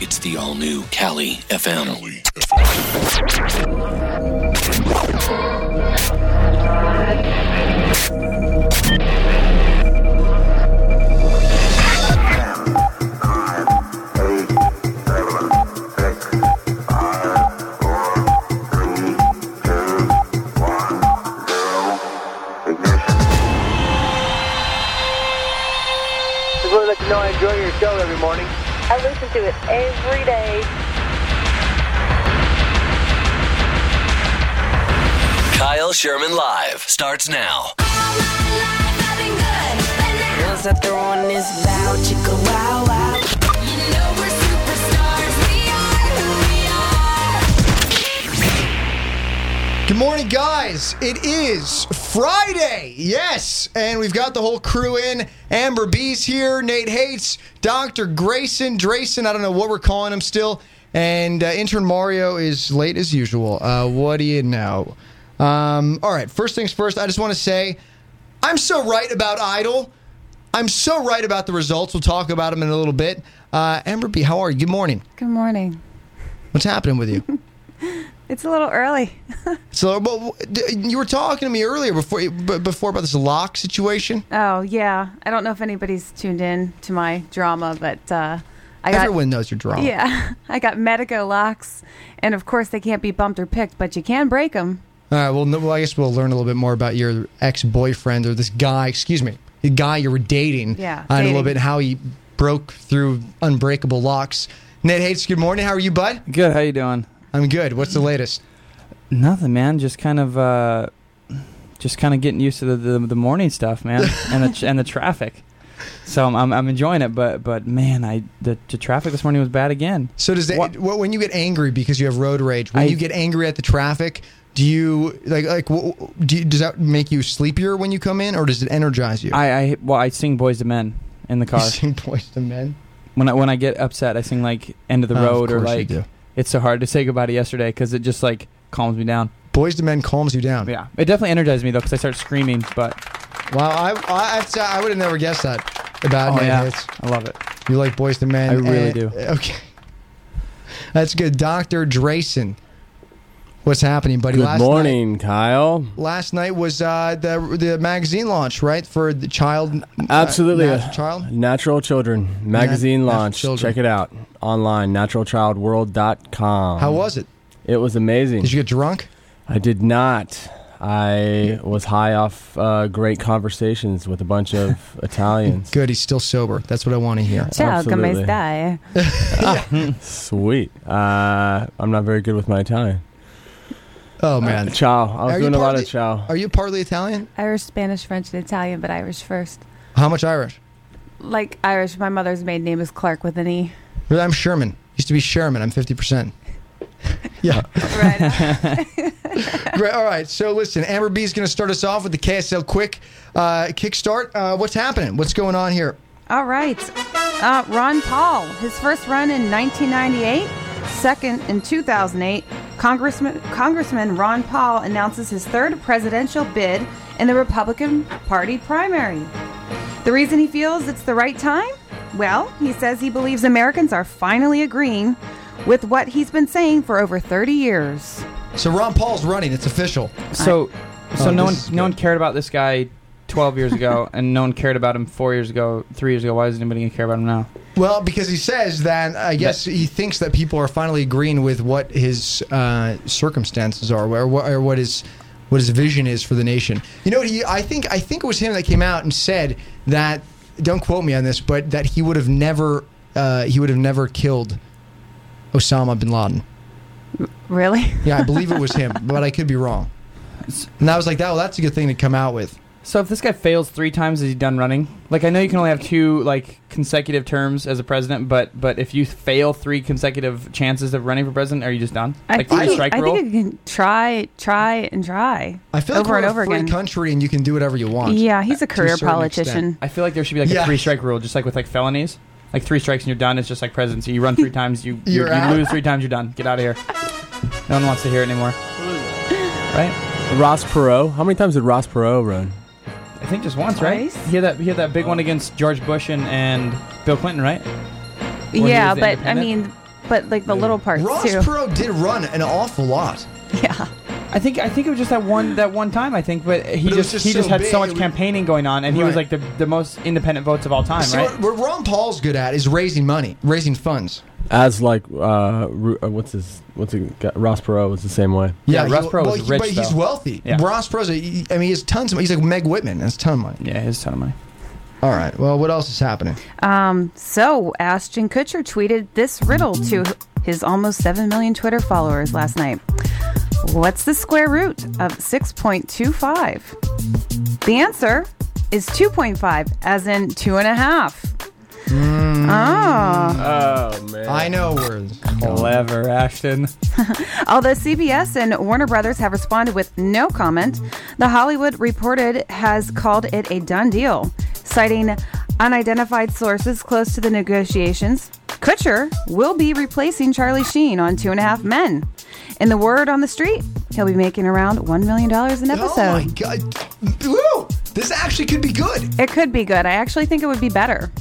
It's the all new Cali FM. Just want to let you know I enjoy your show every morning. I listen to it every day. Kyle Sherman Live starts now. Once I throw on this loud chicka wow wow. Good morning, guys. It is Friday. Yes. And we've got the whole crew in. Amber B's here, Nate Hates, Dr. Grayson, Drayson. I don't know what we're calling him still. And uh, intern Mario is late as usual. Uh, what do you know? Um, all right. First things first, I just want to say I'm so right about Idol. I'm so right about the results. We'll talk about them in a little bit. Uh, Amber B, how are you? Good morning. Good morning. What's happening with you? It's a little early. So, but d- you were talking to me earlier before b- before about this lock situation. Oh yeah, I don't know if anybody's tuned in to my drama, but uh, I got Everyone knows your drama. yeah, I got Medico locks, and of course they can't be bumped or picked, but you can break them. All right. Well, no, well, I guess we'll learn a little bit more about your ex boyfriend or this guy. Excuse me, the guy you were dating. Yeah, And a little dating. bit how he broke through unbreakable locks. Ned Hates. Good morning. How are you, bud? Good. How you doing? I'm good. What's the latest? Nothing, man. Just kind of, uh, just kind of getting used to the, the, the morning stuff, man, and the tr- and the traffic. So I'm, I'm I'm enjoying it, but but man, I the, the traffic this morning was bad again. So does that What- wh- when you get angry because you have road rage? When I- you get angry at the traffic, do you like like wh- wh- do you, does that make you sleepier when you come in, or does it energize you? I, I well, I sing Boys to Men in the you car. sing boys to men. when I when I get upset, I sing like End of the Oh, of Road or course you like do. It's so hard to say goodbye to yesterday because it just like calms me down. Boys to Men calms you down. Yeah, it definitely energized me though because I start screaming. But Wow, I I, have to, I would have never guessed that about oh Nate yeah, Hitz. I love it. You like Boys to Men? I really and- do. Okay, that's good. Doctor Drayson, what's happening, buddy? Good last Night, morning, Kyle. last night was uh, the the magazine launch, right, for the child. Absolutely. uh, nat- child. Natural Children magazine Nat- launch. Natural Children. Check it out online, naturalchildworld.com. How was it? it? was amazing. Did you get drunk? I did not. I was high off uh, great conversations with a bunch of Italians. Good. He's still sober. That's what I want to hear. Ciao, come Absolutely. stai? Sweet. Uh, I'm not very good with my Italian. Oh man, Ciao. I was Are you doing a lot partly- of ciao. are you partly Italian? Irish, Spanish, French, and Italian, but Irish first. How much Irish? Like Irish, my mother's maiden name is Clark with an E. I'm Sherman. Used to be Sherman. I'm fifty percent. Yeah. Right. Great. All right. So listen, Amber B's going to start us off with the KSL quick uh, kickstart. Uh, what's happening? What's going on here? All right. Uh, Ron Paul, his first run in 1998, second in 2008. Congressman, Congressman Ron Paul announces his third presidential bid in the Republican Party primary. The reason he feels it's the right time? Well, he says he believes Americans are finally agreeing with what he's been saying for over 30 years. So Ron Paul's running. It's official. So, Oh, so no one this is no one good. cared about this guy twelve years ago, and no one cared about him four years ago, three years ago. Why is anybody gonna care about him now? Well, because he says that I guess he thinks that people are finally agreeing with what his uh, circumstances are, or what, or what his what his vision is for the nation. You know, what he I think I think it was him that came out and said that. Don't quote me on this, but that he would have never uh, he would have never killed Osama bin Laden. Really? Yeah, I believe it was him, but I could be wrong. And I was like, that, well, that's a good thing to come out with. So if this guy fails three times, is he done running? Like I know you can only have two like consecutive terms as a president, but but if you fail three consecutive chances of running for president, are you just done? Like I, three think, strike I rule. think you can try, try, and try. I feel over like and we're in over a free again. country and you can do whatever you want. Yeah, he's a to career certain politician. extent. I feel like there should be like Yeah. a three strike rule, just like with like felonies. Like three strikes and you're done. It's just like presidency. You run three times, you you, You're you out. lose three times, you're done. Get out of here. No one wants to hear it anymore. Right? Ross Perot. How many times did Ross Perot run? I think just once, right? Twice? He had that he had that big one against George Bush and, and Bill Clinton, right? Or he yeah, was the but I independent? mean, but like the little parts Ross too. Perot did run an awful lot. yeah. I think I think it was just that one that one time I think, but he But it was just, just he just so had big, so much we- campaigning going on, and he was Right. like the, the most independent votes of all time, See, right? what, what Ron Paul's good at is raising money, raising funds. As like, uh, Ru- uh, what's his? What's he got? Ross Perot was the same way. Yeah, he- Ross Perot well, was he- rich, But he's though. wealthy. Yeah. Ross Perot's, a- I mean, he has tons of money. He's like Meg Whitman. That's a ton of money. Yeah, his ton of money. All right. Well, what else is happening? Um, so Ashton Kutcher tweeted this riddle to his almost 7 million Twitter followers last night. What's the square root of 6.25? The answer is 2.5, as in two and a half. Oh. Oh man, I know words. Clever, Ashton. Although CBS and Warner Brothers have responded with no comment, The Hollywood Reported has called it a done deal, citing unidentified sources close to the negotiations. Kutcher will be replacing Charlie Sheen on Two and a Half Men. In the word on the street, he'll be making around $1 million an episode. Oh my god! Woo! This actually could be good. It could be good. I actually think it would be better.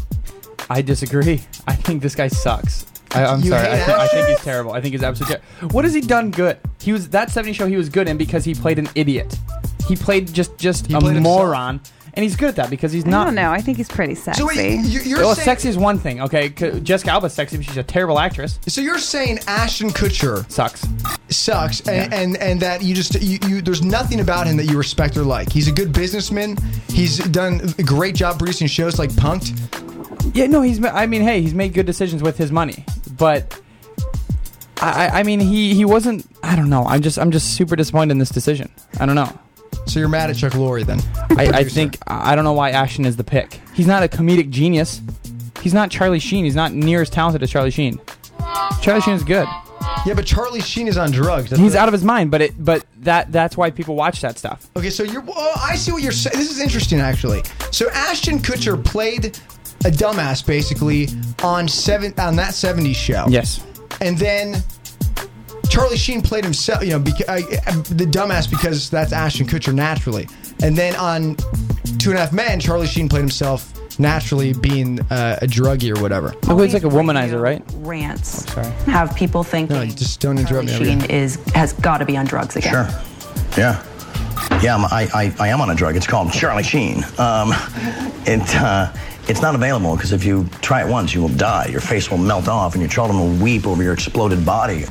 I disagree. I think this guy sucks. I, I'm You sorry. I, hate thi- I think Ashton? he's terrible. I think he's absolutely. Ter- what has he done good? He was that 70 show. He was good in because he played an idiot. He played just just He a played himself. moron, and he's good at that because he's I not. don't know. I think he's pretty sexy. So wait, you- you're Well, saying, sexy is one thing. Okay, C- Jessica Alba's sexy, but she's a terrible actress. So you're saying Ashton Kutcher Sucks. sucks, and, and and that you just you, you there's nothing about him that you respect or like. He's a good businessman. He's done a great job producing shows like Punked. Yeah, no, he's. ma- I mean, hey, he's made good decisions with his money, but I, I I mean, he he wasn't. I don't know. I'm just, I'm just super disappointed in this decision. I don't know. So you're mad at Chuck Lorre then? I, I think I I don't know why Ashton is the pick. He's not a comedic genius. He's not Charlie Sheen. He's not near as talented as Charlie Sheen. Charlie Sheen is good. Yeah, but Charlie Sheen is on drugs. That's He's what- out of his mind, but it, but that that's why people watch that stuff. Okay, so you're. Oh, I see what you're saying. This is interesting, actually. So Ashton Kutcher played a dumbass basically on seven on that '70s show. Yes. and then Charlie Sheen played himself. You know, beca- uh, uh, the dumbass because that's Ashton Kutcher naturally. And then on Two and a Half Men, Charlie Sheen played himself naturally being uh, a druggie or whatever. Well, he's like a womanizer, right? Oh, Rants Sorry. have people thinking No, just don't interrupt Charlie me. Sheen is has got to be on drugs again. Sure. Yeah. Yeah, I'm, I, I, I am on a drug. It's called Charlie Sheen. Um, it, uh, it's not available because if you try it once, you will die. Your face will melt off and your children will weep over your exploded body.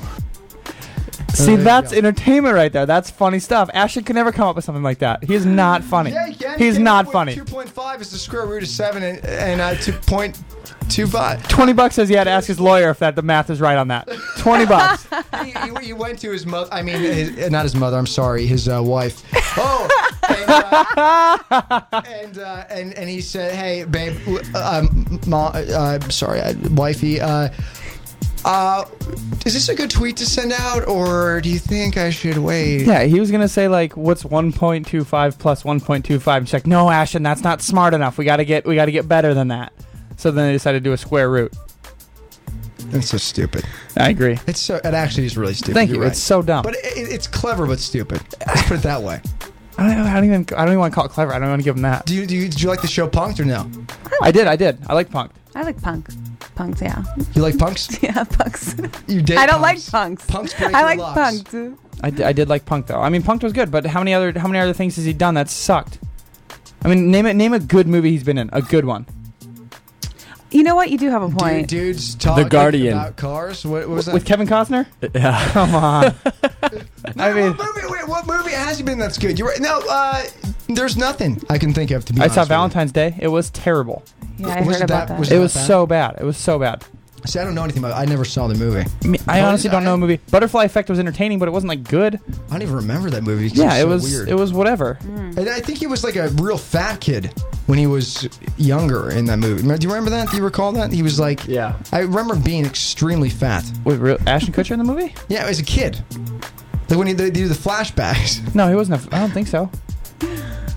See, that's entertainment right there. That's funny stuff. Ashton can never come up with something like that. He is not funny. Yeah, yeah, He's yeah, not what- funny. 2.5 is the square root of 7 and, and uh, 2.25. Twenty bucks says he had to ask his lawyer if that the math is right on that. Twenty bucks. he, he- he went to his mother. I mean, his, not his mother. I'm sorry, his uh, wife. Oh, and uh, and, uh, and and he said, "Hey, babe, w- uh, um, ma, uh, sorry, uh, wifey. Uh, uh, is this a good tweet to send out, or do you think I should wait?" Yeah, he was gonna say like, "What's 1.25 plus 1.25?" She's like, "No, Ashton, that's not smart enough. We gotta get, we gotta get better than that." So then they decided to do a square root. That's so stupid. I agree. It's so. It actually is really stupid. Thank You're you. right. It's so dumb. But it, it- it's clever, but stupid. Let's put it that way. I don't, I don't even, I don't even want to call it clever. I don't want to give him that. Do you, do you did you like the show Punked or no? I did, I did. I like punk. I like punk. Punks, yeah. You like Punks? Yeah, punks. You did. I don't punks. like punks. Punks. break I your like locks. punks. I did, I did like punk though. I mean, punk was good, but how many other, how many other things has he done that sucked? I mean, name it, name a good movie he's been in. A good one. You know what? You do have a point. Dude, dudes talking Guardian. about cars. What, what was that? With Kevin Eh. Costner. Yeah. Come on. I mean, what movie, wait, what movie has he been that's good? You're right. No, uh, there's nothing I can think of to be. I honest saw with you. Valentine's Day. It was terrible. Yeah, I Was heard it about that- that. was It was bad? so bad. It was so bad. See, I don't know anything about. it. I never saw the movie. I mean, I Well, honestly I- don't know a movie. Butterfly Effect was entertaining, but it wasn't like good. I don't even remember that movie. 'cause Yeah, it so was. weird. It was whatever. And I think he was like a real fat kid when he was younger in that movie. Do you remember that? Do you recall that? He was like. Yeah. I remember being extremely fat. Wait, real, Ashton Kutcher in the movie? Yeah, as a kid. Like when he, they do the flashbacks. No, he wasn't. A, I don't think so.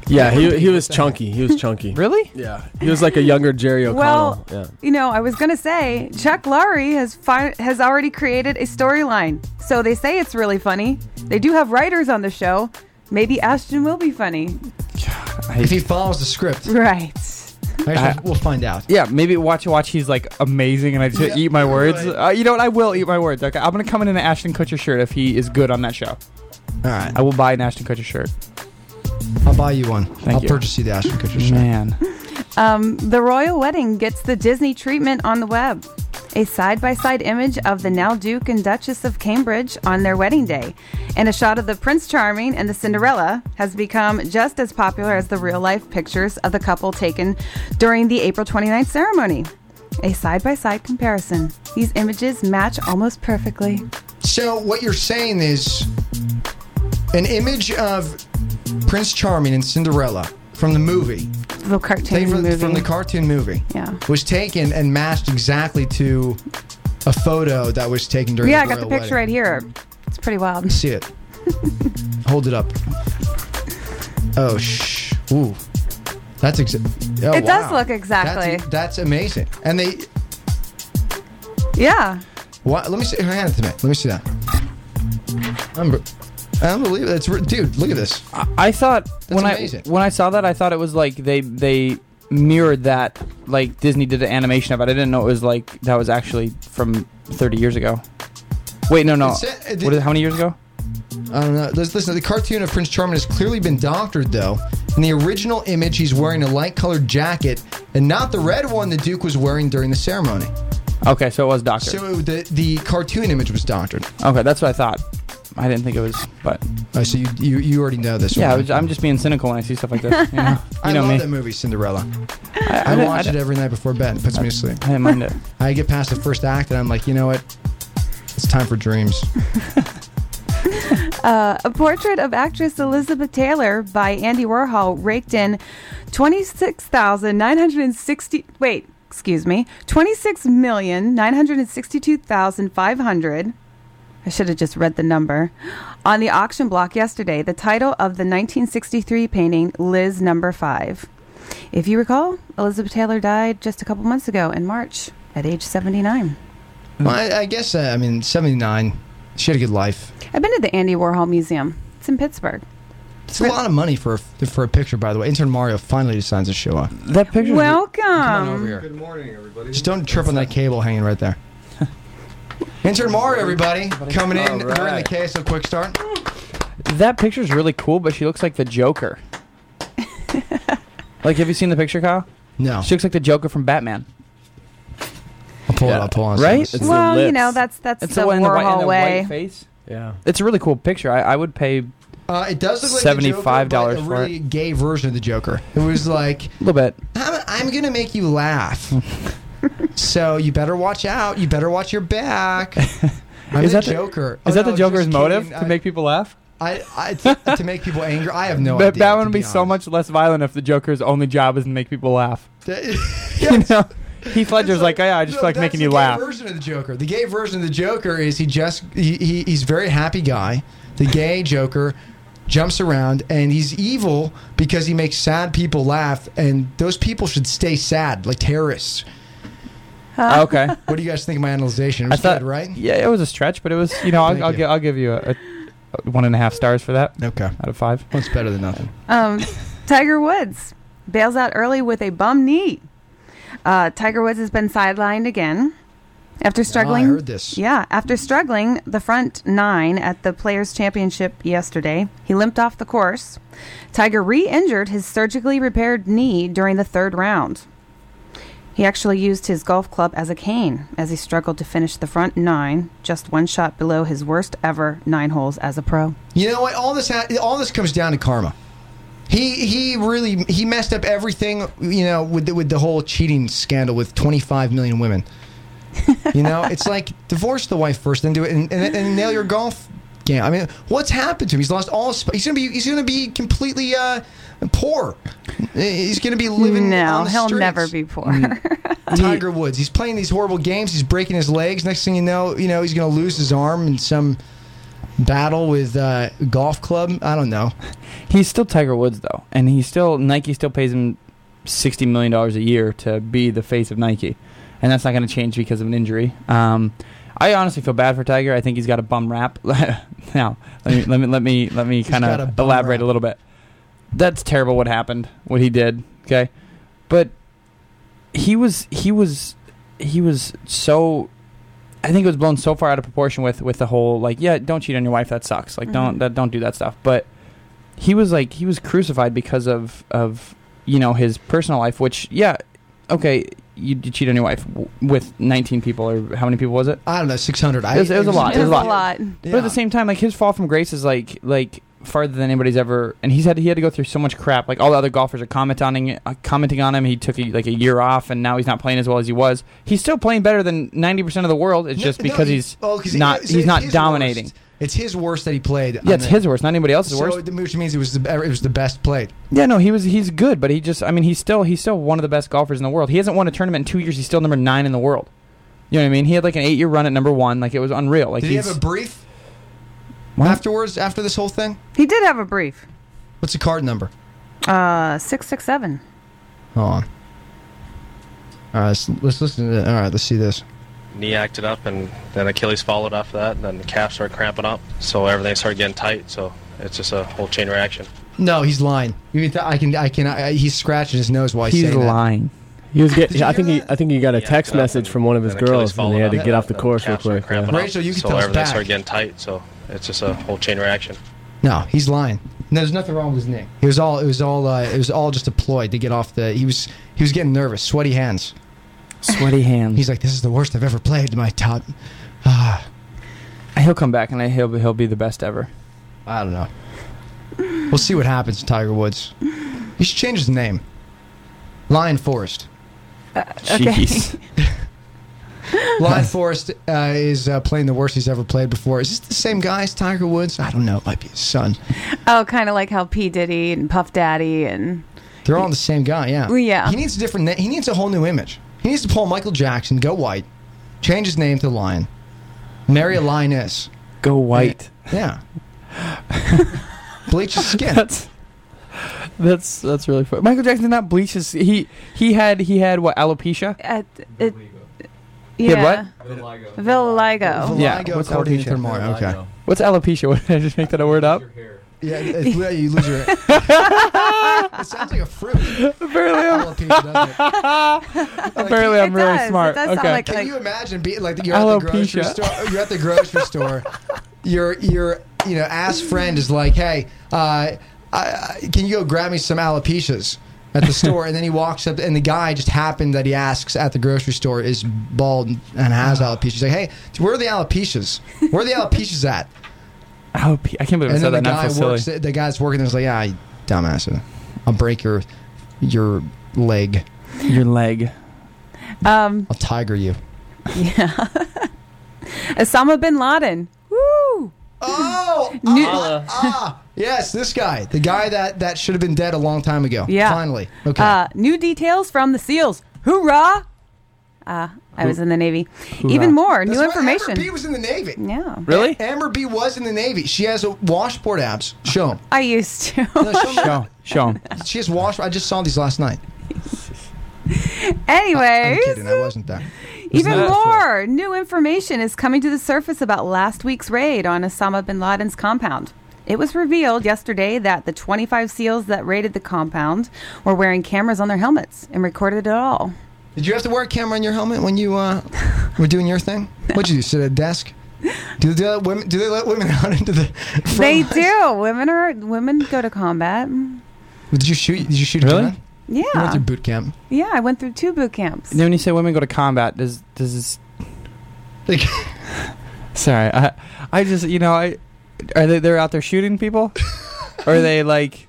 Yeah, he, he was chunky. He was chunky. Really? Yeah, he was like a younger Jerry O'Connell. Well, yeah. you know, I was gonna say Chuck Lorre has fi- has already created a storyline, so they say it's really funny. They do have writers on the show. Maybe Ashton will be funny, If he follows the script, right? I guess we'll, we'll find out. Uh, Yeah, maybe watch watch. He's like amazing, and I just eat my words. right. Uh, you know what? I will eat my words. Okay, I'm gonna come in an Ashton Kutcher shirt if he is good on that show. All right, I will buy an Ashton Kutcher shirt. I'll buy you one. I'll you. purchase you the Ashton Kutcher shirt. Man, Um, The royal wedding gets the Disney treatment on the web. A side by side image of the now Duke and Duchess of Cambridge on their wedding day, and a shot of the Prince Charming and the Cinderella has become just as popular as the real life pictures of the couple taken during the April 29th ceremony. A side by side comparison. These images match almost perfectly. So what you're saying is an image of Prince Charming and Cinderella from the movie, The cartoon they- from, movie. from the cartoon movie, Yeah. was taken and matched exactly to a photo that was taken during. yeah, I the got the royal picture wedding. right here. It's pretty wild. See it. Hold it up. Oh shh. Ooh. That's exa- oh, It does wow. look exactly. That's, that's amazing. And they Yeah. What? Let me see. Hang on a minute. Let me see that. Unbe- unbelievable. It's re- dude. Look at this. I, I thought when amazing. I when I saw that, I thought it was like they they mirrored that like Disney did an animation of it. I didn't know it was like that was actually from 30 years ago. Wait, no, no. It's, uh, it- What is, how many years ago? I don't know. Listen, listen, the cartoon of Prince Charming has clearly been doctored, though. In the original image, he's wearing a light-colored jacket and not the red one the Duke was wearing during the ceremony. Okay, so it was Doctor. So the the cartoon image was doctored. okay, that's what I thought. I didn't think it was, but Oh, so you you, you already know this. yeah, I one. was, I'm just being cynical when I see stuff like this. You know, I You know love me. that movie, Cinderella. I, I, didn't- watch it didn't- every night before bed. It puts me to sleep. I didn't mind it. I get past the first act and I'm like, you know what? It's time for dreams. Uh, A portrait of actress Elizabeth Taylor by Andy Warhol raked in 26,960 wait, excuse me, 26,962,500. I should have just read the number. On the auction block yesterday, the title of the 1963 painting Liz number 5. If you recall, Elizabeth Taylor died just a couple months ago in March at age 79. Well, I, I guess uh, I mean '79. She had a good life. I've been to the Andy Warhol Museum. It's in Pittsburgh. It's a lot of money for a, for a picture, by the way. Intern Mario finally decides to show up. That picture. Welcome. Good morning, everybody. Just don't trip on that cable hanging right there. Intern Mario, everybody, coming in All right. during the KSO Quick Start. That picture's really cool, but she looks like the Joker. like, have you seen the picture, Kyle? No, She looks like the Joker from Batman. I'll pull it Yeah. up. Pull on Right? It's, It's- the well, you lips. know that's that's It's the, the, one in the, white, in Warhol the way. white face. Yeah. It's a really cool picture. I, I would pay a uh, it does look like the $75 Joker, but for a really gay version of the Joker. It was like little bit. I'm, I'm gonna make you laugh. so you better watch out. You better watch your back. I'm Is the that the- Joker. Is Oh, that the no, Joker's just motive kidding. to I- make people laugh? I, I to, to make people angry. I have no that idea. that to would be, so honest. much less violent if the Joker's only job is to make people laugh. Yeah, You know, Heath Ledger's like, "Oh, yeah, I just no, like that's making the you gay laugh. Version of the Joker. The gay version of the Joker is he just he, he he's a very happy guy. The gay Joker jumps around and he's evil because he makes sad people laugh, and those people should stay sad like terrorists. okay, What do you guys think of my analyzation? It I was thought good, right? Yeah, it was a stretch, but it was you know I'll, Thank I'll, you. gi- I'll give you a, a one and a half stars for that Okay, out of five. well, it's better than nothing. Um, Tiger Woods bails out early with a bum knee. Uh, Tiger Woods has been sidelined again after struggling. Ah, I heard this. Yeah, after struggling the front nine at the Players Championship yesterday, he limped off the course. Tiger re-injured his surgically repaired knee during the third round. He actually used his golf club as a cane as he struggled to finish the front nine, just one shot below his worst ever nine holes as a pro. You know what? All this ha- all this comes down to karma. He he really he messed up everything. You know, with the, with the whole cheating scandal with 25 million women. You know, it's like divorce the wife first, then do it, and, and, and nail your golf. game. I mean, what's happened to him? He's lost all. Sp- he's gonna be. He's gonna be completely uh, poor. He's gonna be living. no, on the he'll streets. never be poor. Tiger Woods. He's playing these horrible games. He's breaking his legs. Next thing you know, you know he's going to lose his arm in some battle with uh, golf club. I don't know. He's still Tiger Woods though, and he still Nike still pays him sixty million dollars a year to be the face of Nike, and that's not going to change because of an injury. Um, I honestly feel bad for Tiger. I think he's got a bum rap. now, let me let me let me let me He's kind got a of bum elaborate rap. a little bit. That's terrible. What happened? What he did? Okay, but he was he was he was so I think it was blown so far out of proportion with with the whole like yeah don't cheat on your wife that sucks like don't Mhm. that don't do that stuff but he was like he was crucified because of of you know his personal life which yeah okay you, you cheat on your wife w- with 19 people or how many people was it I don't know, 600. I, It was- it was a lot, it There's was a lot. but at the same time, like his fall from grace is like like farther than anybody's ever, and he's had he had to go through so much crap. Like all the other golfers are commenting uh, commenting on him. He took a, like a year off, and now he's not playing as well as he was. He's still playing better than ninety percent of the world. It's No, just no, because he- he's oh, 'cause he- not so he's it's not his dominating. worst. It's his worst that he played. on Yeah, it's the- his worst, not anybody else's so, worst. Which means it was the it was the best played. Yeah, no, he was he's good, but he just I mean he's still he's still one of the best golfers in the world. He hasn't won a tournament in two years. He's still number nine in the world. You know what I mean? He had like an eight year run at number one. Like it was unreal. Like Did he he's have a brief What? afterwards after this whole thing? He did have a brief. What's the card number? Uh, six six seven. Hold on. All right, let's, let's listen. To, all right, let's see this. knee acted up and then Achilles followed off that and then the calf started cramping up so everything started getting tight so it's just a whole chain reaction. No, he's lying. You can th- I can. I can. I, he's scratching his nose while he's, he's saying that. lying. He was Did get, you I hear think he, that? I think he got a Knee text acted up message from one of his then girls, Achilles and he followed had to up get off the then course real calf started quick. cramping yeah. up, Rachel, you can so tell us everything back. started getting tight so it's just a whole chain reaction. No, he's lying. No, there's nothing wrong with his neck. It was all. It was all. Uh, it was all just a ploy to get off the. He was. He was getting nervous, sweaty hands. Sweaty hands. He's like, "This is the worst I've ever played." My top. Ah, He'll come back and I, he'll he'll be the best ever. I don't know. We'll see what happens, to Tiger Woods. He should change his name. Lion Forest. Uh, Jeez. Lion Forest uh, is uh, playing the worst he's ever played before. Is this the same guy as Tiger Woods? I don't know. It might be his son. Oh, kind of like how P Diddy and Puff Daddy and They're all the same guy. Yeah. Well, yeah. He needs a different. Na- he needs a whole new image. He needs to pull Michael Jackson, go white, change his name to Lion, marry a lioness. Go white. Yeah. Bleach his skin. That's that's that's really funny. Michael Jackson did not bleach his he he had he had what alopecia? at it. had Yeah. Oh, Vitiligo. Yeah, Vitiligo, what's Caucasian alopecia? Thermoid, Okay. What's alopecia? What, did I just make that a word up? Yeah, it's, yeah, you lose your. it sounds like a fruit. Apparently, doesn't it? Apparently, I'm It really does. It smart. does sound okay. like- Can you imagine being like you're at the grocery Alopecia. store? You're at the grocery store. Your your you know ass friend is like, hey, uh, I, I, can you go grab me some alopecias at the store? And then he walks up, and the guy just happened that he asks at the grocery store is bald and has alopecia. He's like, hey, where are the alopecias? Where are the alopecias at? Alope- I can't believe I And said then the that. Not guy so works. silly. The guy's working. There's like, yeah, you dumbass. I'll break your your leg. Your leg. Um, I'll tiger you. Osama bin Laden. Woo! Oh, New- ah, ah, yes, this guy, the guy that that should have been dead a long time ago. Yeah. finally. Okay. Uh, new details from the SEALs. Hoorah! Uh, I was in the Navy. Even more That's new why information. Amber B was in the Navy. yeah, Really? Amber B was in the Navy. She has a washboard abs. Show 'em. I used to. No, show 'em. Show show him. She has wash. I just saw these last night. I'm Anyways, kidding. I wasn't there. Even not more new information is coming to the surface about last week's raid on Osama bin Laden's compound. It was revealed yesterday that the 25 SEALs that raided the compound were wearing cameras on their helmets and recorded it all. Did you have to wear a camera on your helmet when you uh, were doing your thing? What'd you do? Sit at a desk? Do they let women? Do they let women out into the? front They lines? do. Women are women go to combat. Did you shoot? Did you shoot? a Really? gun? You went Yeah, through boot camp. yeah. I went through two boot camps. Then when you say women go to combat, does does this, Like, sorry? I I just you know I are they they're out there shooting people, or are they like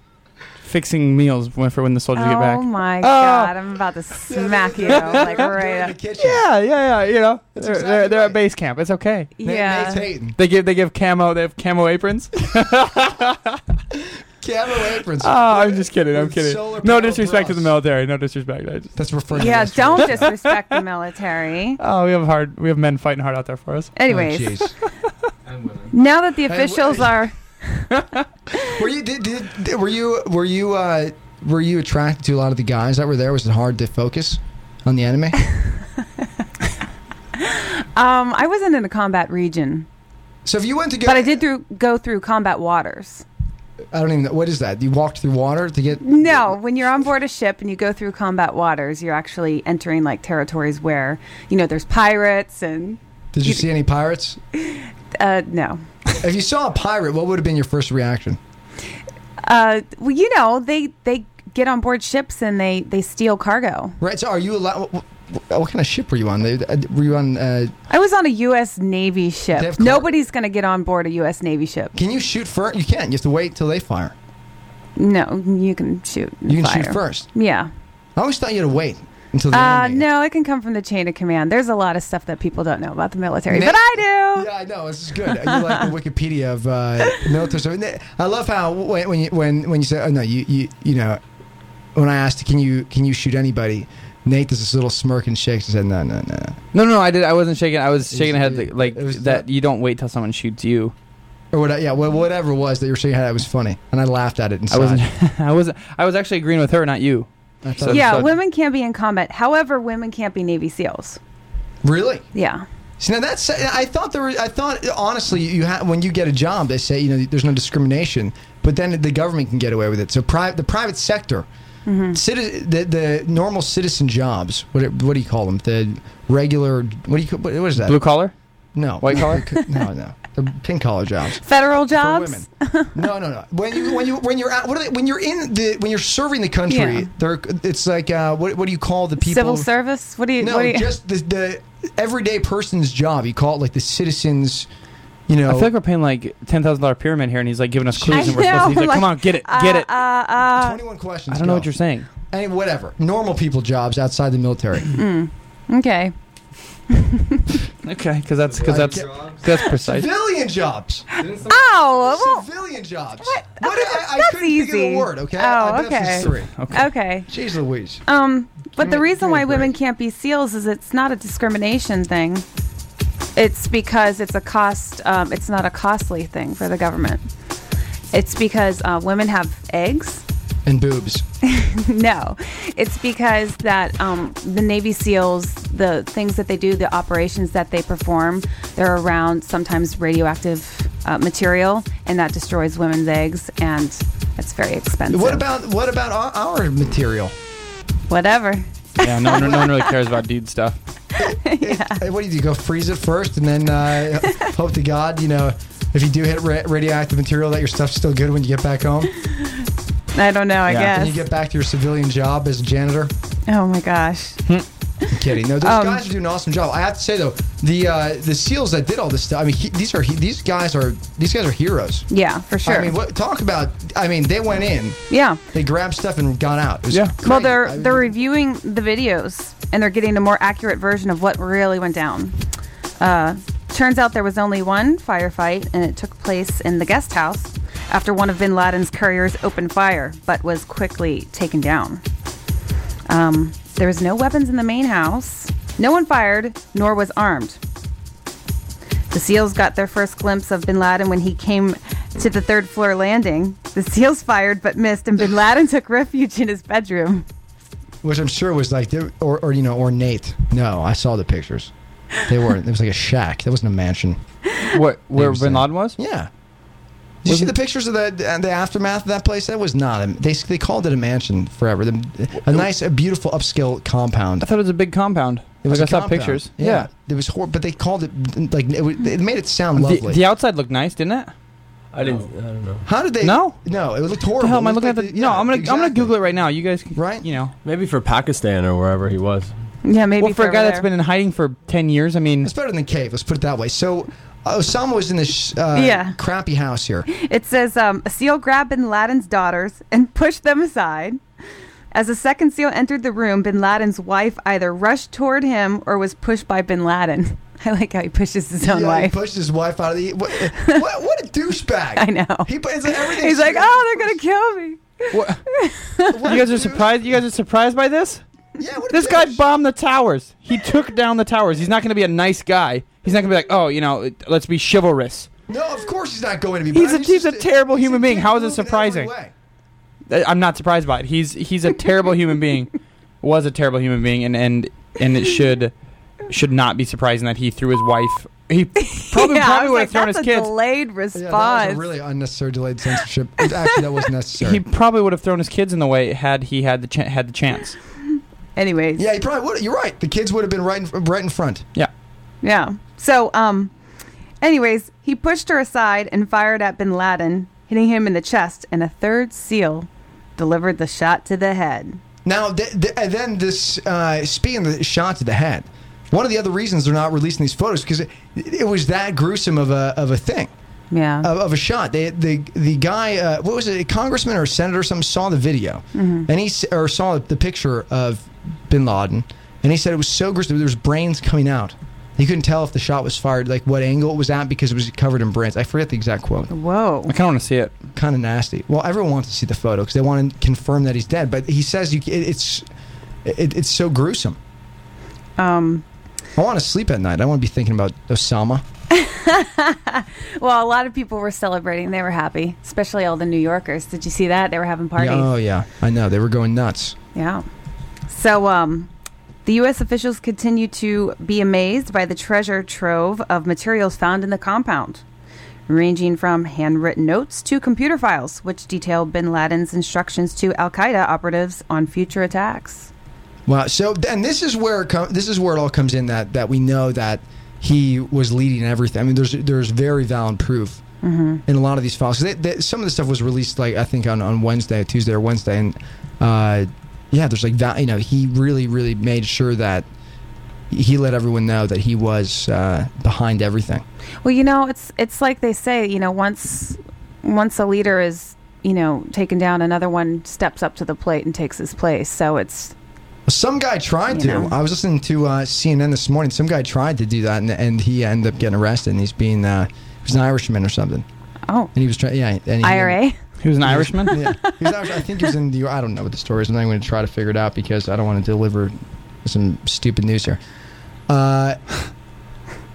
fixing meals when- for when the soldiers get back? Oh my god! I'm about to smack you like in the right. up. kitchen. Yeah, yeah, yeah. You know, they're, exactly they're, they're right. at base camp. It's okay. Ma- Nate's Yeah. hating. They give they give camo. They have camo aprons. Camo aprons. Oh, I'm just kidding. I'm With kidding. solar No powered disrespect to the bras. military. No disrespect. I just, That's referring. Yeah. to yesterday. Don't disrespect the military. oh, we have hard. We have men fighting hard out there for us. Anyways, Oh, jeez. now that the w- officials are. were you did, did, did- were you were you uh, were you attracted to a lot of the guys that were there? Was it hard to focus on the enemy? Um, I wasn't in a combat region, So if you went to go, but I did through go through combat waters. I don't even know. What is that? You walked through water to get. No, when you're on board a ship and you go through combat waters, you're actually entering like territories where you know there's pirates and Did you see any pirates? uh, no. If you saw a pirate, what would have been your first reaction? Uh, well, you know they they get on board ships and they they steal cargo. Right. So, are you allowed? What, what kind of ship were you on? They- Were you on? Uh, I was on a U.S. Navy ship. They have car- Nobody's going to get on board a U.S. Navy ship. can you shoot first? You can't. You have to wait till they fire. No, you can shoot. and You can shoot fire. first. Yeah. I always thought you had to wait until. The Uh, enemy- no, it can come from the chain of command. There's a lot of stuff that people don't know about the military, Na- but I do. Yeah, I know. This is good. You like the Wikipedia of uh, military service. I love how when when you, when, when you say, "Oh no, you, you you know," when I asked, "Can you can you shoot anybody?" Nate does this little smirk and shakes and said, "No, no, no." No, no, I did. I wasn't shaking. I was shaking was- head like, like it was that. You don't wait till someone shoots you. Or what? Yeah, wha- whatever it was that you were saying, that was funny, and I laughed at it. Inside. I wasn't. I wasn't. I was actually agreeing with her, not you. I So- thought- yeah, so- women can't be in combat. However, women can't be Navy SEALs. Really? Yeah. See, now that's I thought there. Were, I thought honestly, you ha- when you get a job, they say you know there's no discrimination, but then the government can get away with it. So pri- the private sector, Mm-hmm. citi- the the normal citizen jobs. What do- what do you call them? The regular. What do you ca- what, what is that? Blue collar. no. White collar? no, no. The pink collar jobs. Federal For jobs. women. No, no, no. When you when you when you're out, what are they, when you're in the when you're serving the country, Yeah. they're it's like uh, what what do you call the people? Civil service. What do you? No, what do you just the, the everyday person's job. You call it like the citizens, you know. I feel like we're paying like ten thousand dollar pyramid here, and he's like giving us clues, I and we're supposed know, to. He's like, like, "Come on, get it, get it." Uh, uh, 21 questions. I don't know what you're saying. saying. Any, whatever. Normal people jobs outside the military. hmm. okay. Okay, because that's because I that's that's precise. Civilian jobs. Oh, well, Civilian jobs. What? What? I, I That's couldn't think of easy. a word, okay? Oh, I bet okay. She's three. Okay. okay. Jeez Louise. Um, but Give me- the give reason me a why women break. can't be SEALs is it's not a discrimination thing. It's because it's a cost. Um, it's not a costly thing for the government. It's because uh, women have eggs. And boobs. No, it's because that um, the Navy SEALs, the things that they do, the operations that they perform, they're around sometimes radioactive uh, material, and that destroys women's eggs, and it's very expensive. What about what about our, our material? whatever? Yeah, no, no, no one really cares about dude stuff. Hey, what do you do? Go freeze it first, and then uh, hope to God, you know, if you do hit ra- radioactive material, that your stuff's still good when you get back home. I don't know. I Yeah. And guess. you get back to your civilian job as a janitor. oh my gosh. kidding. No, those Um, guys are doing an awesome job. I have to say though, the uh, the seals that did all this stuff. I mean, he, these are he, these guys are these guys are heroes. Yeah, for sure. I mean, what, talk about. I mean, they went in, yeah. they grabbed stuff and got out. It was Yeah. crazy. Well, they're I they're mean, reviewing the videos and they're getting a more accurate version of what really went down. Uh, turns out there was only one firefight and it took place in the guest house after one of Bin Laden's couriers opened fire, but was quickly taken down. Um, there was no weapons in the main house. No one fired, nor was armed. The SEALs got their first glimpse of bin Laden when he came to the third floor landing. The SEALs fired but missed, and bin Laden took refuge in his bedroom. which I'm sure was like they- or or you know ornate. No, I saw the pictures. They weren't. It was like a shack. That wasn't a mansion. What? Where Interesting. Bin Laden was? Yeah. Did you see the pictures of the the aftermath of that place? That was not. A, they they called it a mansion forever. The- a nice, a beautiful upscale compound. I thought it was a big compound. It was a like I saw compound. pictures. Yeah. it was horrible, but they called it like it, was, it made it sound The, lovely. the outside looked nice, didn't it? I didn't. I don't know. How did they? No. no, it looked horrible. the hell am I It looked looking at the? like no, yeah, I'm gonna I'm gonna exactly. Google it right now. You guys, can, Right? You know, Maybe for Pakistan or wherever he was. Yeah, maybe well, for a over guy there. that's been in hiding for ten years, I mean, It's better than cave. Let's put it that way. So uh, Osama was in this uh, Yeah. crappy house here. It says um, a SEAL grabbed bin Laden's daughters and pushed them aside. As a second SEAL entered the room, bin Laden's wife either rushed toward him or was pushed by bin Laden. I like how he pushes his own Yeah, wife. He pushed his wife out of the. What, what, what a douchebag! I know. He, pu- it's like everything. He's like, oh, they're going to kill me. what- you guys are surprised. You guys are surprised by this? Yeah, what a This guy bitch. bombed the towers. He took down the towers. He's not gonna be a nice guy. He's not gonna be like, oh, you know, let's be chivalrous. No, of course he's not going to be. He's but I'm a- he's a terrible he's a human being. dick How is it move in every surprising? way. I- I'm not surprised by it. He's he's a terrible human being. Was a terrible human being, and and and it should should not be surprising that he threw his wife he probably yeah, I probably was would like, have thrown that's his a kids. delayed Yeah, that was response. a really unnecessary delayed censorship. Actually, that was necessary. He probably would have thrown his kids in the way had he had the ch- had the chance. Anyways, yeah, he probably would. You're right. The kids would have been right in, right in front. Yeah. yeah. So, um, anyways, he pushed her aside and fired at Bin Laden, hitting him in the chest, and a third SEAL delivered the shot to the head. Now, th- th- and then this uh, speaking of the shot to the head. One of the other reasons they're not releasing these photos because it, it was that gruesome of a of a thing. Yeah. Of, of a shot, they, the the guy, uh, what was it, a congressman or a senator or something, saw the video, Mhm. and he s- or saw the picture of Bin Laden, and he said it was so gruesome. There was brains coming out. He couldn't tell if the shot was fired, like what angle it was at, because it was covered in brains. I forget the exact quote. Whoa! I kind of want to see it. Kind of nasty. Well, everyone wants to see the photo because they want to confirm that he's dead. But he says you, c- it, it's it, it's so gruesome. Um. I want to sleep at night. I don't want to be thinking about Osama. Well, a lot of people were celebrating. They were happy, especially all the New Yorkers. Did you see that? They were having parties. Yeah, oh yeah, I know. They were going nuts. Yeah. So, um, the U.S. officials continue to be amazed by the treasure trove of materials found in the compound, ranging from handwritten notes to computer files, which detail bin Laden's instructions to Al Qaeda operatives on future attacks. Wow. So and this is where it com- this is where it all comes in that that we know that he was leading everything. I mean, there's there's very valid proof Mm-hmm. in a lot of these files. 'Cause They, they, some of the stuff was released like I think on, on Wednesday, Tuesday or Wednesday, and uh, yeah, there's like that. You know, he really really made sure that he let everyone know that he was uh, behind everything. Well, you know, it's it's like they say, you know, once once a leader is you know taken down, another one steps up to the plate and takes his place. So it's Some guy tried You to. know. I was listening to uh, CNN this morning. Some guy tried to do that, and, and he ended up getting arrested. And he's being uh, he was an Irishman or something. Oh. And he was trying. Yeah. And he, IRA. He was an Irishman. yeah. He was Irish- I think he was in the. I don't know what the story is. I'm not going to try to figure it out because I don't want to deliver some stupid news here. Uh,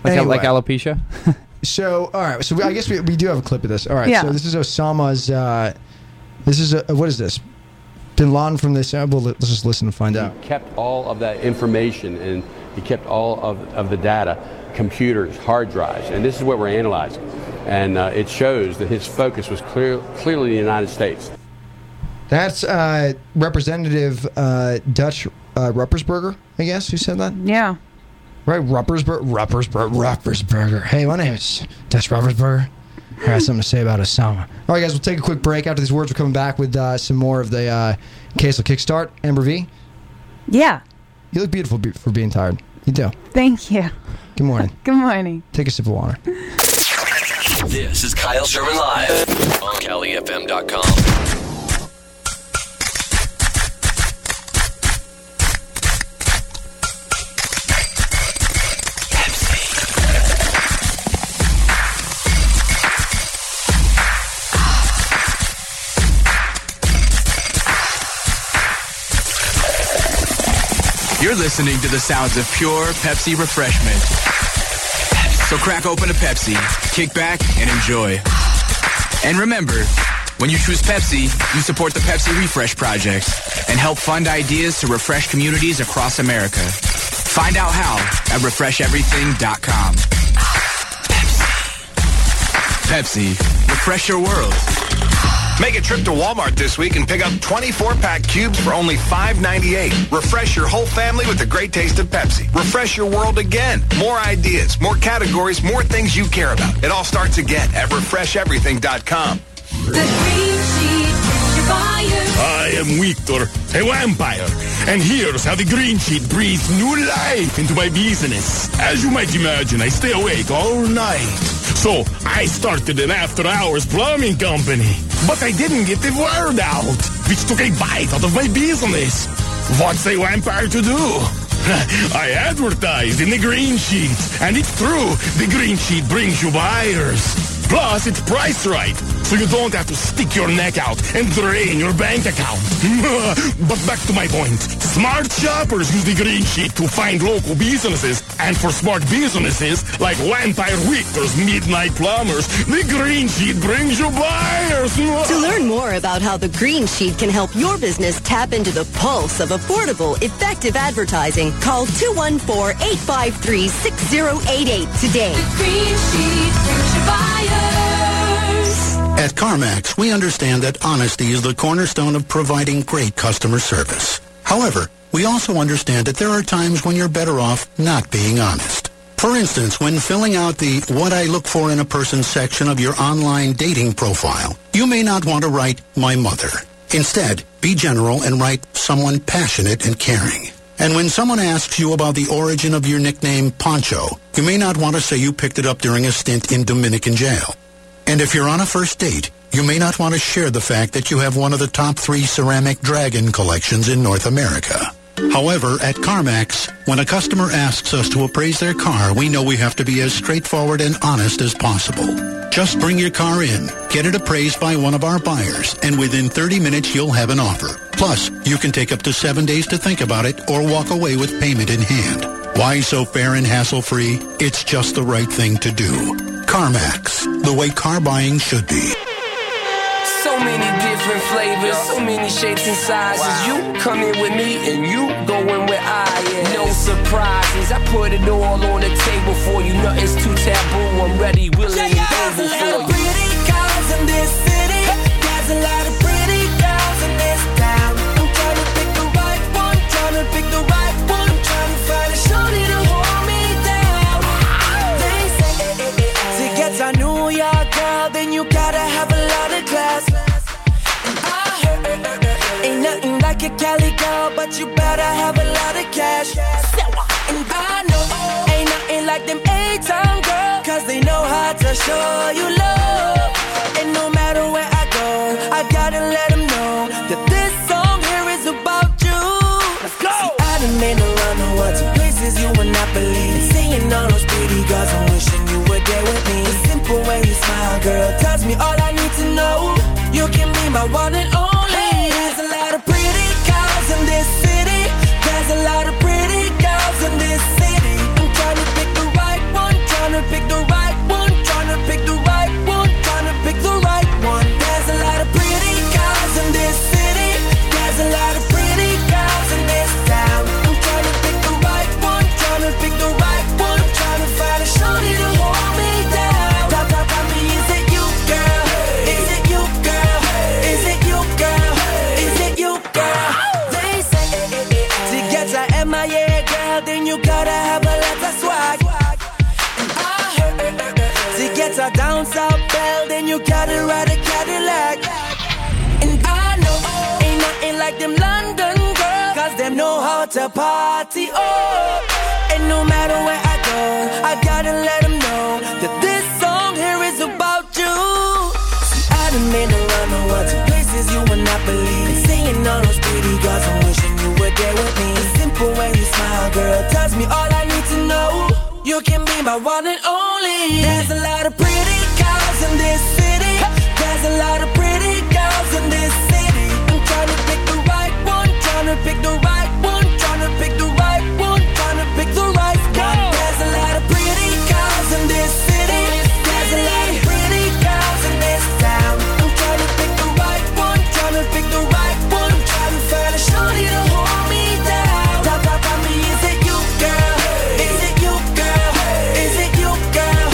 Like a- anyway. like alopecia. So, all right. So, we, I guess we, we do have a clip of this. All right. Yeah. So, this is Osama's. Uh, this is a, what is this? Bin Laden from this. Uh, well, let's just listen and find out. He kept all of that information and he kept all of, of the data, computers, hard drives, and this is what we're analyzing. And uh, it shows that his focus was clear, clearly the United States. That's uh, Representative uh, Dutch uh, Ruppersberger, I guess, who said that? Yeah. Right, Ruppersberger, Ruppersberger, Ruppersberger. Hey, my name is Dutch Ruppersberger. I got something to say about Osama. All right, guys, we'll take a quick break. After these words, we're coming back with uh, some more of the uh, Casel Kickstart. Amber V, Yeah. you look beautiful be- for being tired. You do. Thank you. Good morning. Good morning. Take a sip of water. This is Kyle Sherman Live on CaliFM.com. You're listening to the sounds of pure Pepsi refreshment. So crack open a Pepsi, kick back, and enjoy. And remember, when you choose Pepsi, you support the Pepsi Refresh Project and help fund ideas to refresh communities across America. Find out how at refresheverything.com. Pepsi. Pepsi, refresh your world. Make a trip to Walmart this week and pick up 24-pack cubes for only $5.98. Refresh your whole family with the great taste of Pepsi. Refresh your world again. More ideas, more categories, more things you care about. It all starts again at refresheverything.com. I am Victor, a vampire, and here's how the green sheet breathes new life into my business. As you might imagine, I stay awake all night. So I started an after-hours plumbing company, but I didn't get the word out, which took a bite out of my business. What's a vampire to do? I advertised in the green sheet, and it's true. The green sheet brings you buyers. Plus, it's priced right, so you don't have to stick your neck out and drain your bank account. but back to my point. Smart shoppers use the green sheet to find local businesses And for smart businesses like Vampire Victors, Midnight Plumbers, the Green Sheet brings you buyers. To learn more about how the Green Sheet can help your business tap into the pulse of affordable, effective advertising, call 214-853-6088 today. At CarMax, we understand that honesty is the cornerstone of providing great customer service. However, we also understand that there are times when you're better off not being honest. For instance, when filling out the What I Look For in a Person section of your online dating profile, you may not want to write My Mother. Instead, be general and write Someone Passionate and Caring. And when someone asks you about the origin of your nickname Poncho, you may not want to say you picked it up during a stint in Dominican jail. And if you're on a first date, you may not want to share the fact that you have one of the top three ceramic dragon collections in North America. However, at CarMax, when a customer asks us to appraise their car, we know we have to be as straightforward and honest as possible. Just bring your car in, get it appraised by one of our buyers, and within 30 minutes you'll have an offer. Plus, you can take up to seven days to think about it or walk away with payment in hand. Why so fair and hassle-free? It's just the right thing to do. CarMax, the way car buying should be. So many different flavors, so many shapes and sizes. You come in with me and you go in with I. Yeah. No surprises, I put it all on the table for you. Nothing's too taboo. I'm ready, willing, and able for you. Cali girl, but you better have a lot of cash. And I know ain't nothing like them A-town girls, cause they know how to show you love. And no matter where I go, I gotta let them know that this song here is about you. Let's go! See, I done been around the world to places you would not believe. Seeing all those pretty girls, I'm wishing you were there with me. The simple way you smile, girl, tells me all I need to know. You can be my one and only. There's a lot of pretty girls in this city. There's a lot of pretty girls in this city. I'm trying to pick the right one, trying to pick the right one, trying to pick the right one, trying to pick the right one. There's a lot of pretty girls in this city. There's a lot of pretty girls in this town. I'm trying to pick the right one, trying to pick the right one, trying to find a shorty to hold me down. Tell- tell- tell me, is it you, girl? Is it you, girl? Is it you, girl? Is it you, girl? They say to get to MIA, girl, then you gotta have a lot of swag. And I heard to get to down south, belle, then you gotta ride a Cadillac. And I know ain't nothing like them London girls, cause them know how to party up. And no matter where I go, I gotta let them know that this song here is about you. See, I done been around the world to places you would not believe. And seeing all those pretty girls, I'm wishing you were there with me. The simple way you smile, girl, tells me all I need to know. You can be my one and only. There's a lot of pretty girls in this city. There's a lot of pretty girls in this city. I'm trying to pick the right one, trying to pick the right one, trying to pick the right one, trying to pick the right one. There's a lot of pretty girls in this city. There's a lot of pretty girls in this town. I'm trying to pick the right one, trying to pick the right one, trying to find a shorty to hold me down. Tell- tell- tell me, is it you, girl? Is it you, girl? Is it you, girl?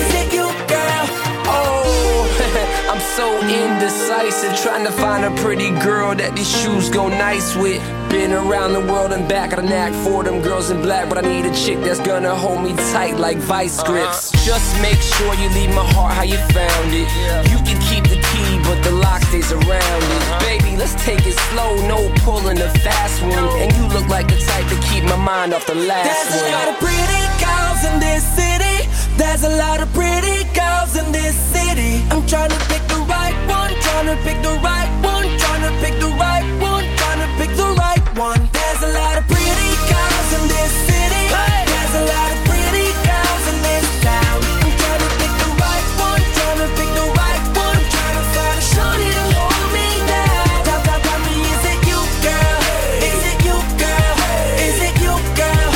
Is it you, girl? Oh, I'm so indecisive, trying to find a pretty girl that these shoes go nice with. Been around the world and back, I done act for them girls in black, but I need a chick that's gonna hold me tight like vice grips. Just make sure you leave my heart how you found it. You can keep the key, but the lock stays around it. Baby, let's take it slow, no pulling a fast one. And you look like the type to keep my mind off the last There's one. a lot of pretty girls in this city. There's a lot of pretty girls in this city. I'm trying to pick the right one, trying to pick the right one, trying to pick the right one, trying to pick the right one. There's a lot of pretty girls in this city. There's a lot of pretty girls in this town. I'm trying to pick the right one, trying to pick the right one, trying to find a shorty to hold me down. Tell, tell, tell me, is it you, girl? Is it you, girl? Is it you, girl?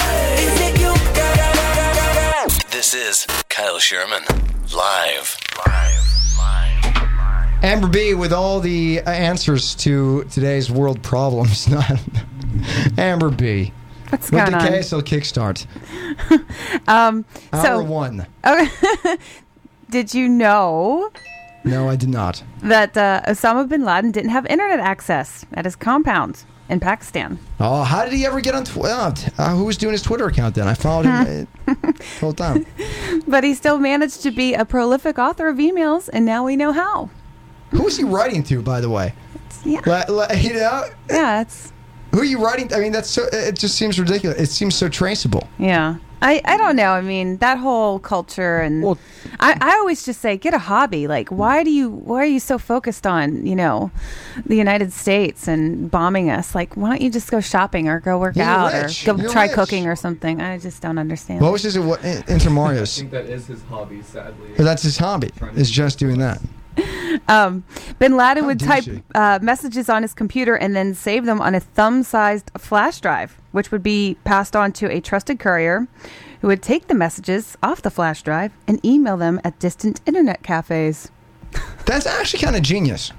Is it you, girl? Sherman. Live. Live. Amber B with all the answers to today's world problems. Not Amber B. What's with going the on? KSL kickstart. Um, so Oh, Hour one. did you know No, I did not. that uh, Osama bin Laden didn't have internet access at his compound in Pakistan? Oh, how did he ever get on Twitter? Uh, who was doing his Twitter account then? I followed him uh, the whole time. But he still managed to be a prolific author of emails, and now we know how. Who is he writing to, by the way? Yeah. you know? Yeah, it's. Who are you writing? I mean, that's so. It just seems ridiculous. It seems so traceable. Yeah. I, I don't know. I mean, that whole culture and I, I always just say get a hobby. Like why do you why are you so focused on, you know, the United States and bombing us? Like why don't you just go shopping or go work You're out rich. or go You're try rich. cooking or something? I just don't understand. What was his what, Inter Mario's? that is his hobby, sadly. But that's his hobby. Is just doing that. Um, bin Laden would dare type Oh, she? uh, messages on his computer and then save them on a thumb sized flash drive, which would be passed on to a trusted courier who would take the messages off the flash drive and email them at distant internet cafes. That's actually kind of genius.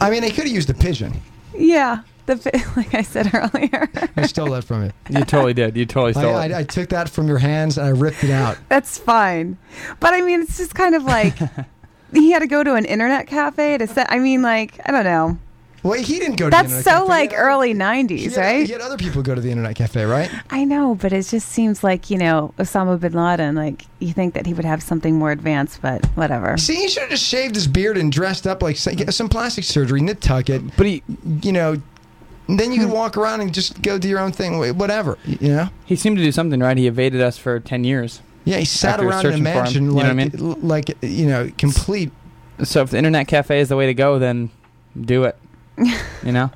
I mean, they could have used a pigeon. Yeah, the fi- like I said earlier. I stole that from you. You totally did. You totally I, stole it. I, I took that from your hands and I ripped it out. That's fine. But I mean, it's just kind of like he had to go to an internet cafe to set. I mean, like, I don't know. Well, he didn't go to That's the so internet cafe. like early He 90s, had- right? He had other people go to the internet cafe, right? I know, but it just seems like, you know, Osama bin Laden, like, you think that he would have something more advanced, but whatever. See, he should have just shaved his beard and dressed up like some, get some plastic surgery, knit tuck it. But he, Hmm. you know, and then you could walk around and just go do your own thing, wh- whatever. y- You know? He seemed to do something right. He evaded us for ten years. Yeah, he sat After around in a searching for him, mansion, you know like, what I mean? l- like you know, complete. So if the internet cafe is the way to go, then do it. You know.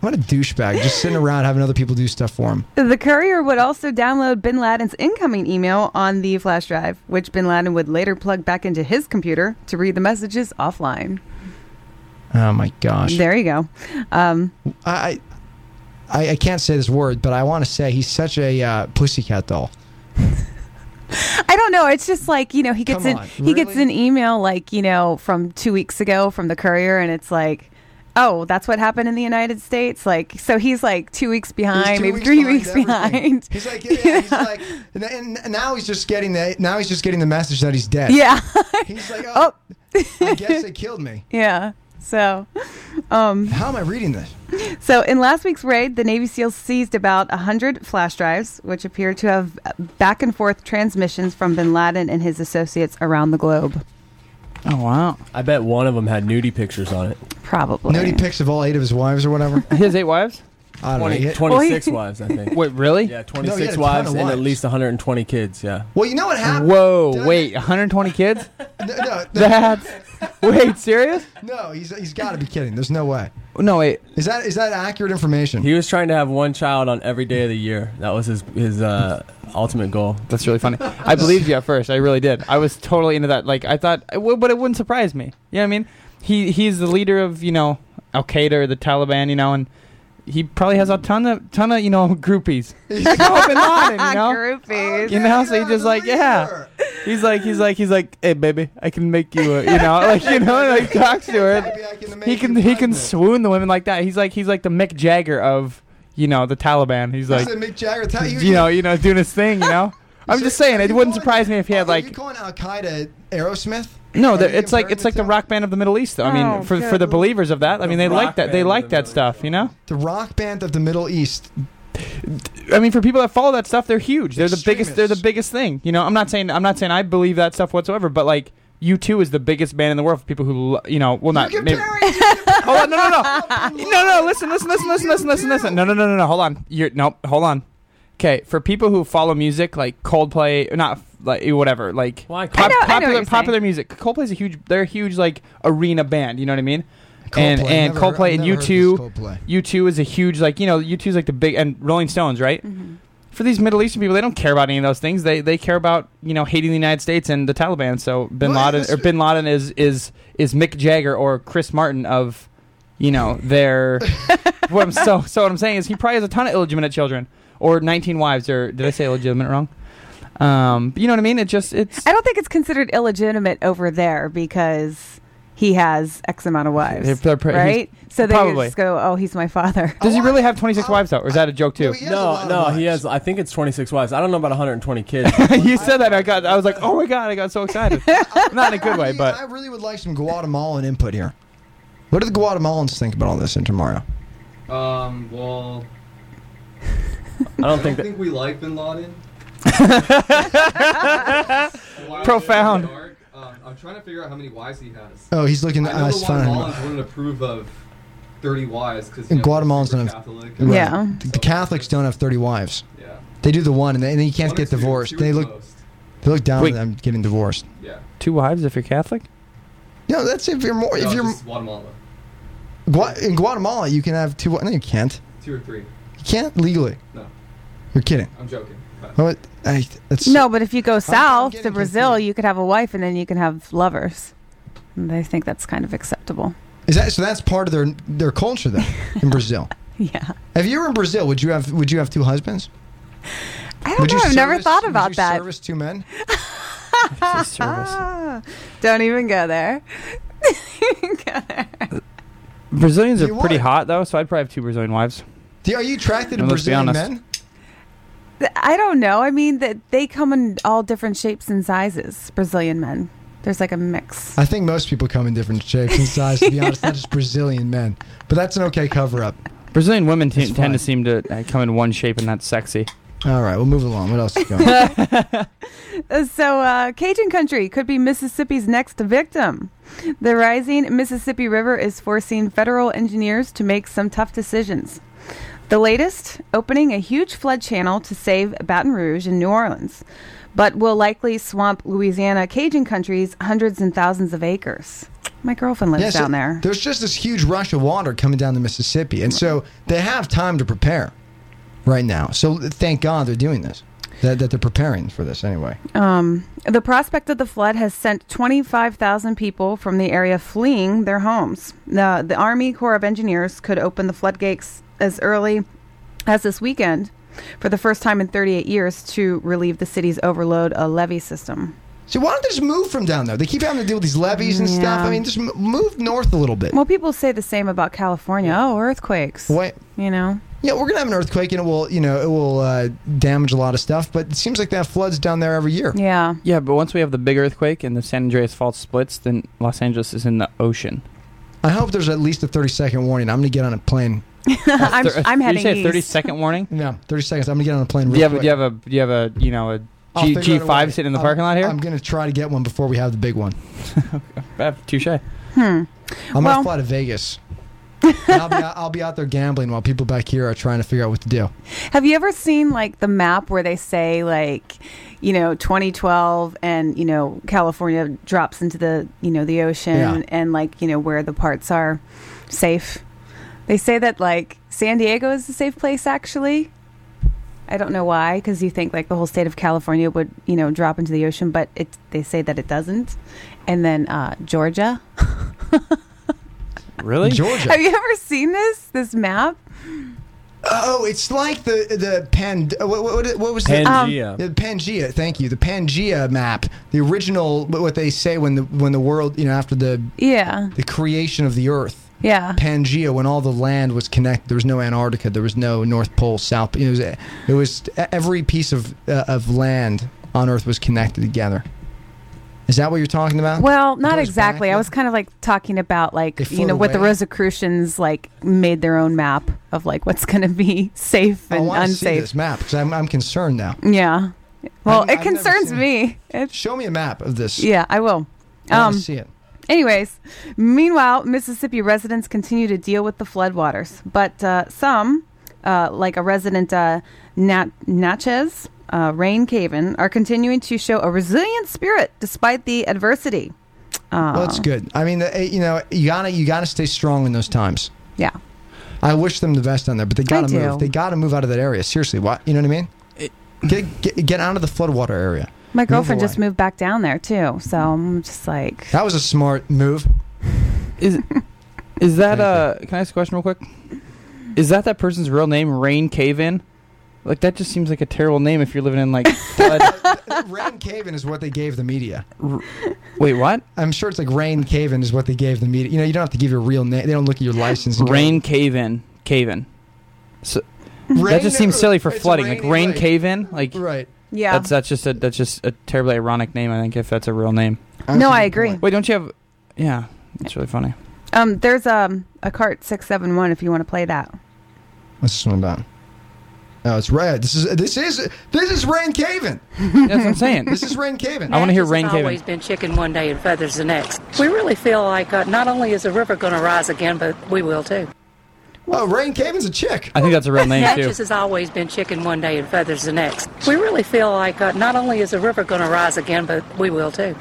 What a douchebag! Just sitting around having other people do stuff for him. The courier would also download bin Laden's incoming email on the flash drive, which bin Laden would later plug back into his computer to read the messages offline. Oh my gosh! There you go. Um, I, I, I can't say this word, but I want to say he's such a uh, pussycat doll. I don't know. It's just like you know he gets Come an, on, he gets an email like you know from two weeks ago from the courier, and it's like, oh, that's what happened in the United States. Like, so he's like two weeks behind, two maybe weeks three behind weeks everything. behind. He's like, yeah, yeah, he's like, and, and now he's just getting the now he's just getting the message that he's dead. Yeah. He's like, oh, I guess they killed me. Yeah. So, um, how am I reading this? So, in last week's raid, the Navy SEALs seized about 100 flash drives, which appear to have back and forth transmissions from bin Laden and his associates around the globe. Oh wow! I bet one of them had nudie pictures on it. Probably. Nudie pics of all eight of his wives or whatever. His eight wives? I don't know. 20, He- 26 wives, I think. Wait, really? Yeah, No, he 26 had a ton wives of and at wives. least 120 kids. Yeah. Well, you know what happened? Whoa! wait, 120 kids? No, no, That's wait, serious? no he's, he's got to be kidding. There's no way. No wait. Is that is that accurate information? He was trying to have one child on every day of the year. That was his his uh, ultimate goal. That's really funny. I believed you at first. I really did. I was totally into that. Like I thought, I would- but it wouldn't surprise me. You know what I mean? He he's the leader of you know Al Qaeda or the Taliban. You know, and he probably has a ton of ton of you know groupies. Osama bin Laden, you know? Groupies. You know, so he's just like, yeah. He's like, he's like, he's like, hey, baby, I can make you, a, you know, like, you know, like talks to her. He can, he can swoon the women like that. He's like, he's like the Mick Jagger of, you know, the Taliban. He's like, Is it Mick Jagger? Tell you, you know, you know, doing his thing. You know, I'm just saying, it Oh, wouldn't surprise me if he had like, calling Al Qaeda Aerosmith. no, the, it's like, it's like the rock band of the Middle East. Though. I Oh, mean, for for the good. believers of that, I mean, they like that, they like that stuff. You know, The rock band of the Middle East. I mean, for people that follow that stuff, they're huge. They're the biggest. They're the biggest thing. You know, I'm not saying I'm not saying I believe that stuff whatsoever, but like. U2 is the biggest band in the world for people who, lo- you know, well, not. Maybe, hold on, no, no, no, no, no. Listen, listen, listen, listen, listen, listen, listen. No, no, no, no, no. Hold on. You're nope. Hold on. Okay, for people who follow music like Coldplay, not like whatever, like I know- I pop- know what popular you're saying. popular music. Coldplay's a huge. They're a huge like arena band. You know what I mean? and Coldplay, and never heard- Coldplay I've never heard and U of two, this Coldplay. U two is a huge like you know U two is like the big and Rolling Stones right. Mm-hmm. For these Middle Eastern people, they don't care about any of those things. They they care about you know hating the United States and the Taliban. So Bin Well, Laden it's- or Bin Laden is is is Mick Jagger or Chris Martin of you know their what I'm so so what I'm saying is he probably has a ton of illegitimate children or 19 wives or did I say illegitimate wrong? Um, you know what I mean? It just it's I don't think it's considered illegitimate over there because he has X amount of wives, They're- they're pre- he's- right? So they probably. just go, "Oh, he's my father." Does he really have 26 Oh. wives though, or is that a joke too? No, no, he has. I think it's 26 wives. I don't know about 120 kids. you said that. I got. I was like, oh my god, I got so excited. Not in a good way, I really would like some Guatemalan input here. What do the Guatemalans think about all this in tomorrow? Um, well, I don't think I think we like Bin Laden. Profound. Um, I'm trying to figure out how many wives he has. Oh, he's looking- I uh, know the it's fine. Guatemalans wouldn't approve of 30 wives because And Guatemalans don't have. Catholic. Right. Yeah. The, the Catholics don't have 30 wives. Yeah. They do the one, and, they, and then you can't get divorced. They look, they look down Wait. on them getting divorced. Two wives if you're Catholic. No, that's if you're more. if No, you're just Guatemala, Gua- in Guatemala, you can have two. No, you can't. two or three. You can't legally. No, You're kidding. I'm joking. But What? I, that's no, but if you go I'm south to getting Brazil, you could have a wife and then you can have lovers. And they think that's kind of acceptable. Is that so? That's part of their their culture, though, in Brazil. Yeah. If you were in Brazil, would you have would you have two husbands? I don't Would know. you I've never service- thought would about you that. Service two men. Don't even go there. Brazilians You are pretty would. hot though, so I'd probably have two Brazilian wives. Do- Are you attracted to And let's be Brazilian honest. men? Th- I don't know. I mean, that they come in all different shapes and sizes. Brazilian men. There's like a mix. I think most people come in different shapes and sizes. To be honest, not just Brazilian men, but that's an okay cover up. Brazilian women It's t- fine. tend to seem to uh, come in one shape and that's sexy. All right, we'll move along. What else is going? on? Uh, So, uh, Cajun country could be Mississippi's next victim. The rising Mississippi River is forcing federal engineers to make some tough decisions. The latest, opening a huge flood channel to save Baton Rouge and New Orleans, but will likely swamp Louisiana Cajun country's hundreds and thousands of acres. My girlfriend lives Yeah, so down there. There's just this huge rush of water coming down the Mississippi, and so they have time to prepare right now. So thank God they're doing this. That, that they're preparing for this anyway. Um, the prospect of the flood has sent 25,000 people from the area fleeing their homes. The, the Army Corps of Engineers could open the floodgates as early as this weekend for the first time in 38 years to relieve the city's overload a levee system. So why don't they just move from down there? They keep having to deal with these levees and stuff. Yeah. I mean, just m- move north a little bit. Well, people say the same about California. Oh, earthquakes. Wait. You know? Yeah, we're gonna have an earthquake, and it will, you know, it will uh, damage a lot of stuff. But it seems like that floods down there every year. Yeah. Yeah, but once we have the big earthquake and the San Andreas Fault splits, then Los Angeles is in the ocean. I hope there's at least a 30 second warning. I'm gonna get on a plane. I'm, I'm Did heading you say a thirty east. second warning? No, 30 seconds. I'm gonna get on a plane. Do Real you have a, quick. do you have a do you have a you know I'll a G figure out a five way. sitting in the I'm- parking lot here? I'm gonna try to get one before we have the big one. Uh, Touche. Hmm. I'm well, gonna fly to Vegas. And I'll, be out, I'll be out there gambling while people back here are trying to figure out what to do. Have you ever seen like the map where they say like, you know, 2012 and you know California drops into the you know the ocean Yeah. and like you know where the parts are safe? They say that like San Diego is a safe place actually. I don't know why, because you think like the whole state of California would you know drop into the ocean, but it they say that it doesn't. And then uh, Georgia. Really? Georgia. Have you ever seen this this map? Oh, it's like the the pan. uh, What, what, what was the Pangea. Um, the Pangea? Thank you. The Pangea map, the original. What what they say when the when the world, you know, after the Yeah. the creation of the Earth. Yeah. Pangea, when all the land was connected, there was no Antarctica, there was no North Pole, South. It was, it was every piece of uh, of land on Earth was connected together. Is that what you're talking about? Well, not exactly. I was kind of like talking about like you float know what the away. Rosicrucians like made their own map of like what's going to be safe Oh, I and want to see unsafe. this map because I'm I'm concerned now. Yeah. Well, I've- it I've never concerns seen me. Show me a map of this. Yeah, I will. Um, I wanna see it. Anyways, meanwhile, Mississippi residents continue to deal with the floodwaters, but uh, some, uh, like a resident uh, Nat- Natchez, uh, Rain Caven, are continuing to show a resilient spirit despite the adversity. Uh, Well, that's good. I mean, the, you know, you gotta you gotta stay strong in those times. Yeah. I wish them the best on there, but they I gotta move. do. They gotta move out of that area. Seriously, what you know what I mean? Get, get get out of the floodwater area. My Move girlfriend away. just moved back down there too, so I'm just like, That was a smart move. Is is that uh? Can I ask a question real quick? Is that that person's real name, Rain Cave In? Like that just seems like a terrible name if you're living in like flood. Rain Caven is what they gave the media. Wait, what? I'm sure it's like Rain Caven is what they gave the media. You know, you don't have to give your real name. They don't look at your license. and go, Rain cave in, cave in. So Rain- that just seems silly for it's flooding. Like raining, rain like- cave in, like right. Yeah. That's that's just a that's just a terribly ironic name. I think if that's a real name. No, I agree. Wait, don't you have? Yeah, it's really funny. Um, there's um a cart six seven one if you want to play that. What's this one about? Oh, it's red. This is this is this is Rain Caven. That's what I'm saying. This is Rain Caven. always been chicken one day and feathers the next. We really feel like uh, not only is the river going to rise again, but we will too. Oh, Rain Caven's a chick. I think that's a real name too. Natchez has always been chicken one day and feathers the next. We really feel like uh, not only is the river going to rise again, but we will too.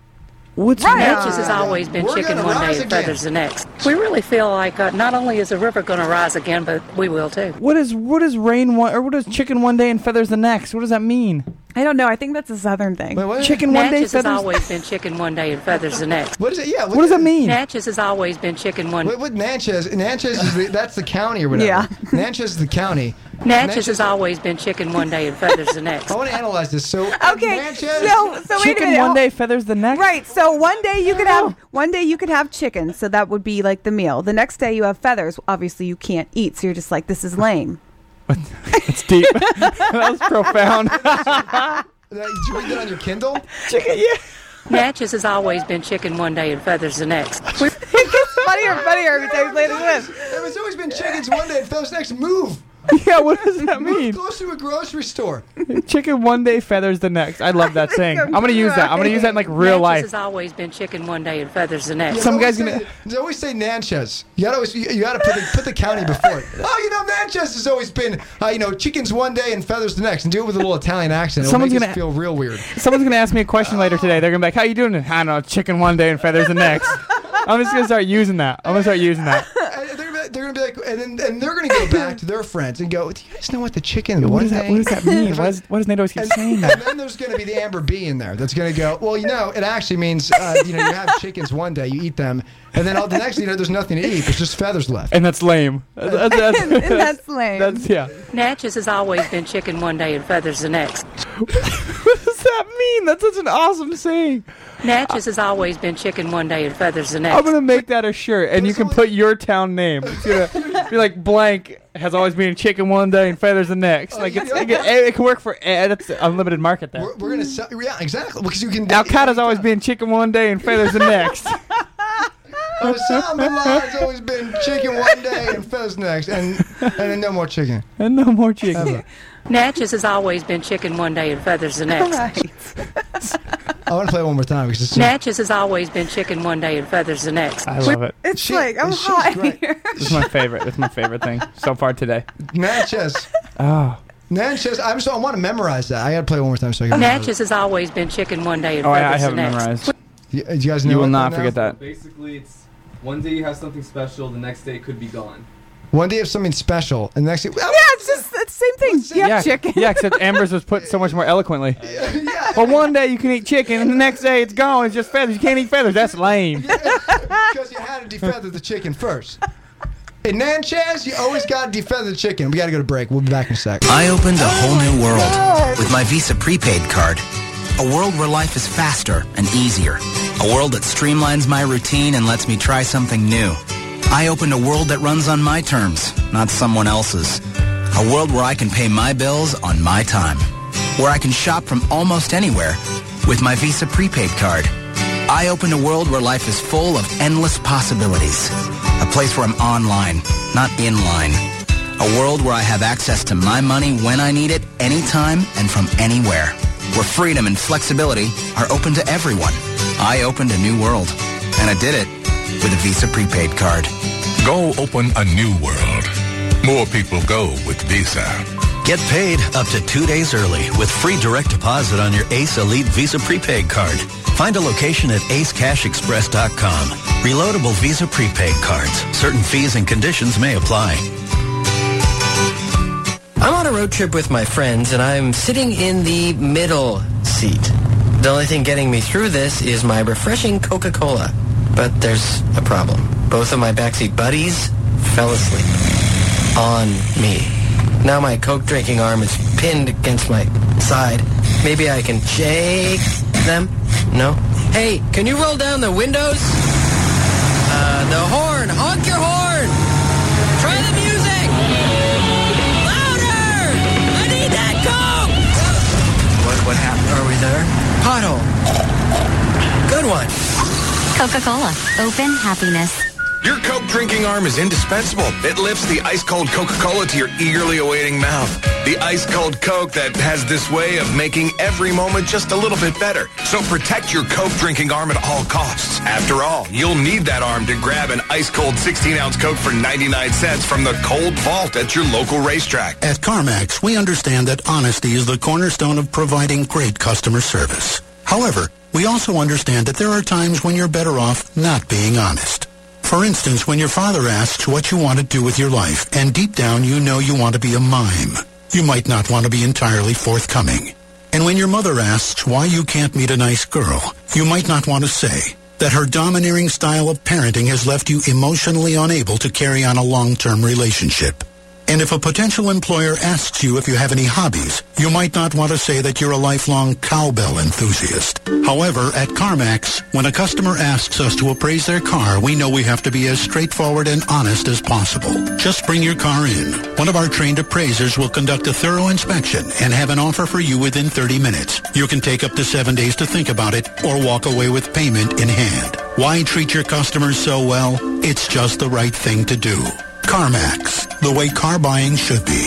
What's Natchez has always been We're chicken gonna one rise day and again. feathers the next. We really feel like uh, not only is the river going to rise again, but we will too. What is what is rain one or what is chicken one day and feathers the next? What does that mean? I don't know. I think that's a southern thing. Chicken one day Natchez has feathers. always been chicken one day and feathers the next. What is it? Yeah. What does that mean? Natchez has always been chicken one. What, what Natchez? Natchez is the, that's the county or whatever. Yeah. Natchez is the county. Natchez has always been chicken one day and feathers the next. I want to analyze this. So Okay, so so wait a Chicken minute. one Oh, day feathers the next. Right. So one day you could have one day you could have chicken, so that would be like the meal. The next day you have feathers. Obviously you can't eat, so you're just like this is lame. It's deep. that was profound. Did you read that on your Kindle? Chicken, yeah. Natchez has always been chicken one day and feathers the next. We- it gets funnier and funnier every time you play this with. There's always been chickens one day. Those next move. Yeah, what does that mean? Move close to a grocery store. Chicken one day feathers the next. I love that saying. I'm gonna use that. I'm gonna use that in like real Natchez life. has always been chicken one day and feathers the next. Some guy's They they always say Natchez. You gotta always, you, you gotta put the, put the county before it. Oh, you know Natchez has always been, uh, you know, chickens one day and feathers the next, and do it with a little Italian accent. It'll Someone's make us gonna- feel real weird. Someone's gonna ask me a question later today. They're gonna be like, "How you doing?" I don't know. Chicken one day and feathers the next. I'm just gonna start using that. I'm gonna start using that. And they're, gonna, they're gonna be like, and then and they're gonna go back to their friends and go, "Do you guys know what the chicken What one does that- day?" what does that mean? Why does- why does Nate always keep and, saying And then there's gonna be the Amber Bee in there that's gonna go, "Well, you know, it actually means, uh, you know, you have chickens one day, you eat them, and then all the next, thing you know, there's nothing to eat. There's just feathers left." And that's lame. That's, That's lame. That's yeah. Natchez has always been chicken one day and feathers the next. what does that mean? That's such an awesome saying. Natchez has always been chicken one day and feathers the next. I'm gonna make that a shirt, and you can put your town name. It's gonna be like blank has always been chicken one day and feathers the next. Like it's, it, can- it can work for eh, that's unlimited market there. We're gonna sell, yeah, exactly, because you can. Al Qaeda's always been chicken one day and feathers the next. Osama bin Laden's always been chicken one day and feathers next, and and then no more chicken. And no more chicken. Natchez has always been chicken one day and feathers the next. I want to play it one more time because it's so- Natchez has always been chicken one day and feathers the next. I love it. It's like I'm hot. This is my favorite. This is my favorite thing so far today. Natchez. Oh. Natchez. I'm so I want to memorize that. I got to play it one more time so I can. Natchez has always been chicken one day and Oh, I- I feathers the haven't next. memorized. You, you guys know You will it not now? forget that. Basically, it's one day you have something special, the next day it could be gone. One day you have something special, and the next day, Yeah, it's just it's the same thing. You have yeah, chicken. yeah, except Amber's was put so much more eloquently. Well, one day you can eat chicken, and the next day it's gone. It's just feathers. You can't eat feathers. That's lame. because you had to defeather the chicken first. In Natchez, you always got to defeather the chicken. We got to go to break. We'll be back in a sec. I opened a whole new world God. with my Visa prepaid card. A world where life is faster and easier. A world that streamlines my routine and lets me try something new. I opened a world that runs on my terms, not someone else's. A world where I can pay my bills on my time. Where I can shop from almost anywhere with my Visa prepaid card. I opened a world where life is full of endless possibilities. A place where I'm online, not in line. A world where I have access to my money when I need it, anytime and from anywhere. Where freedom and flexibility are open to everyone. I opened a new world. And I did it with a Visa prepaid card. Go open a new world. More people go with Visa. Get paid up to two days early with free direct deposit on your Ace Elite Visa prepaid card. Find a location at acecashexpress.com. Reloadable Visa prepaid cards. Certain fees and conditions may apply. I'm on a road trip with my friends and I'm sitting in the middle seat. The only thing getting me through this is my refreshing Coca-Cola. But there's a problem. Both of my backseat buddies fell asleep on me. Now my Coke drinking arm is pinned against my side. Maybe I can shake them? No? Hey, can you roll down the windows? Uh, the horn! Honk your horn! Try the music! Louder! I need that Coke! What, what happened? Are we there? Pothole. Good one. Coca-Cola. Open happiness. Your Coke drinking arm is indispensable. It lifts the ice cold Coca Cola to your eagerly awaiting mouth. The ice cold Coke that has this way of making every moment just a little bit better. So protect your Coke drinking arm at all costs. After all, you'll need that arm to grab an ice cold 16 ounce Coke for 99 cents from the cold vault at your local racetrack. At CarMax, we understand that honesty is the cornerstone of providing great customer service. However, we also understand that there are times when you're better off not being honest. For instance, when your father asks what you want to do with your life, and deep down you know you want to be a mime, you might not want to be entirely forthcoming. And when your mother asks why you can't meet a nice girl, you might not want to say that her domineering style of parenting has left you emotionally unable to carry on a long-term relationship. And if a potential employer asks you if you have any hobbies, you might not want to say that you're a lifelong cowbell enthusiast. However, at CarMax, when a customer asks us to appraise their car, we know we have to be as straightforward and honest as possible. Just bring your car in. One of our trained appraisers will conduct a thorough inspection and have an offer for you within 30 minutes. You can take up to seven days to think about it or walk away with payment in hand. Why treat your customers so well? It's just the right thing to do. CarMax, the way car buying should be.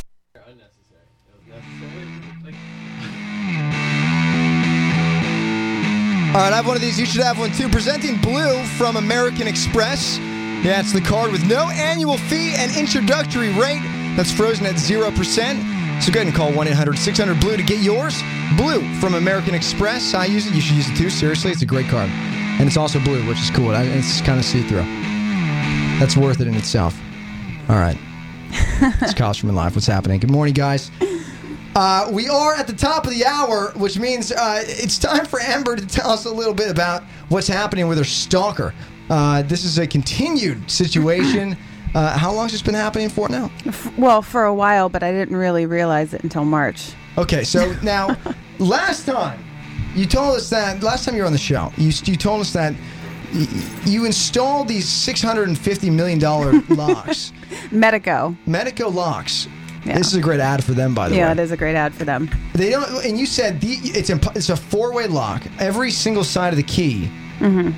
All right, I have one of these. You should have one too. Presenting Blue from American Express. Yeah, it's the card with no annual fee and introductory rate. That's frozen at 0%. So go ahead and call 1 800 600 Blue to get yours. Blue from American Express. I use it. You should use it too. Seriously, it's a great card. And it's also blue, which is cool. I- It's kind of see through. That's worth it in itself. All right. it's Kyle Sherman Live. What's happening? Good morning, guys. Uh, we are at the top of the hour, which means uh, it's time for Amber to tell us a little bit about what's happening with her stalker. Uh, this is a continued situation. Uh, how long has this been happening for now? Well, for a while, but I didn't really realize it until March. Okay, so now, last time you told us that last time you were on the show, you you told us that y- you installed these six hundred and fifty million dollar locks, Medico. Medico locks. This is a great ad for them, by the yeah, way. it is a great ad for them. They don't. And you said the, it's imp- it's a four way lock. Every single side of the key hmm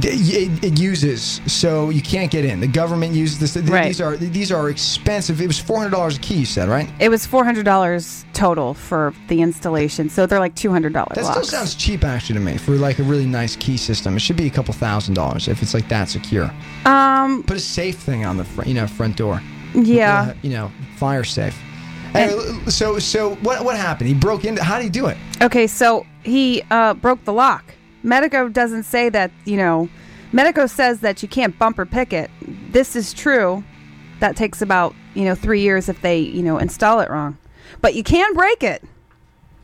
d- it, it uses, so you can't get in. The government uses this. Th- These are these are expensive. It was four hundred dollars a key. You said right? It was four hundred dollars total for the installation, so they're like two hundred dollars. That still sounds cheap, actually, to me for like a really nice key system. It should be a couple thousand dollars if it's like that secure. Um, Put a safe thing on the front, you know, front door. Yeah. Uh, you know, fire safe. Anyway, l- so so what what happened? He broke into. How did he do it? Okay, so he uh, broke the lock. Medico doesn't say that, you know, Medico says that you can't bumper pick it. This is true. That takes about, you know, three years if they, you know, install it wrong. But you can break it.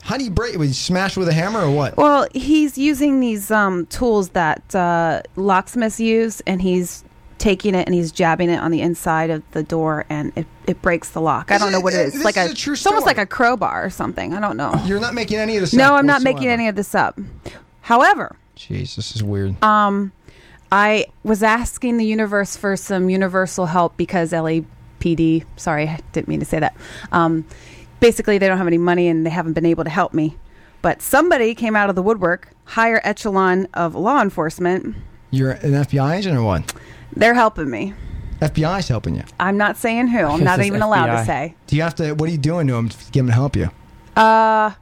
How do you break? it? Was he smashed with a hammer or what? Well, he's using these um, tools that uh, locksmiths use, and he's taking it and he's jabbing it on the inside of the door, and it, it breaks the lock. I This don't is- know what it is. this like is a, a true It's almost story. like a crowbar or something. I don't know. You're not making any of this. No, up I'm not making whatsoever. any of this up. However, Jeez, this is weird. um, I was asking the universe for some universal help because LAPD, sorry, I didn't mean to say that. Um, basically, they don't have any money and they haven't been able to help me. But somebody came out of the woodwork, higher echelon of law enforcement. You're an FBI agent or what? They're helping me. FBI's helping you. I'm not saying who. I'm not even allowed to say. Do you have to? What are you doing to him to get him to help you? Uh,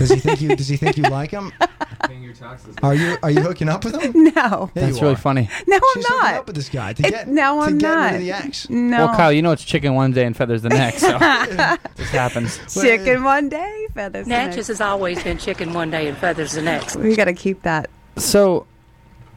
Does he think you? does he think you like him? Are you are you hooking up with him? No. Yeah, That's you really are. funny. no, I'm She's hooking not. up with this guy to It- get no, to I'm get rid not. of the ex. No. Well, Kyle, you know it's chicken one day and feathers the next, so this happens. Chicken one day, feathers the Natchez next. has always been chicken one day and feathers the next. We got to keep that. So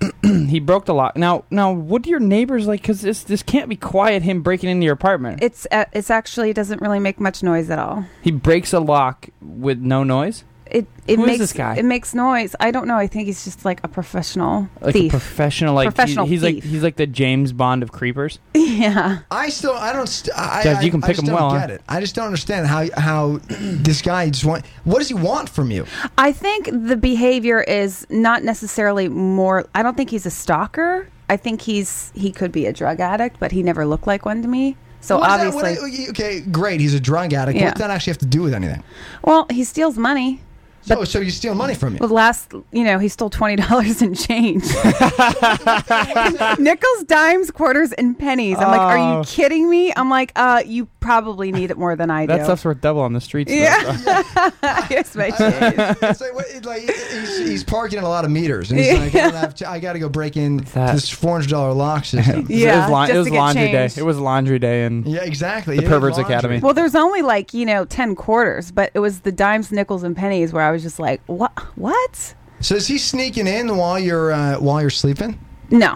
he broke the lock. Now, now, what do your neighbors like? Because this this can't be quiet. Him breaking into your apartment. It's uh, it's actually doesn't really make much noise at all. he breaks a lock with no noise. it it Who is makes this guy? it makes noise. I don't know. I think he's just like a professional Like thief. a professional, like Professional he- he's thief. like he's like the James Bond of creepers. yeah. I still, I don't. St- I, Jazz, you can I- I pick just don't 'em well, huh? Get it. I just don't understand how how this guy just want. What does he want from you? I think the behavior is not necessarily more. I don't think he's a stalker. I think he's he could be a drug addict, but he never looked like one to me. So What does that- obviously, what do- okay, great. He's a drug addict. Yeah. What does that actually have to do with anything? well, he steals money. So, so you steal money from Well, you. last, you know, he stole twenty dollars in change, nickels, dimes, quarters, and pennies. I'm like, are Oh. you kidding me? I'm like, uh, you probably need it more than I do. That stuff's worth double on the streets. though. yeah. Here's Uh, my change. it's like, what, it's like he's, he's parking at a lot of meters, and he's like, I, don't have to- I got to go break in to this four hundred dollar lock system. it was, laun- it was laundry day. It was laundry day, and yeah, exactly. The it was Perverts laundry. Academy. Well, there's only like you know ten quarters, but it was the dimes, nickels, and pennies where I was just like, what? What? So is he sneaking in while you're uh, while you're sleeping? No,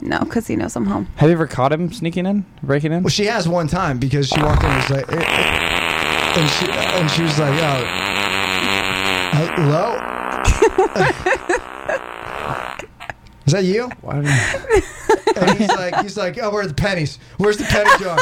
no, because he knows I'm home. Have you ever caught him sneaking in, breaking in? Well, she has one time because she walked in and was like, eh, eh, and she and she was like, oh, hello. Is that you? and he's like, he's like, oh, where are the pennies? Where's the penny jar?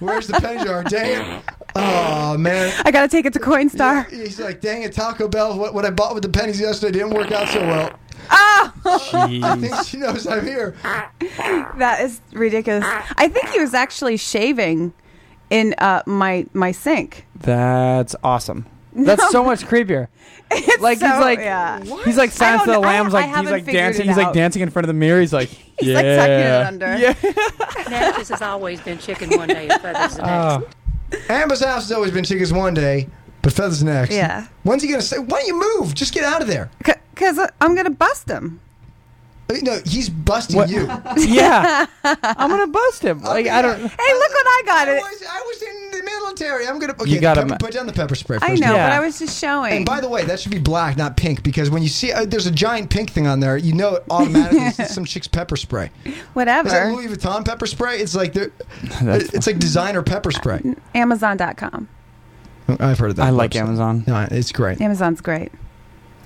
Where's the penny jar? Dang it! Oh man, I gotta take it to Coinstar. he's like, dang it, Taco Bell. What, what I bought with the pennies yesterday didn't work out so well. I think she knows I'm here. that is ridiculous. I think he was actually shaving in uh, my my sink. That's awesome. That's so much creepier. like so- he's like Oh, yeah. he's like I Silence don't of the know. I- Lambs. I Like he's haven't like figured dancing. it He's like out. dancing in front of the mirror. He's like He's yeah. like sucking it under. Yeah. Snatches has always been chicken one day and feathers the next. Ah. Oh. Amber's house has always been chickens one day, but feathers next. Yeah. When's he gonna say? Why don't you move? Just get out of there. Uh, Because I'm gonna bust him. No, he's busting you. yeah. I'm gonna bust him. Like I don't. Hey, look what I got! I was, I was in the military. I'm gonna. Okay, You got pepper- him. Put down the pepper spray. First I know, Yeah. but I was just showing. And by the way, that should be black, not pink, because when you see uh, there's a giant pink thing on there, you know it automatically it's some chick's pepper spray. Whatever. Is that Louis Vuitton pepper spray? It's like they're- it's like designer pepper spray. Uh, Oh, Amazon.com. I've heard of that. I like Amazon. No, it's great. Amazon's great.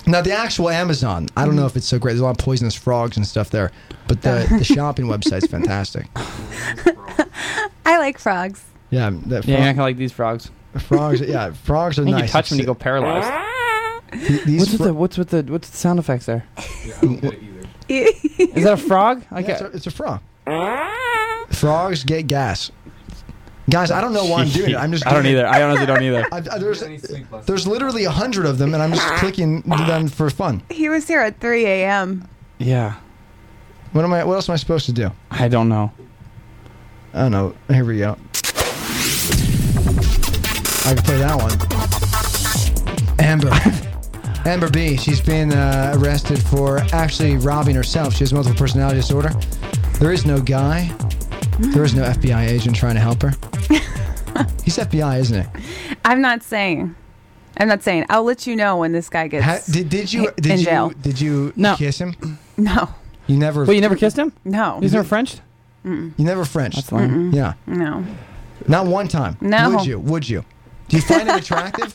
Now the actual Amazon, I don't know if it's so great. There's a lot of poisonous frogs and stuff there, but the, the shopping website's fantastic. I like frogs. Yeah, that Yeah, frog- I kinda like these frogs. frogs. Yeah, frogs are I think nice. you touch them, you It's- go paralyzed. Th- these what's, with fro- the, what's with the what's the sound effects there? Is that a frog? I Yeah, it's, a, it's a frog. Frogs get gas. Guys, I don't know why I'm doing it. I'm just. I don't doing it. either. I honestly don't either. I, I- there's, there's literally a hundred of them, and I'm just clicking them for fun. He was here at 3 a.m. Yeah. What am I? What else am I supposed to do? I don't know. I don't know. Here we go. I can play that one. Amber. Amber B. She's been uh, arrested for actually robbing herself. She has multiple personality disorder. There is no guy. There is no Hmm. FBI agent trying to help her. He's FBI, isn't he? I'm not saying. I'm not saying. I'll let you know when this guy gets. Ha- did, did you hit- did in you jail. did you kiss him? No. You never. Well, you never kissed him? No. He's never French? Mm-mm. You never French. That's lame. Yeah, No. not one time. No. Would you? Would you? Do you find him attractive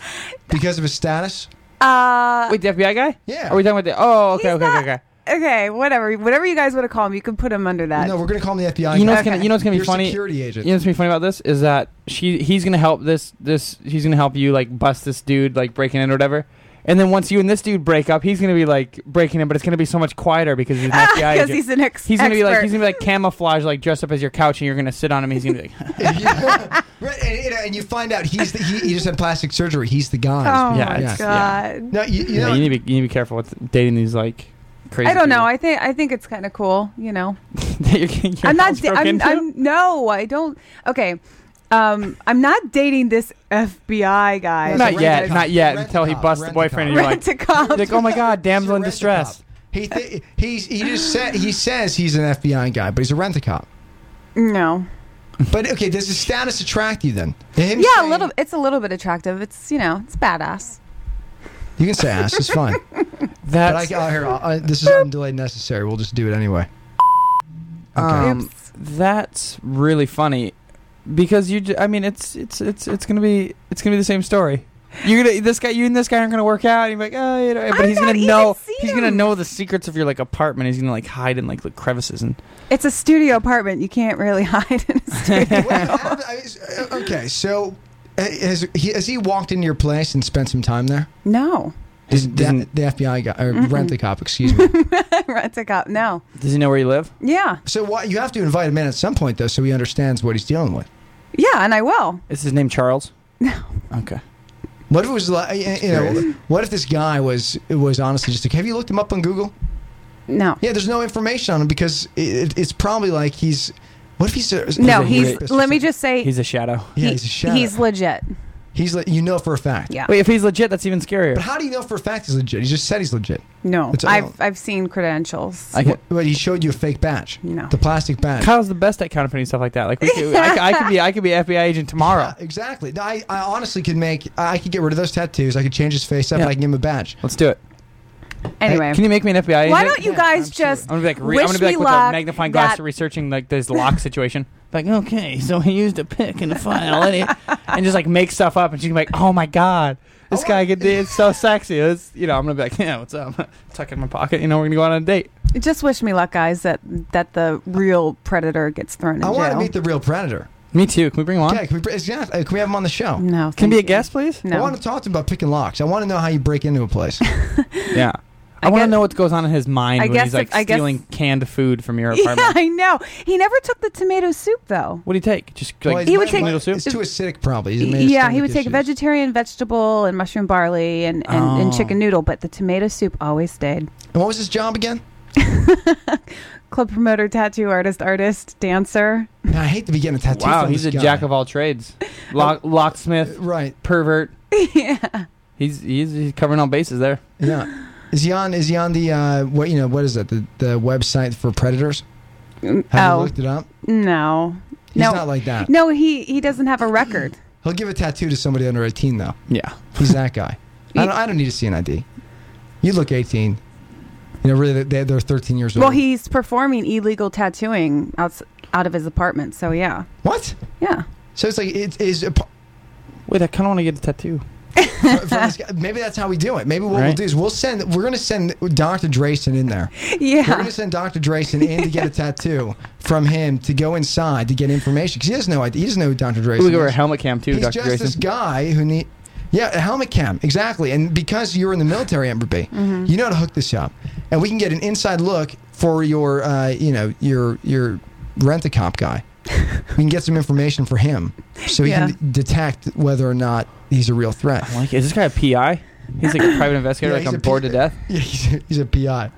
because of his status? Uh. Wait, the FBI guy? Yeah. Are we talking about the? Oh, okay, okay, okay, okay. Okay. Whatever. Whatever you guys want to call him, you can put him under that. No, we're gonna call him the FBI. You know, what's guy. gonna, you know what's gonna be Your funny. Security agent. You know what's gonna be funny about this is that she he's gonna help this this he's gonna help you like bust this dude like breaking in or whatever. And then once you and this dude break up, he's gonna be like breaking in, but it's gonna be so much quieter because he's an FBI 'cause agent. he's an ex- He's gonna be like expert. he's gonna be like camouflage, like dressed up as your couch, and you're gonna sit on him. He's gonna be like, Right, and, and- and you find out he's the, he, he just had plastic surgery. He's the guy. Oh Yeah, my it's- yeah. god. No, you, you yeah, know, you need to be you need to be careful with dating these like crazy. I don't know. I think I think it's kind of cool. You know. people that you're getting your I'm not. house da- broke I'm, into. I'm no. I don't. Okay. Um, I'm not dating this FBI guy. not yet, not yet. Until he busts the boyfriend, and you're like, Rent a cop. you're like, oh my god, damsel in distress. he th- he's he just said he says he's an FBI guy, but he's a rent a cop. No. But okay, does his status attract you then? Yeah, Him a saying- little. It's a little bit attractive. It's you know, it's badass. You can say ass. It's fine. That's- but I, oh, here, I'll- I, this is undelayed necessary. We'll just do it anyway. Um, that's really funny because you. Ju- I mean, it's it's it's it's gonna be it's gonna be the same story. You're gonna this guy, you and this guy aren't gonna work out. You're like, oh, you know, but I've he's not gonna even know. seen He's gonna him. know the secrets of your like apartment. He's gonna like hide in like the crevices and. It's a studio apartment. You can't really hide in a studio. Okay, so uh, has he, has he walked into your place and spent some time there? No. Does the, the FBI guy or Mm-mm. Rentley cop? Excuse me. Rent a cop. No. Does he know where you live? Yeah. So why, you have to invite him in at some point though, so he understands what he's dealing with. Yeah, and I will. Is his name Charles? No. Okay. What if it was like you know? What if this guy was was honestly just like, have you looked him up on Google? No. Yeah, there's no information on him because it, it's probably like he's. What if he's a, No, he's. Let me just say, He's a shadow. Yeah, he's a shadow. he's legit. He's le- you know for a fact. Yeah. Wait, if he's legit, that's even scarier. But how do you know for a fact he's legit? He just said he's legit. No, It's- I've I've seen credentials. What, what, he showed you a fake badge. No. The plastic badge. Kyle's the best at counterfeiting stuff like that. Like we could, I, could- I could be, I could be FBI agent tomorrow. Exactly. No, I, I honestly could make. I could get rid of those tattoos. I could change his face up. and I can give him a badge. Let's do it. Anyway, Hey, can you make me an FBI? Why agent? don't you guys just? I'm gonna be like, re- wish I'm gonna be me like with a luck magnifying glass, that- researching like this lock situation. Like, okay, so he used a pick in a file, and, he, and just like make stuff up, and she's like, oh my god, this guy could it's so sexy. It's, you know, I'm gonna be like, yeah, what's up? Tuck it in my pocket. You know, we're gonna go on a date. Just wish me luck, guys. That that the real predator gets thrown in I jail. want to meet the real predator. Me too. Can we bring him on? Yeah, can we, br- yeah, uh, can we have him on the show? No. Can be a guest, please. I want to talk to him about picking locks. I want to know how you break into a place. Yeah. I, want to know what goes on in his mind I when guess he's like if- I guess- stealing canned food from your Yeah, apartment. I know. He never took the tomato soup though. What do you take? Just like Well, He would take- noodle soup. It's too acidic, probably. He's a man of Yeah, he stomach would take issues. vegetarian vegetable and mushroom barley and and, and Oh. chicken noodle, but the tomato soup always stayed. And what was his job again? Club promoter, tattoo artist, artist, dancer. Man, I hate to be getting a tattoo. Wow, from he's a this guy. jack of all trades. Lock, locksmith, right? Pervert. Yeah. He's, he's he's covering all bases there. Yeah. Is he on? Is he on the uh, what? You know, what is that? The, the website for predators. Have oh. you looked it up? No. He's no. not like that. No, he he doesn't have a record. He'll give a tattoo to somebody under eighteen, though. Yeah, he's that guy. I, don't, I don't need to see an ID. You look eighteen. You know, really, they- they're thirteen years old. Well, he's performing illegal tattooing out out of his apartment. So yeah. What? Yeah. So it's like it is. a p- Wait, I kind of want to get a tattoo. for this guy- Maybe that's how we do it. Maybe what we'll Right. do is we'll send. We're gonna send Dr. Drayson in there. Yeah. We're gonna send Dr. Drayson in to get a tattoo from him to go inside to get information because he has no idea. He doesn't know who Dr. Drayson. We could wear a is. helmet cam too, He's Dr. just Grayson. this guy who need. Yeah, a helmet cam exactly. And because you're in the military, Amber B, Mm-hmm. Mhm. you know how to hook this up, and we can get an inside look for your, uh, you know, your your rent a cop guy. we can get some information for him, so he Yeah. can detect whether or not he's a real threat. I'm like, is this guy a PI? He's like a private investigator. Yeah, like he's a I'm bored to death. Yeah, he's a, he's a PI.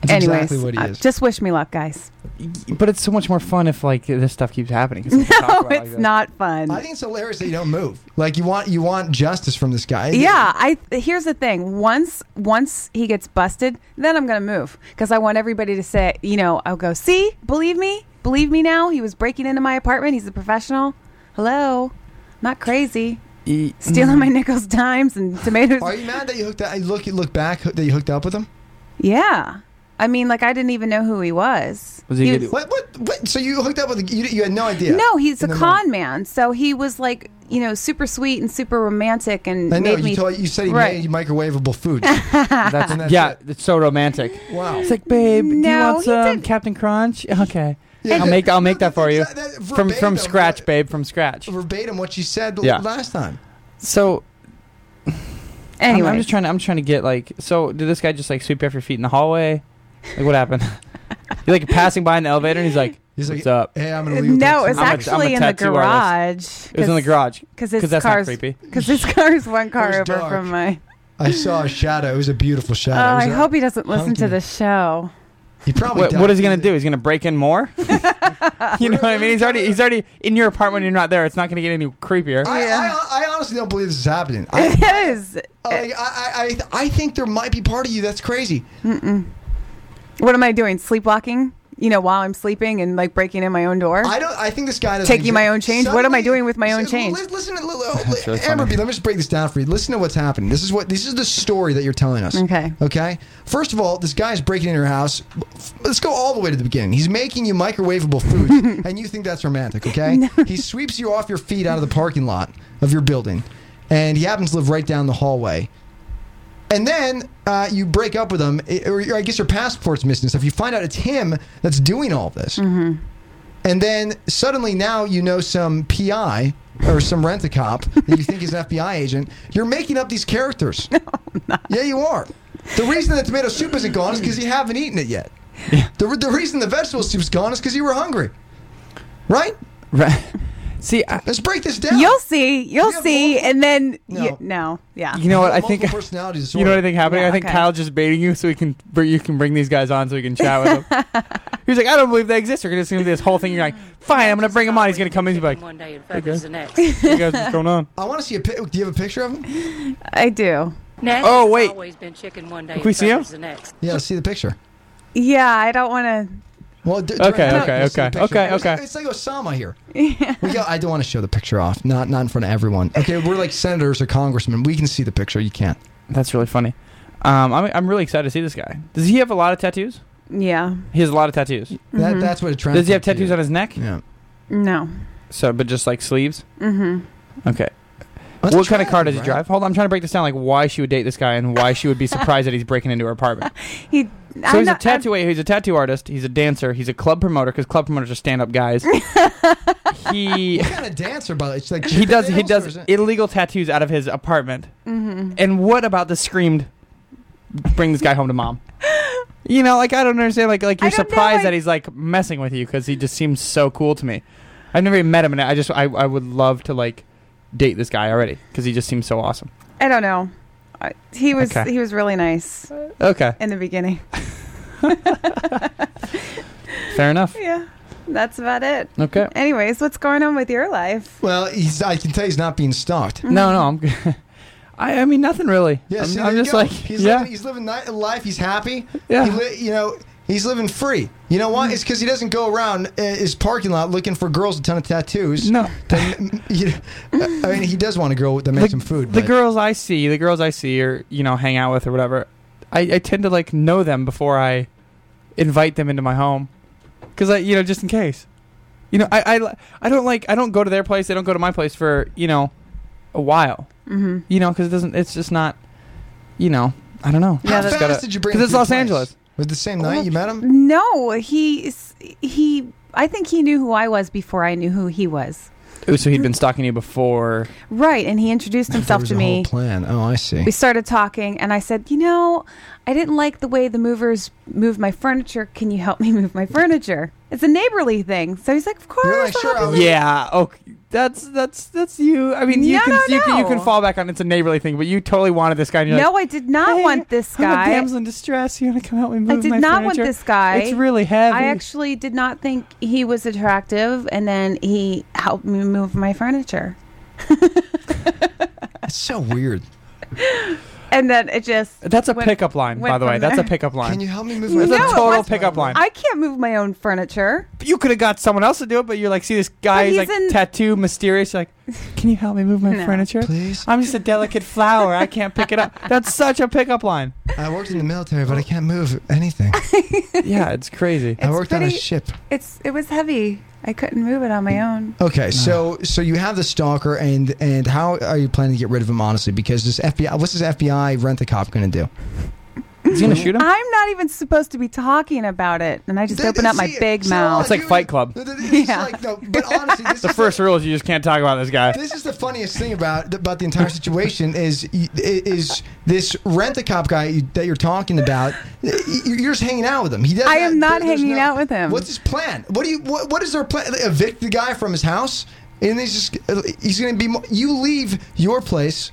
That's Anyways, exactly what he uh, is. just wish me luck, guys. But it's so much more fun if like this stuff keeps happening. 'cause we can talk No, about it like it's that. not fun. I think it's hilarious that you don't move. Like you want you want justice from this guy. yeah, I here's the thing. Once once he gets busted, then I'm gonna move because I want everybody to say, you know, I'll go see, believe me, believe me now. He was breaking into my apartment. He's a professional. Hello, not crazy. E- Stealing my nickels, dimes, and tomatoes. Mm-hmm. Are you mad that you hooked up? Look, you look back that you hooked up with him. Yeah, I mean, like I didn't even know who he was. Was he was- good at- What? What? what? So you hooked up with? a- You, you had no idea. No, he's a In the con man. So he was like, you know, super sweet and super romantic and moment. I know made you, me. told, you said he right. made microwavable food. That's, And that's yeah, it's so romantic. Wow. It's like, babe, do you No, want he some Captain Crunch? Okay, Yeah. I'll make I'll make that for you that- from verbatim, from scratch, babe, from scratch. verbatim what you said Yeah. last time. So I'm- anyway, I'm, just trying to I'm trying to get like so did this guy just like sweep you off your feet in the hallway? Like what happened? You're like passing by an elevator and he's like, He's What's up? Hey, I'm an illegal. no, tattoo. it's I'm a- I'm a actually in the tattoo garage. artist. It was in the garage. Because 'Cause his that's not car's creepy. Because his car's one car was over dark. from my. I saw a shadow. It was a beautiful Oh, shadow. It was I a- hope he doesn't listen to the show. He probably. What, does. what is he gonna do? He's gonna break in more? you know what I mean? He's already he's already in your apartment. You're not there. It's not gonna get any creepier. I, I, I honestly don't believe this is happening. I, It is. I, I, I, I think there might be part of you that's crazy. Mm-mm. What am I doing? Sleepwalking? You know, while I'm sleeping and like breaking in my own door. I don't. I think this guy doesn't Taking my exist. own change? What am I Somebody- doing with my own so- change? li- Listen, to That's really funny. Amber B, let me just break this down for you. Listen to what's happening. This is what this is the story that you're telling us. Okay. Okay. First of all, this guy is breaking into your house. Let's go all the way to the beginning. He's making you microwavable food, and you think that's romantic? Okay. He sweeps you off your feet out of the parking lot of your building. and he happens to live right down the hallway. And then uh, you break up with him, i- or I guess your passport's missing. So if you find out it's him that's doing all of this, Mm-hmm. and then suddenly now you know some PI or some rent a cop that you think is an FBI agent, you're making up these characters. No, Yeah, you are. The reason the tomato soup isn't gone is because you haven't eaten it yet. The, re- the reason the vegetable soup's gone is because you were hungry, right? Right. See, let's break this down. You'll see. You'll see. and then no. You, no. Yeah. You know what? I think personality You know what I think happening? Yeah, I think okay. Kyle's just baiting you so he can br- you can bring these guys on so we can chat with them. He's like, I don't believe they exist. You're just gonna do this whole thing. You're Mm. like, fine, I'm gonna bring him on. He's gonna come in. He's like, day and hey feathers guys, the next. hey guys, what's going on? I want to see a. Pi- do you have a picture of him? I do. Nathan's Oh, wait. Always been chicken one day. Can we and see him? feathers The next. Yeah, let's see the picture. Yeah, I don't want Well, d- Okay, during- okay, let's see the okay, picture. okay, It's- okay. It's like Osama here. We go, I don't want to show the picture off. Not not in front of everyone. Okay, we're like senators or congressmen. We can see the picture. You can't. That's really funny. Um, I'm I'm really excited to see this guy. Does he have a lot of tattoos? to. Yeah. He has a lot of tattoos. Mm-hmm. That, That's what it Does he have translates to. tattoos on his neck? Yeah. No. So, but just like sleeves. Mm-hmm. Okay. what kind of car does he drive? Hold on, I'm trying to break this down. Like why she would date this guy and why she would be surprised that he's breaking into her apartment. He. So I'm he's a not, tattoo. He's a tattoo artist. He's a dancer. He's a club promoter because club promoters are stand-up guys. he What kind of dancer, but it's like he does he fingernails or does is it- illegal tattoos out of his apartment. Mhm. And what about the screamed? Bring this guy home to mom. You know, like I don't understand. Like like you're surprised that he's like messing with you because he just seems so cool to me. I've never even met him, and I just I, I would love to like date this guy already because he just seems so awesome. I don't know. I- He was Okay. he was really nice Okay, in the beginning. fair enough. Yeah. That's about it. Okay. Anyways, what's going on with your life? Well, he's. I can tell he's not being stalked. No, no, I'm. g- I I mean nothing really. Yeah, I'm, see, I'm there you just go. like he's yeah. living, he's living ni- life. He's happy. Yeah. Mm. He li- you know, he's living free. You know why? It's because he doesn't go around uh, his parking lot looking for girls with a ton of tattoos. No. I mean, he does want a girl that makes him food. the but- girls I see, the girls I see, or you know, hang out with or whatever, I, I tend to like know them before I invite them into my home, because I, you know, just in case, you know, I, I, li- I don't like, I don't go to their place, they don't go to my place for you know, a while, Mhm. you know, because it doesn't, it's just not, you know, I don't know. How fast did you bring? him to Because it's your Los place? Angeles. Was it the same Oh. night you met him? No, he he. I think he knew who I was before I knew who he was. Ooh, so he'd been stalking you before. Right, and he introduced himself to me. plan. Oh, I see. We started talking, and I said, "You know, I didn't like the way the movers moved my furniture. Can you help me move my furniture? It's a neighborly thing." So he's like, "Of course." I'll help you." Yeah. Okay. That's that's that's you. I mean, you No, can no, you can you no. can fall back on it's a neighborly thing, but you totally wanted this guy. And you're like, no, I did not want this I'm a guy. damsel in distress. You want to come help me move I did my not want furniture? this guy. It's really heavy. I actually did not think he was attractive, and then he helped me move my furniture. That's so weird. And then it just That's a went- pickup line, went by the way. from That's a there. pickup line. Can you help me move my That's No, a it total wasn't. pickup line. I can't move my own furniture. you could have got someone else to do it, but you're like, see this guy, he's he's like in- tattoo, mysterious. You're like, can you help me move my No. furniture? Please. I'm just a delicate flower. I can't pick it up. That's such a pickup line. I worked in the military, but I can't move anything. yeah, it's crazy. I worked on a pretty- ship. It's it was heavy. I couldn't move it on my own. Okay, so so you have the stalker, and and how are you planning to get rid of him? Honestly, because this FBI, what's this FBI rent a cop going to do? He's gonna shoot I'm not even supposed to be talking about it, and I just Th- open up my see, big so mouth. It's like Fight Club. yeah. but honestly, this, The first rule is you just can't talk about this guy. this is the funniest thing about about the entire situation is is this rent a cop guy you, that you're talking about. y- You're just hanging out with him. He does I am not there's hanging no- out with him. What's his plan? What do you? What, what is their plan? Evict the guy from his house, and he's just he's going to be. mo- You leave your place,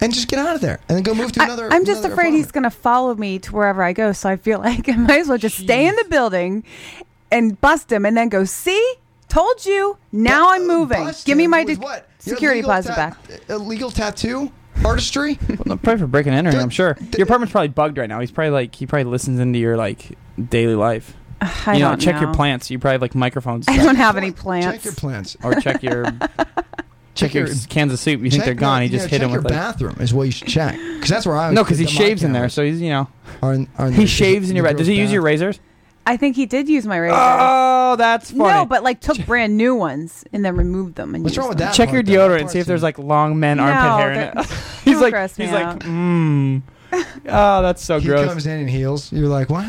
and just get out of there, and then go move to I, another. am just another afraid he's going to follow me to wherever I go. So I feel like I might as well just stay in the building and bust him, and then go. See, told you. Now I'm moving. bust Give me him my with de- what? Your security legal deposit ta- uh, back. Illegal tattoo artistry. Well, probably for breaking and entering, I'm sure. Your apartment's probably bugged right now. He's probably like he probably listens into your like daily life. I you know, don't check your know. plants. You probably have, like microphones. I don't have any plants. Check your plans. or check your check your cans of soup. You think check they're gone? your- He just yeah, hit check him with your a- bathroom is what you should check because that's where I No, because he shaves in there, so he's you know. Are in, are in he the- shaves in your the bed. Does he girl's use your razors? I think he did use my razor. Oh, that's funny. No, but like took brand new ones and then removed them. And used them. Check your deodorant and see if there's like long men No, armpit hair in that- it. he's don't like, gross me he's like, out. mmm. Oh, that's so he gross. comes in in heels. You're like, what?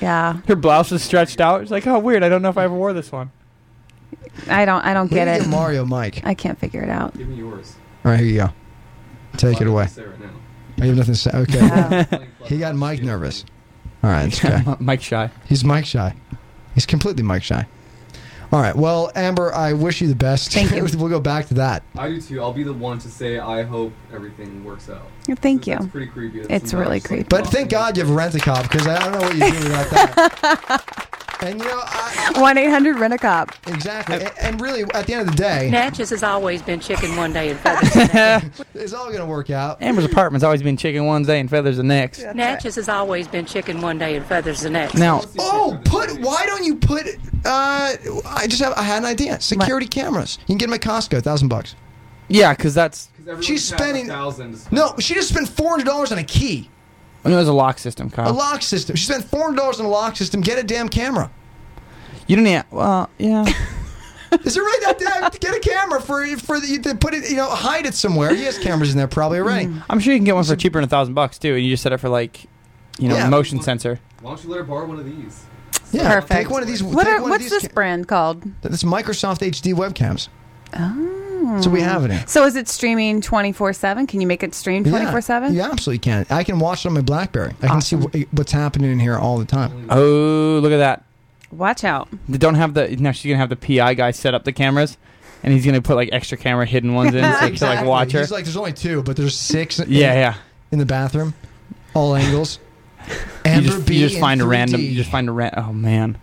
Yeah, Her blouse is stretched out. It's like, oh, weird. I don't know if I ever wore this one. I don't. I don't get Where do you it. get Mario Mike. I can't figure it out. Give me yours. All right, here you go. Take it away. I have nothing to say. Okay. he got Mike nervous. All right, it's okay. Mike shy. He's Mike shy. He's completely Mike shy. All right. Well, Amber, I wish you the best. Thank you. we'll go back to that. I do too. I'll be the one to say I hope everything works out. Thank That's you. pretty creepy. That's It's some really nice, like, creepy. But thank God you have rent a cop because I don't know what you do without that. and you know, one eight hundred rent a cop. Exactly. And, and really, at the end of the day, Natchez has always been chicken one day and feathers. it's all gonna work out. Amber's apartment's always been chicken one day and feathers the next. Natchez has always been chicken one day and feathers the next. Now, Oh, put. Why don't you put? Uh, I just have. I had an idea. Security cameras. You can get them at Costco. Thousand bucks. yeah, because that's She's spending. thousands. No, she just spent four hundred dollars on a key, I know there's a lock system, Kyle. a lock system. She spent four hundred dollars on a lock system. Get a damn camera. You didn't. have- Well, yeah. Is it really that damn? get a camera for for the, to put it. You know, hide it somewhere. He has cameras in there probably already. I'm sure you can get one for cheaper than a thousand bucks too, and you just set it for like, you know, Yeah. motion sensor. Why don't you let her borrow one of these? Yeah, Perfect. Take one of these. What take are, one what's of this these brand called? ca- That's Microsoft HD webcams. Oh. So we have it. In. So is it streaming twenty four seven? Can you make it stream twenty four seven? You absolutely can. I can watch it on my BlackBerry. I can see wh- what's happening in here all the time. Oh, look at that. Watch out. They don't have the. No, she's gonna have the PI guy set up the cameras, and he's gonna put like extra camera hidden ones in so, to like Exactly. watch her. He's like, there's only two, but there's six. in- yeah, yeah. In the bathroom, all angles. You Amber just, B you just in find a random. 3D. You just find a random. Oh man.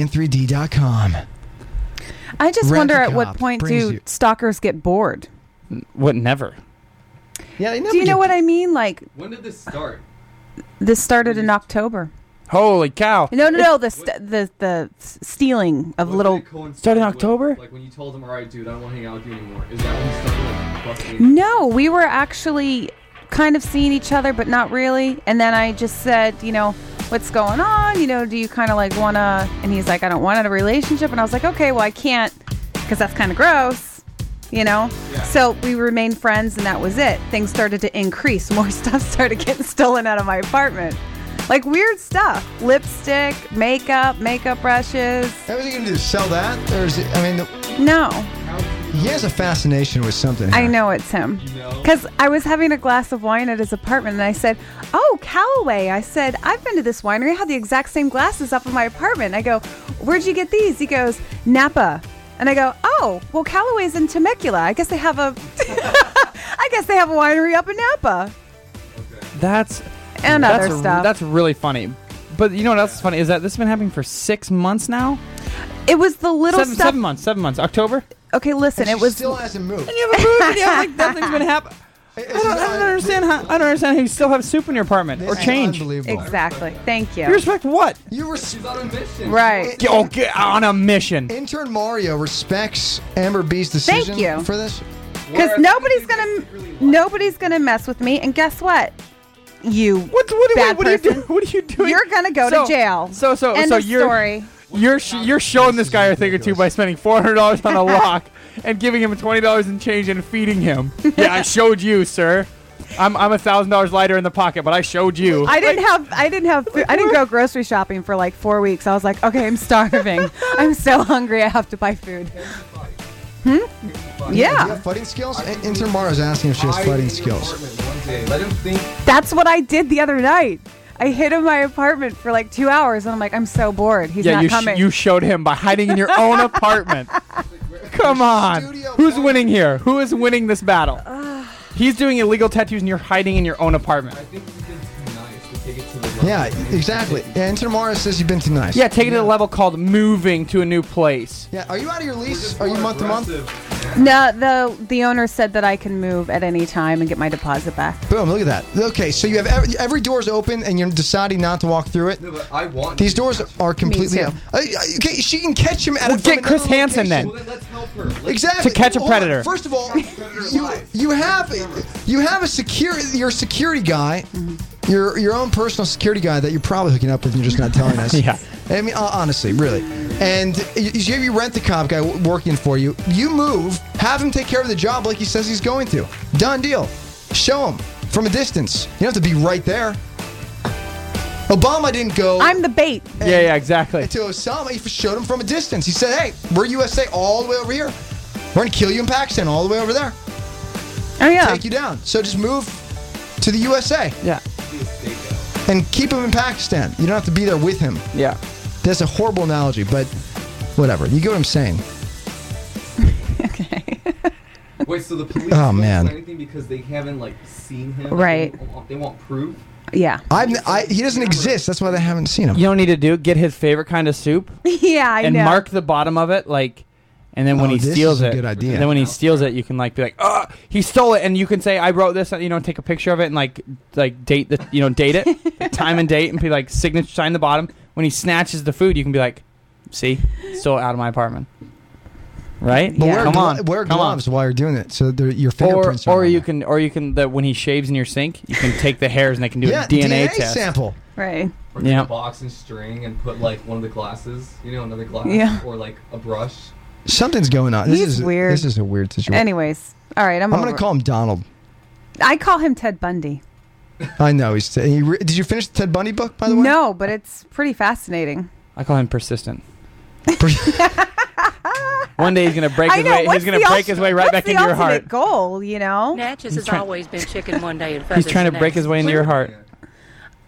AmberB3D.com. I just Rent wonder a at what cop point brings do you- stalkers get bored? What? Never. Yeah, they Do you know what I mean? Like When did this start? this started in October. Holy cow! No, no, no. The st- the the s- stealing of little started in October. Like when you told him, all right, dude, I don't want to hang out with you anymore. Is that when you started like, busting? No, we were actually kind of seeing each other, but not really. And then I just said, you know, what's going on? You know, do you kind of like want to? And he's like, I don't want a relationship. And I was like, okay, well, I can't because that's kind of gross, you know? So we remained friends and that was it. Things started to increase. More stuff started getting stolen out of my apartment. Like weird stuff lipstick, makeup, makeup brushes. What are you going to do? Sell that? Or is it, I mean, the- No. he has a fascination with something. I know it's him. Because I was having a glass of wine at his apartment and I said, Oh, Callaway. I said, I've been to this winery. I had the exact same glasses up in my apartment. I go, Where'd you get these? He goes, Napa. And I go, Oh, well, Callaway's in Temecula. I guess they have a. I guess they have a winery up in Napa. That's And that's other a- stuff. That's really funny. But you know what else is funny is that this has been happening for six months now. It was the little seven, stuff. seven months. Seven months. October. Okay, listen, it was. still hasn't moved. And you haven't moved. And you have, like nothing's been happening. I don't, I don't understand how I don't understand how you still have soup in your apartment or change. Exactly. Thank you. You respect what? You were. She's on a mission. Right. Get- oh, get on a mission. Intern Mario respects Amber B's decision you. for this. Because nobody's gonna nobody's gonna mess with me, and guess what? You what, what, bad what are you person. doing? What are you doing? You're gonna go So- to jail. So so End so of you're story. you're sh- you're showing this guy a thing or two by spending four hundred dollars on a lock and giving him twenty dollars in change and feeding him. Yeah, I showed you, sir. I'm I'm a thousand dollars lighter in the pocket, but I showed you. I didn't have I didn't have food. I didn't go grocery shopping for like four weeks. I was like, okay, I'm starving. I'm so hungry. I have to buy food. Hmm? Do you Yeah, have fighting skills? In- Intern Mario's asking if she has fighting skills. Let him think. that's what I did the other night. I hid in my apartment for like two hours, and I'm like, I'm so bored. He's yeah, not you coming. Sh- you showed him by hiding in your own apartment. Come on, who's winning here? Who is winning this battle? Uh. He's doing illegal tattoos and you're hiding in your own apartment. Yeah, exactly. Yeah, Intern Mario says you've been too nice. Yeah, take it to the level called moving to a new place. Yeah, are you out of your lease? Are you month to month? no, the the owner said that I can move at any time and get my deposit back. Boom! Oh, Look at that. Okay, so you have every, every door's open, and you're deciding not to walk through it. No, but I want these doors are completely. too. Uh, uh, okay, she can catch him at Well, a, from get Chris another location. Hansen then. Well, Let's help her. Exactly. To catch a Hold on. predator. First of all, you you have you have a security your security guy your your own personal security guy that you're probably hooking up with and you're just not telling us. yeah. I mean, hon- honestly, really. And you, you have your rent the cop guy w- working for you. You move, have him take care of the job like he says he's going to. Done deal. Show him from a distance. You don't have to be right there. Obama didn't go. I'm the bait. Yeah, yeah, exactly. To Osama, he showed him from a distance. He said, "Hey, we're USA all the way over here. We're gonna kill you in Pakistan all the way over there. Oh yeah, take you down. So just move to the USA. Yeah, and keep him in Pakistan. You don't have to be there with him. Yeah, that's a horrible analogy, but whatever. You get what I'm saying? Wait, so the police Oh, don't man. do anything because they haven't like seen him. Right. They won't, they won't prove. Yeah. I've, I, he doesn't exist. That's why they haven't seen him. You don't need to do get his favorite kind of soup yeah, I and know. mark the bottom of it like. And then when Oh, he this steals is a it, good idea. and then when he steals it, you can like be like, "Oh, he stole it," and you can say, "I wrote this," you know, take a picture of it and like, like date the, you know, date it, like, time and date, and be like signature sign the bottom. When he snatches the food, you can be like, "See, stole it out of my apartment." Right? But wear, Come glo- on, wear come on. gloves while you're doing it, so they're- your Or, fingerprints. are or you can, or you can that when he shaves in your sink, you can take the hairs and they can do Yeah, a DNA, DNA test. sample. Right. Or get Yeah. a box and string and put like one of the glasses, you know, another glass, Yeah. or like a brush. Something's going on. This He's is weird. This is a weird situation. Anyways, all right. I'm. I'm, gonna over. call him Donald. I call him Ted Bundy. I know he's. He re- did you finish the Ted Bundy book by the way? No, but it's pretty fascinating. I call him persistent. One day he's gonna break I his know. way. what's He's gonna the break ul- his way right what's back the into your ultimate heart. Goal, you know. Natchez has always been chicken one day and feathers He's trying the to break next. his way into your heart.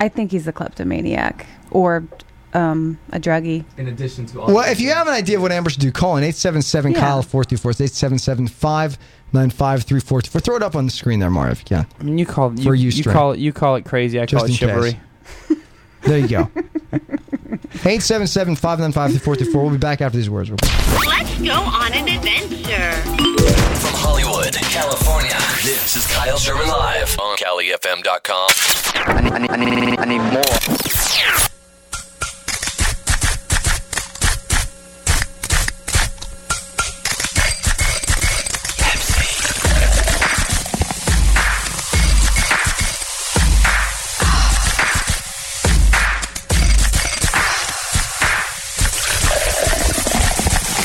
I think he's a kleptomaniac or um, a druggie. In addition to all. Well, if you have an idea of what Amber should do, call in 877 Yeah. Kyle 424. It's 877 595 3424. Throw it up on the screen there, Mario, if you can. I mean, you call For you, you, you straight. call it you call it crazy. I Just call it in case. chivalry. There you go. 877 595 3424. We'll be back after these words. real quick. Let's go on an adventure. From Hollywood, California, this is Kyle Sherman Live on CaliFM.com. I need, I need, I need, I need more.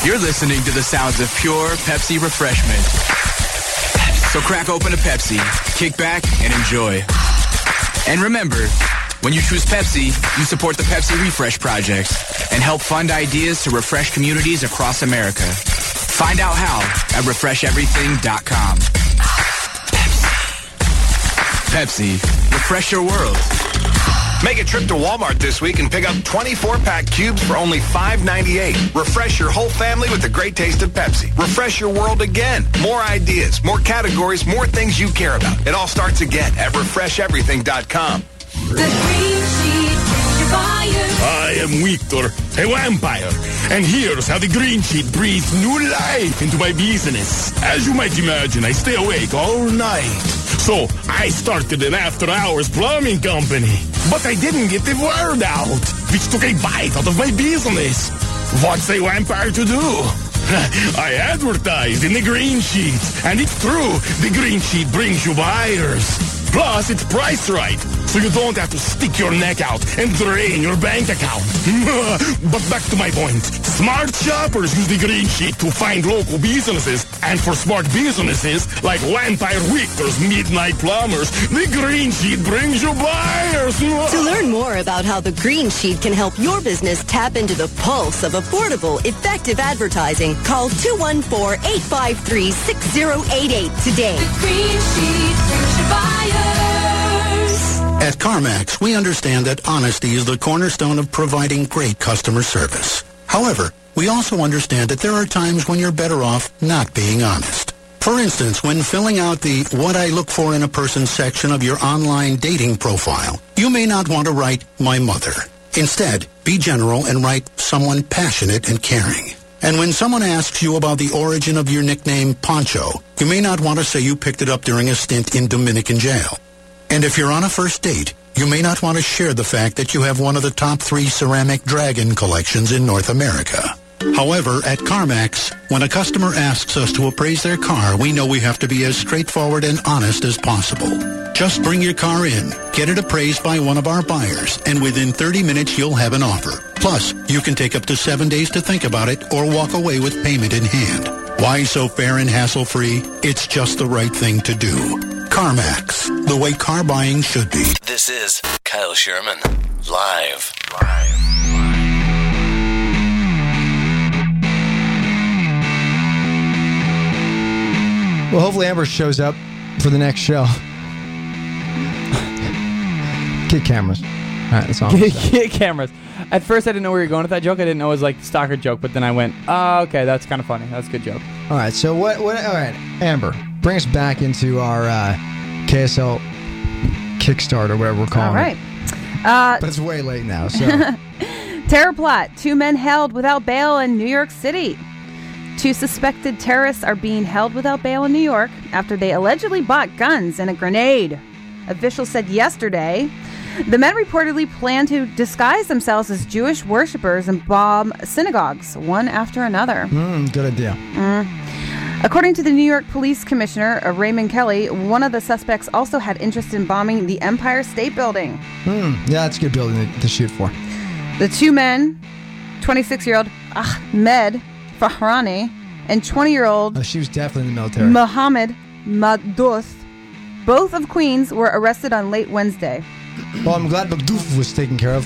You're listening to the sounds of pure Pepsi refreshment. So crack open a Pepsi, kick back, and enjoy. And remember, when you choose Pepsi, you support the Pepsi Refresh Project and help fund ideas to refresh communities across America. Find out how at refresheverything.com. Pepsi, refresh your world. Make a trip to Walmart this week and pick up 24-pack cubes for only $5.98. Refresh your whole family with the great taste of Pepsi. Refresh your world again. More ideas, more categories, more things you care about. It all starts again at refresheverything.com. I am Victor, a vampire, and here's how the green sheet breathes new life into my business. As you might imagine, I stay awake all night. So I started an after-hours plumbing company, but I didn't get the word out, which took a bite out of my business. What's a vampire to do? I advertised in the green sheet, and it's true, the green sheet brings you buyers. Plus, it's priced right, so you don't have to stick your neck out and drain your bank account. but back to my point. Smart shoppers use the green sheet to find local businesses, and for smart businesses like Vampire Victor's Midnight Plumbers, the green sheet brings you buyers. To learn more about how the Green Sheet can help your business tap into the pulse of affordable, effective advertising, call 214-853-6088 today. At CarMax, we understand that honesty is the cornerstone of providing great customer service. However, we also understand that there are times when you're better off not being honest. For instance, when filling out the What I Look For in a Person section of your online dating profile, you may not want to write My Mother. Instead, be general and write Someone Passionate and Caring. And when someone asks you about the origin of your nickname Poncho, you may not want to say you picked it up during a stint in Dominican jail. And if you're on a first date, you may not want to share the fact that you have one of the top three ceramic dragon collections in North America. However, at CarMax, when a customer asks us to appraise their car, we know we have to be as straightforward and honest as possible. Just bring your car in, get it appraised by one of our buyers, and within 30 minutes you'll have an offer. Plus, you can take up to seven days to think about it or walk away with payment in hand. Why so fair and hassle-free? It's just the right thing to do. CarMax, the way car buying should be. This is Kyle Sherman, live. Live. Well, hopefully Amber shows up for the next show. Get cameras. All right, that's all. I'm Get, saying. get cameras. At first, I didn't know where you were going with that joke. I didn't know it was like stalker joke, but then I went, oh, okay, that's kind of funny. That's a good joke. All right, so what? What? All right, Amber, bring us back into our uh, KSL Kickstarter, whatever we're calling All right. it. Uh, But it's way late now, so terror plot: Two men held without bail in New York City. Two suspected terrorists are being held without bail in New York after they allegedly bought guns and a grenade. Officials said yesterday. The men reportedly planned to disguise themselves as Jewish worshippers and bomb synagogues, one after another. mm, good idea. Mm. According to the New York Police Commissioner uh, Raymond Kelly, one of the suspects also had interest in bombing the Empire State Building. Mm, yeah, that's a good building to, to shoot for. The two men, 26 year old Ahmed Fahrani and 20 year old Uh, she was definitely in the military. Mohammed Madouf, both of Queens, were arrested on late Wednesday. well, I'm glad McDoof was taken care of.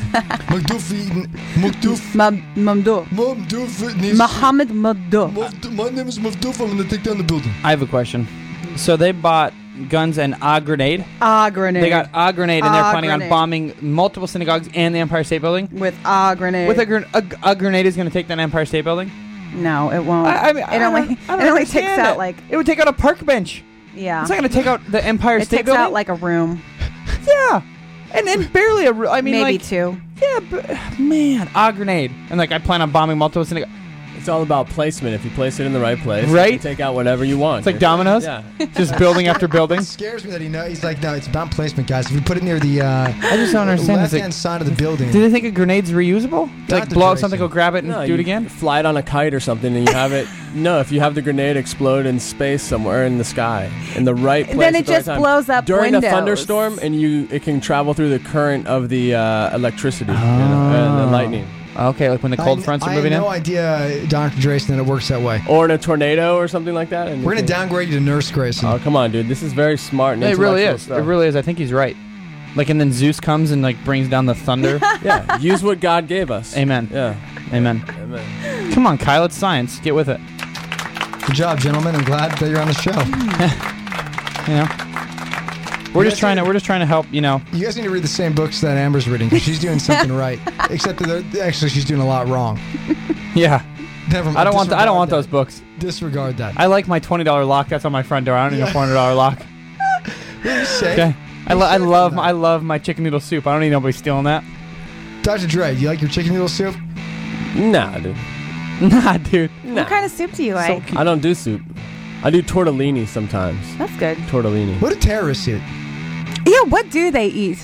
McDoof eaten. McDoof. Mamdoof. Mamdoof needs. Mohammed Madouf. Mamdoof- My name is Mavdoof. I'm going to take down the building. I have a question. So they bought guns and a grenade. Ah, grenade. They got uh, a grenade, and Ah, they're planning grenade. on bombing multiple synagogues and the Empire State Building. With a grenade. With a, gren- a, a grenade is going to take down Empire State Building. No, it won't. I, I mean, It I only- don't- I don't it only understand takes out, it. like- it would take out a park bench. Yeah. It's not going to take out the Empire It State takes Building. out like a room. yeah, and and barely a. ru- I mean, Maybe like, two. Yeah, but man, a grenade, and like I plan on bombing multiple synagogues. It's all about placement. If you place it in the right place, Right? you can take out whatever you want. It's like dominoes. Yeah. Just building after building. It scares me that he know. He's like, no, it's about placement, guys. If you put it near the uh, I just don't understand. It's left like- hand side of the building, Do they think a grenade's reusable? like Dr. blow up Tracy. something, go grab it, and No, do it you again? Fly it on a kite or something, and you have it. no, if you have the grenade explode in space somewhere in the sky, in the right place. Then at it the right just time. blows up during windows. a thunderstorm, and you it can travel through the current of the uh, electricity you know, and the lightning, Ah. Okay, like when the I cold kn- fronts are I moving had no in. idea, Doctor Drayson, that it works that way. or in a tornado or something like that. and We're you gonna can- downgrade you to nurse, Grayson. Oh come on, dude! This is very smart. And it really intellectual is. stuff. It really is. I think he's right. Like, and then Zeus comes and like brings down the thunder. yeah. Use what God gave us. Amen. Yeah. Amen. Amen. Come on, Kyle. It's science. Get with it. Good job, gentlemen. I'm glad that you're on the show. You know, we're You just guys trying to need- we're just trying to help. You know, you guys need to read the same books that Amber's reading because she's doing something right. Except that they're- actually she's doing a lot wrong. yeah. Never mind. I don't want th- I Disregard don't want that. those books. Disregard that. I like my twenty dollar lock. That's on my front door. I don't need a four hundred dollar lock. Okay. I, lo- I love my, I love my chicken noodle soup. I don't need nobody stealing that. Dr. Dre, you like your chicken noodle soup? Nah, dude. Nah, dude. What kind of soup do you like? I don't do soup. I do tortellini sometimes. That's good. Tortellini. What do terrorists eat? Yeah, what do they eat?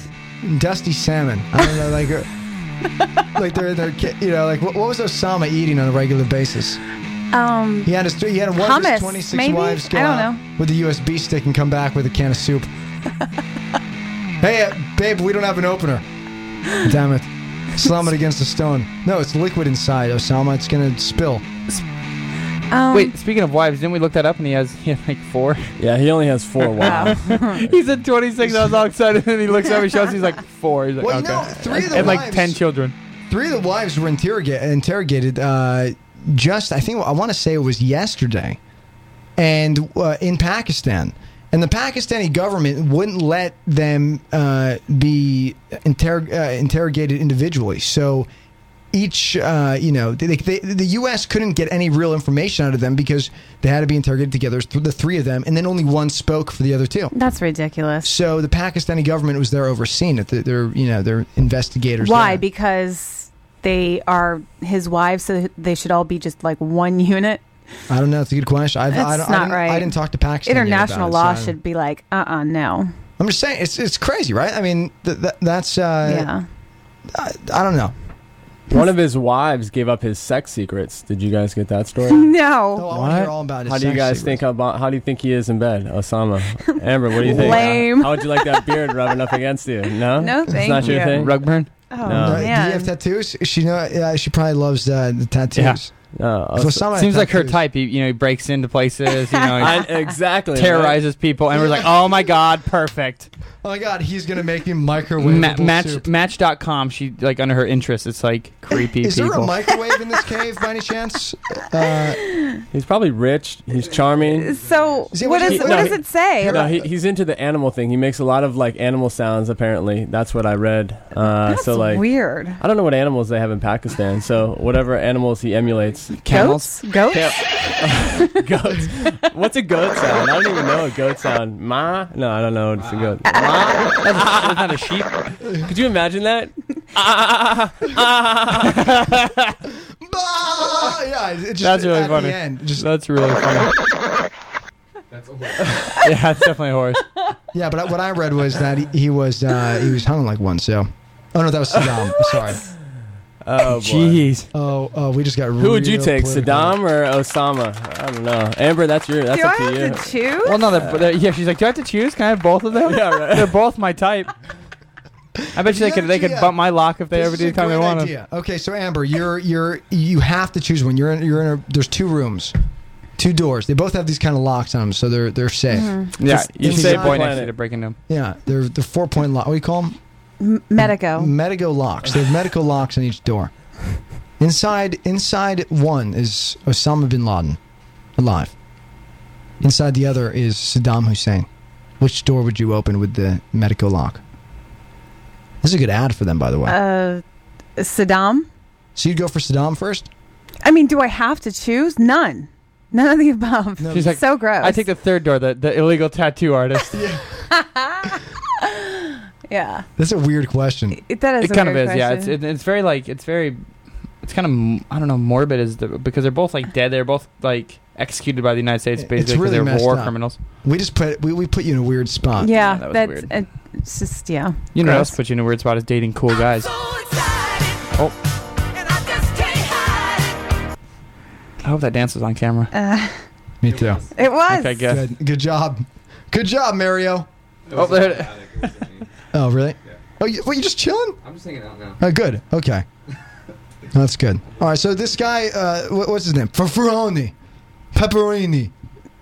Dusty salmon. I don't know, like, uh, like they're they're ki- you know like what, what was Osama eating on a regular basis? Um, He had his he had one of Hummus, his twenty six maybe? wives go I don't out know. with a USB stick and come back with a can of soup. hey, uh, babe, we don't have an opener. Damn it. Slam it against the stone. No, it's liquid inside, Osama. It's gonna spill. Um, Wait, speaking of wives, didn't we look that up? And he has he had like four. Yeah, he only has four wives. he's at twenty six. I was all excited, and he looks over his shoulder. He's like four. He's like Well, you okay. know, three of the and like wives- ten children. Three of the wives were interroga- interrogated uh, just, I think, I want to say it was yesterday, and uh, in Pakistan. And the Pakistani government wouldn't let them uh, be interrog uh, interrogated individually. So each, uh, you know, they, they, the U.S. couldn't get any real information out of them because they had to be interrogated together, th- the three of them, and then only one spoke for the other two. That's ridiculous. So the Pakistani government was there overseeing it. They're, they're you know, they're investigators. Why? there. Because they are his wives, so they should all be just like one unit. I don't know. It's a good question. I've, I That's don't, I not didn't- right. I didn't talk to Pakistan. yet about International it, law so I don't- should be like, uh, uh no. I'm just uh, saying, it's it's crazy, right? I mean, th- th- that's uh, yeah. I, I don't know. One of his wives gave up his sex secrets. Did you guys get that story? No. Oh, I wanna hear all about his How do you sex guys think about? How do you think he is in bed, Osama? Amber, what do you think? Lame. How would you like that beard rubbing up against you? No. No, It's thank not you. your thing. Rug burn. Oh, No. Do you have tattoos? She know. Uh, she probably loves uh, the tattoos. Uh, So some of seems the like her tattoos- type. He, you know, he breaks into places. You know, I- he exactly. terrorizes people, and we're like, oh my god, perfect. Oh my god, he's gonna make me microwave Ma- match Match.com. She like under her interest, it's like creepy Is there people. a microwave in this cave by any chance? Uh, He's probably rich. He's charming. So See, what, is, what you- what no, does he- it say? No, he, he's into the animal thing. He makes a lot of like animal sounds. Apparently, that's what I read. Uh, That's so like weird. I don't know what animals they have in Pakistan. So whatever animals he emulates, Goats? Goats? goats. What's a goat sound? I don't even know a goat sound. Ma? No, I don't know. It's a goat. Ma? That's not a sheep. Could you imagine that? Ah, ah, ah, ah, ah. bah! yeah, it just, That's really at funny. The end, just, That's really funny. yeah, that's definitely a horse. yeah, but I- what I read was that he, he was uh, he was hung like one. So, oh no, that was Saddam. I'm sorry. Oh, boy. Jeez. Oh, oh, we just got. Who would you real take, political. Saddam or Osama? I don't know. Amber, that's your. That's Do up I to you. have to choose? Well, no, they're, but they're- yeah. She's like, do I have to choose? Can I have both of them? Yeah, right. They're both my type. I bet you they could they could Yeah. bump my lock if they This ever is a did time they great want them. idea. Okay, so Amber, you're you're you have to choose one. You're in you're in a there's two rooms, two doors. They both have these kind of locks on them, so they're they're safe. Mhm. Mm-hmm. Yeah, Just you inside say the boy next to planet. you to break into 'em. Yeah, they're the four point lock. What do you call them? M- Medico. Medico locks. They have medical locks on each door. Inside inside one is Osama bin Laden, alive. Inside the other is Saddam Hussein. Which door would you open with the medico lock? This is a good ad for them, by the way. Uh, Saddam. so you'd go for Saddam first. I mean, do I have to choose? None. None of the above. She's like, so gross. I take the third door, the, the illegal tattoo artist. yeah. That's a weird question. It, that is it a kind of is, weird yeah. It's question. it, it's very like it's very, it's kind of m- I don't know morbid is the because they're both like dead. They're both like executed by the United States basically. 'cause really they're messed war up. criminals. We just put we, we put you in a weird spot. yeah, yeah, that was that's weird. it- it's just yeah. You know what gross. else puts you in a weird spot is dating cool guys. Oh, I hope that dance was on camera. Uh, Me too. it was. Okay, good. Good. Good job. Good job, Mario. Oh, there. Oh, really? Oh, you, what, you just chilling? I'm just hanging out now. Oh, good. Okay. That's good. All right. So this guy, uh, what, what's his name? Farfaroni. Pepperoni.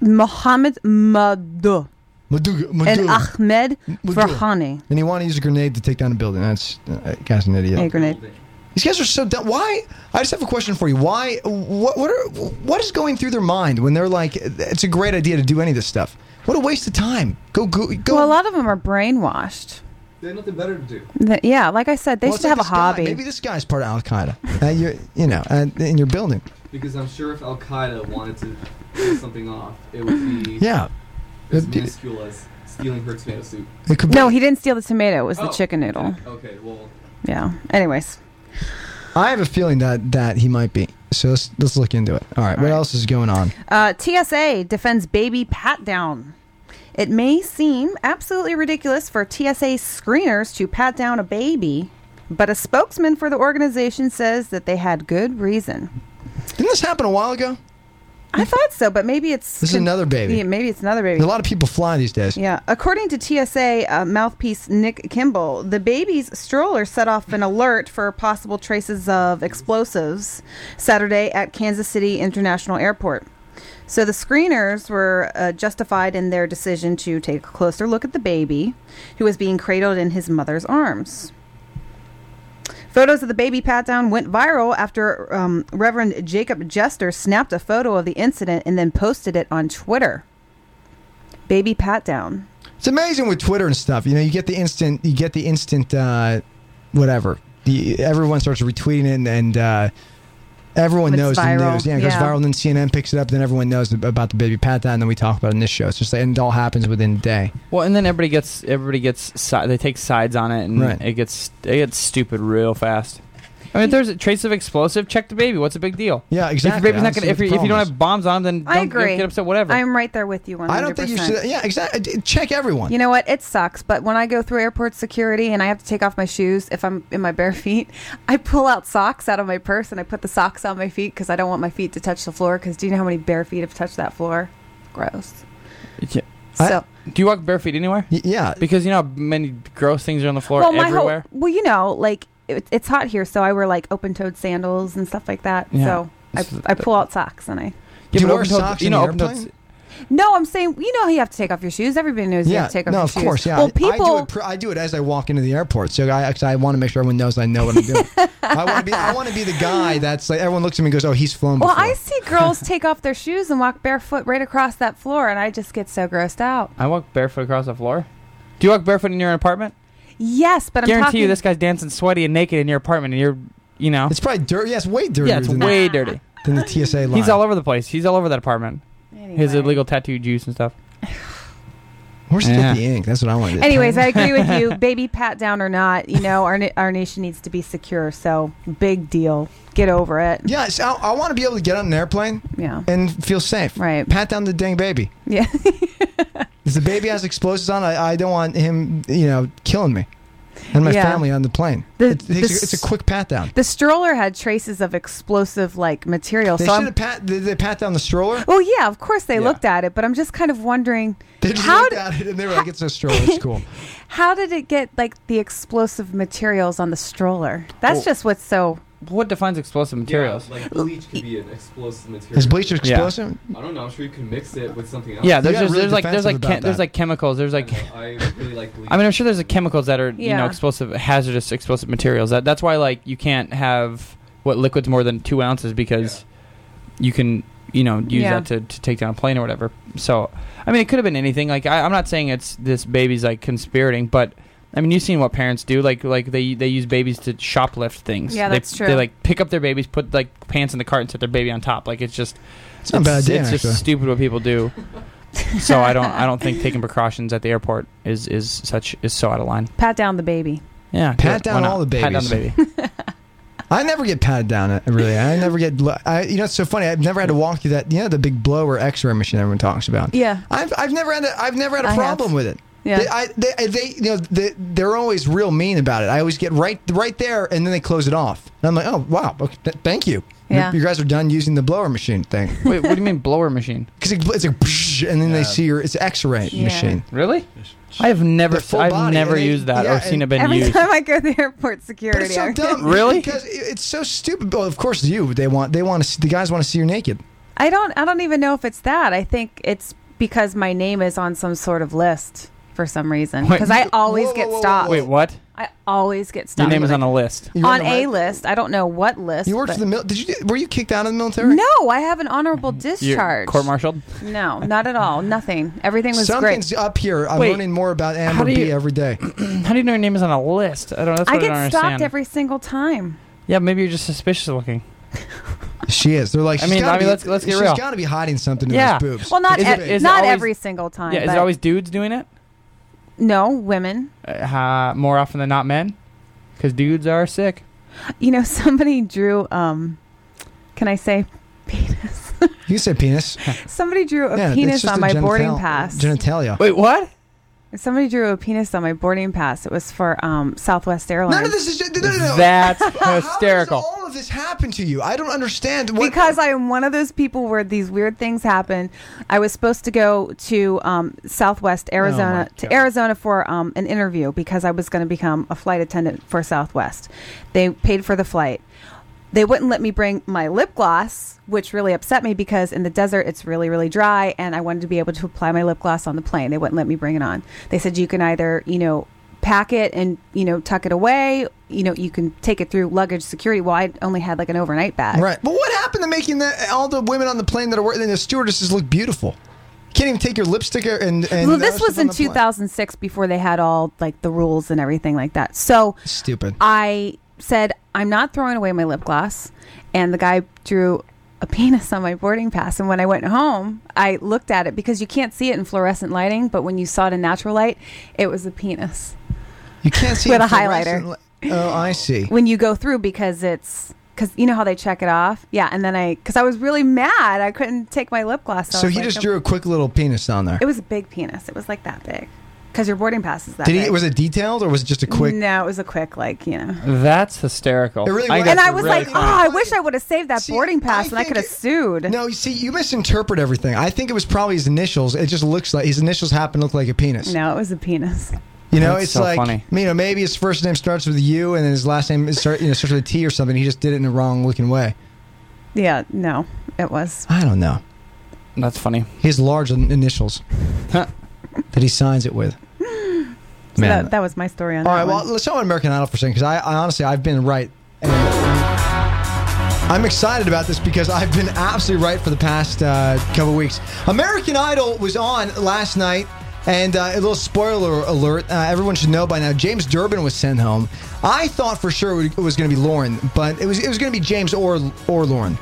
Mohammed Madu Maduga. and Maduga. Ahmed Madhu. Farhani. And he wanted to use a grenade to take down a building. That's uh, that guy's an idiot. A grenade. These guys are so dumb. Why? I just have a question for you. Why? What? What are? What is going through their mind when they're like, "It's a great idea to do any of this stuff." What a waste of time. Go go go. Well, a lot of them are brainwashed. They had nothing better to do. Th- yeah, like I said, they Well, should it's like have a this guy. hobby. Maybe this guy's part of Al Qaeda. you you know, at, in your building. Because I'm sure if Al Qaeda wanted to pull something off, it would be Yeah. as It'd be- minuscule as stealing her tomato soup. It could be. no, he didn't steal the tomato. It was the Oh, chicken noodle. Okay, well, Yeah. Anyways, I have a feeling that that he might be. So let's let's look into it. All right. what else is going on? Uh, TSA defends baby pat down. It may seem absolutely ridiculous for TSA screeners to pat down a baby, but a spokesman for the organization says that they had good reason. Didn't this happen a while ago? I thought so, but maybe it's This is another baby. Yeah, maybe it's another baby. A lot of people fly these days. Yeah. According to TSA uh, mouthpiece Nick Kimball, the baby's stroller set off an alert for possible traces of explosives Saturday at Kansas City International Airport. So the screeners were uh, justified in their decision to take a closer look at the baby who was being cradled in his mother's arms. Photos of the baby pat down went viral after um, Reverend Jacob Jester snapped a photo of the incident and then posted it on Twitter. Baby pat down. It's amazing with Twitter and stuff. You know, you get the instant, you get the instant, uh, whatever. The, everyone starts retweeting it, and, and uh, everyone It's knows the viral. news. Yeah, it goes Yeah. viral, and then CNN picks it up. Then everyone knows about the baby pat down, and then we talk about it in this show. It's just like, and it all happens within a day. Well, and then everybody gets everybody gets si- they take sides on it, and Right. it gets it gets stupid real fast. I mean, if there's a trace of explosive, check the baby. What's the big deal? Yeah, If exactly. your baby's I not don't gonna, see if, the you, if you don't problems. have bombs on them, then I don't get- agree. get upset. Whatever. I'm right there with you. 100%. I don't think you should. Yeah, exactly. D- Check everyone. You know what? It sucks, but when I go through airport security and I have to take off my shoes if I'm in my bare feet, I pull out socks out of my purse and I put the socks on my feet because I don't want my feet to touch the floor. Because do you know how many bare feet have touched that floor? Gross. Yeah. So- do you walk bare feet anywhere? yeah, because you know how many gross things are on the floor my everywhere. whole well, you know, like it, it's hot here, so I wear like open-toed sandals and stuff like that. Yeah. So I, It's- I pull out socks and I. Yeah, but open-toed- you know, open-toed- No, I'm saying you know how you have to take off your shoes. Everybody knows you Yeah, have to take off no, your of shoes. course, yeah. I- Well, I, do people it. pr- I do it as I walk into the airport, so I actually I want to make sure everyone knows I know what I'm doing. I want to be I want to be the guy that's like everyone looks at me and goes, "Oh, he's flown." Well, before." I see girls take off their shoes and walk barefoot right across that floor, and I just get so grossed out. I walk barefoot across the floor. Do you walk barefoot in your apartment? Yes, but I'm Guarantee talking. you, this guy's dancing sweaty and naked in your apartment, and you're, you know, it's probably dirty. Yes, way dirtier. Yeah, it's than way the, dirty. than the TSA line. He's all over the place. He's all over that apartment. His illegal tattoo juice and stuff. Where's he Yeah. get the ink? That's what I want to. Anyways, I agree with you. Baby pat down or not, you know, our, na- our nation needs to be secure. So big deal. Get over it. Yeah, so I, I want to be able to get on an airplane. Yeah. And feel safe. Right. Pat down the dang baby. Yeah. if the baby has explosives on, I, I don't want him, you know, killing me and my Yeah. family on the plane. The- it's, the it's a, it's a quick pat down. The stroller had traces of explosive like material. They so should I'm, have pat. Did they pat down the stroller? well, yeah, of course they looked at it, but I'm just kind of wondering They just how looked did, at it and they were like, "It's a stroller. It's cool." how did it get like the explosive materials on the stroller? That's Well- just what's so What defines explosive materials? Yeah, like bleach could be an explosive material. Is bleach explosive? I don't know. I'm sure you can mix it with something else. Yeah, there's just, there's like there's like chem- there's like chemicals. There's like I really like bleach. I mean, I'm sure there's like chemicals that are you Yeah. know explosive, hazardous, explosive materials. That that's why like you can't have what liquids more than two ounces because you can you know use Yeah. that to, to take down a plane or whatever. So I mean, it could have been anything. Like I, I'm not saying it's this baby's like conspirating, but I mean, you've seen what parents do. Like like they they use babies to shoplift things. Yeah, They- that's true. They like pick up their babies, put like pants in the cart, and set their baby on top. Like it's just It's not a bad idea, It's actually. just stupid what people do. so I don't I don't think taking precautions at the airport is is such is so out of line. pat down the baby. Yeah, Pat good. Why down not? all the babies. Pat down the baby. I never get patted down. uh, Really, I never get. lo- I, you know, it's so funny. I've never had to walk through that. You know, the big blower X-ray machine everyone talks about. Yeah. I've, I've never had a, I've never had a I have. problem with it. Yeah. They, I, they, they, you know, they, they're always real mean about it. I always get right, right there, and then they close it off. And I'm like, oh wow, okay, th- thank you. You- Yeah. You, guys are done using the blower machine thing. Wait, what do you mean blower machine? Because it, it's like, psh, and then they see your it's X-ray Yeah. machine. Really? I have never They're full I've body, never and they- used that yeah, or seen and- it been Every used. time I go to the airport But security, it's so I- dumb. Really? Because it- it's so stupid. Well, of course, you. They want. They want to. See, the guys want to see you naked. I don't. I don't even know if it's that. I think it's because my name is on some sort of list for some reason. Wait. Because I always Whoa, get whoa, whoa, stopped. Wait, what? I always get Your stopped. name is on a list. You're on on the a list. I don't know what list. You worked but- for the mil- Did you? Were you kicked out of the military? No, I have an honorable Mm-hmm. discharge. Court martialed. no, not at all. Nothing. Everything was Something's great. up here. I'm Wait, learning more about Amber how do B you- every day. How do you know your name is on a list? I don't. That's I what I get don't stopped understand. every single time. yeah, maybe you're just suspicious looking. She is. They're like. I she's mean, gotta I mean, be- let's- let's get she's real. gotta be hiding something in Yeah. those boobs. Well, not Is ev- it- is it not always- every single time. yeah, is but- it always dudes doing it? no women? Uh, more often than not, men, because dudes are sick. You know, somebody drew. Um, can I say? You said penis. Somebody drew a Yeah, it's penis just on a my boarding genital- pass. Genitalia. Wait, what? Somebody drew a penis on my boarding pass. It was for um, Southwest Airlines. None of this is. No, no, no. That's hysterical. How does all of this happen to you? I don't understand. What, because I am one of those people where these weird things happen. I was supposed to go to um, Oh Southwest Arizona to Arizona for um, an interview because I was going to become a flight attendant for Southwest. They paid for the flight. They wouldn't let me bring my lip gloss, which really upset me because in the desert it's really, really dry, and I wanted to be able to apply my lip gloss on the plane. They wouldn't let me bring it on. They said you can either, you know, pack it and you know tuck it away. You know, you can take it through luggage security. Well, I only had like an overnight bag. Right. But what happened to making the, all the women on the plane that are working? The stewardesses look beautiful. Can't even take your lipstick and. well, and the this other was stuff on in the plane. 2006 before they had all like the rules and everything like that. So Stupid. I said I'm not throwing away my lip gloss, and the guy drew a penis on my boarding pass. And when I went home, I looked at it because you can't see it in fluorescent lighting, but when you saw it in natural light, it was a penis You can't see with it a fluorescent highlighter. li- Oh, I see. when you go through because it's because you know how they check it off. Yeah, and then I because I was really mad, I couldn't take my lip gloss off. So he just drew a quick little penis on there. It was a big penis. It was like that big because your boarding pass is that. Did he? big. Was it detailed or was it just a quick? No, it was a quick like you know. That's hysterical. It really was. and I was like, oh, I wish I would have saved that boarding pass, and I could have sued. No, you see, you misinterpret everything. I think it was probably his initials. It just looks like his initials happen to look like a penis. No, it was a penis. You know, That's it's so like funny. you know maybe his first name starts with U and then his last name is start, you know starts with a T or something. He just did it in the wrong looking way. Yeah, no, it was. I don't know. That's funny. His large in- initials that he signs it with. So Man. that, that was my story on. All that right, well, one. let's talk about American Idol for a second because I, I honestly I've been right. And I'm excited about this because I've been absolutely right for the past uh, couple weeks. American Idol was on last night, and uh, a little spoiler alert: uh, everyone should know by now. James Durbin was sent home. I thought for sure it was going to be Lauren, but it was it was going to be James or or Lauren.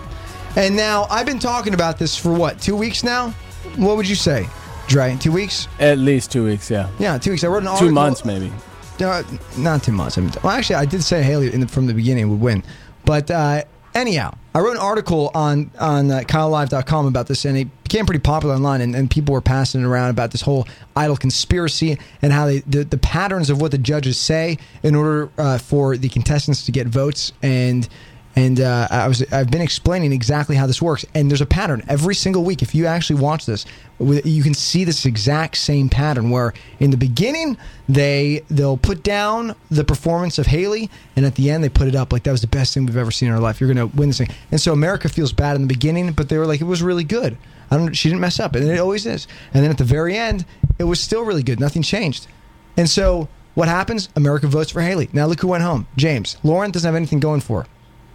And now I've been talking about this for what two weeks now? What would you say, Dre? Two weeks? At least two weeks, yeah. Yeah, two weeks. I wrote an Two article- months, maybe. uh, not too much. I mean, well, actually, I did say Haley in the, from the beginning would win, but uh, anyhow, I wrote an article on on uh, KyleLive.com about this, and it became pretty popular online, and, and people were passing it around about this whole idol conspiracy and how they the, the patterns of what the judges say in order uh, for the contestants to get votes and. And uh, I was I've been explaining exactly how this works, and there's a pattern every single week. If you actually watch this, with- you can see this exact same pattern where in the beginning they they'll put down the performance of Haley, and at the end they put it up like that was the best thing we've ever seen in our life. You're gonna win this thing, and so America feels bad in the beginning, but they were like it was really good. I don't, she didn't mess up, and it always is. And then at the very end, it was still really good. Nothing changed. And so what happens? America votes for Haley. Now look who went home. James. Lauren doesn't have anything going for her.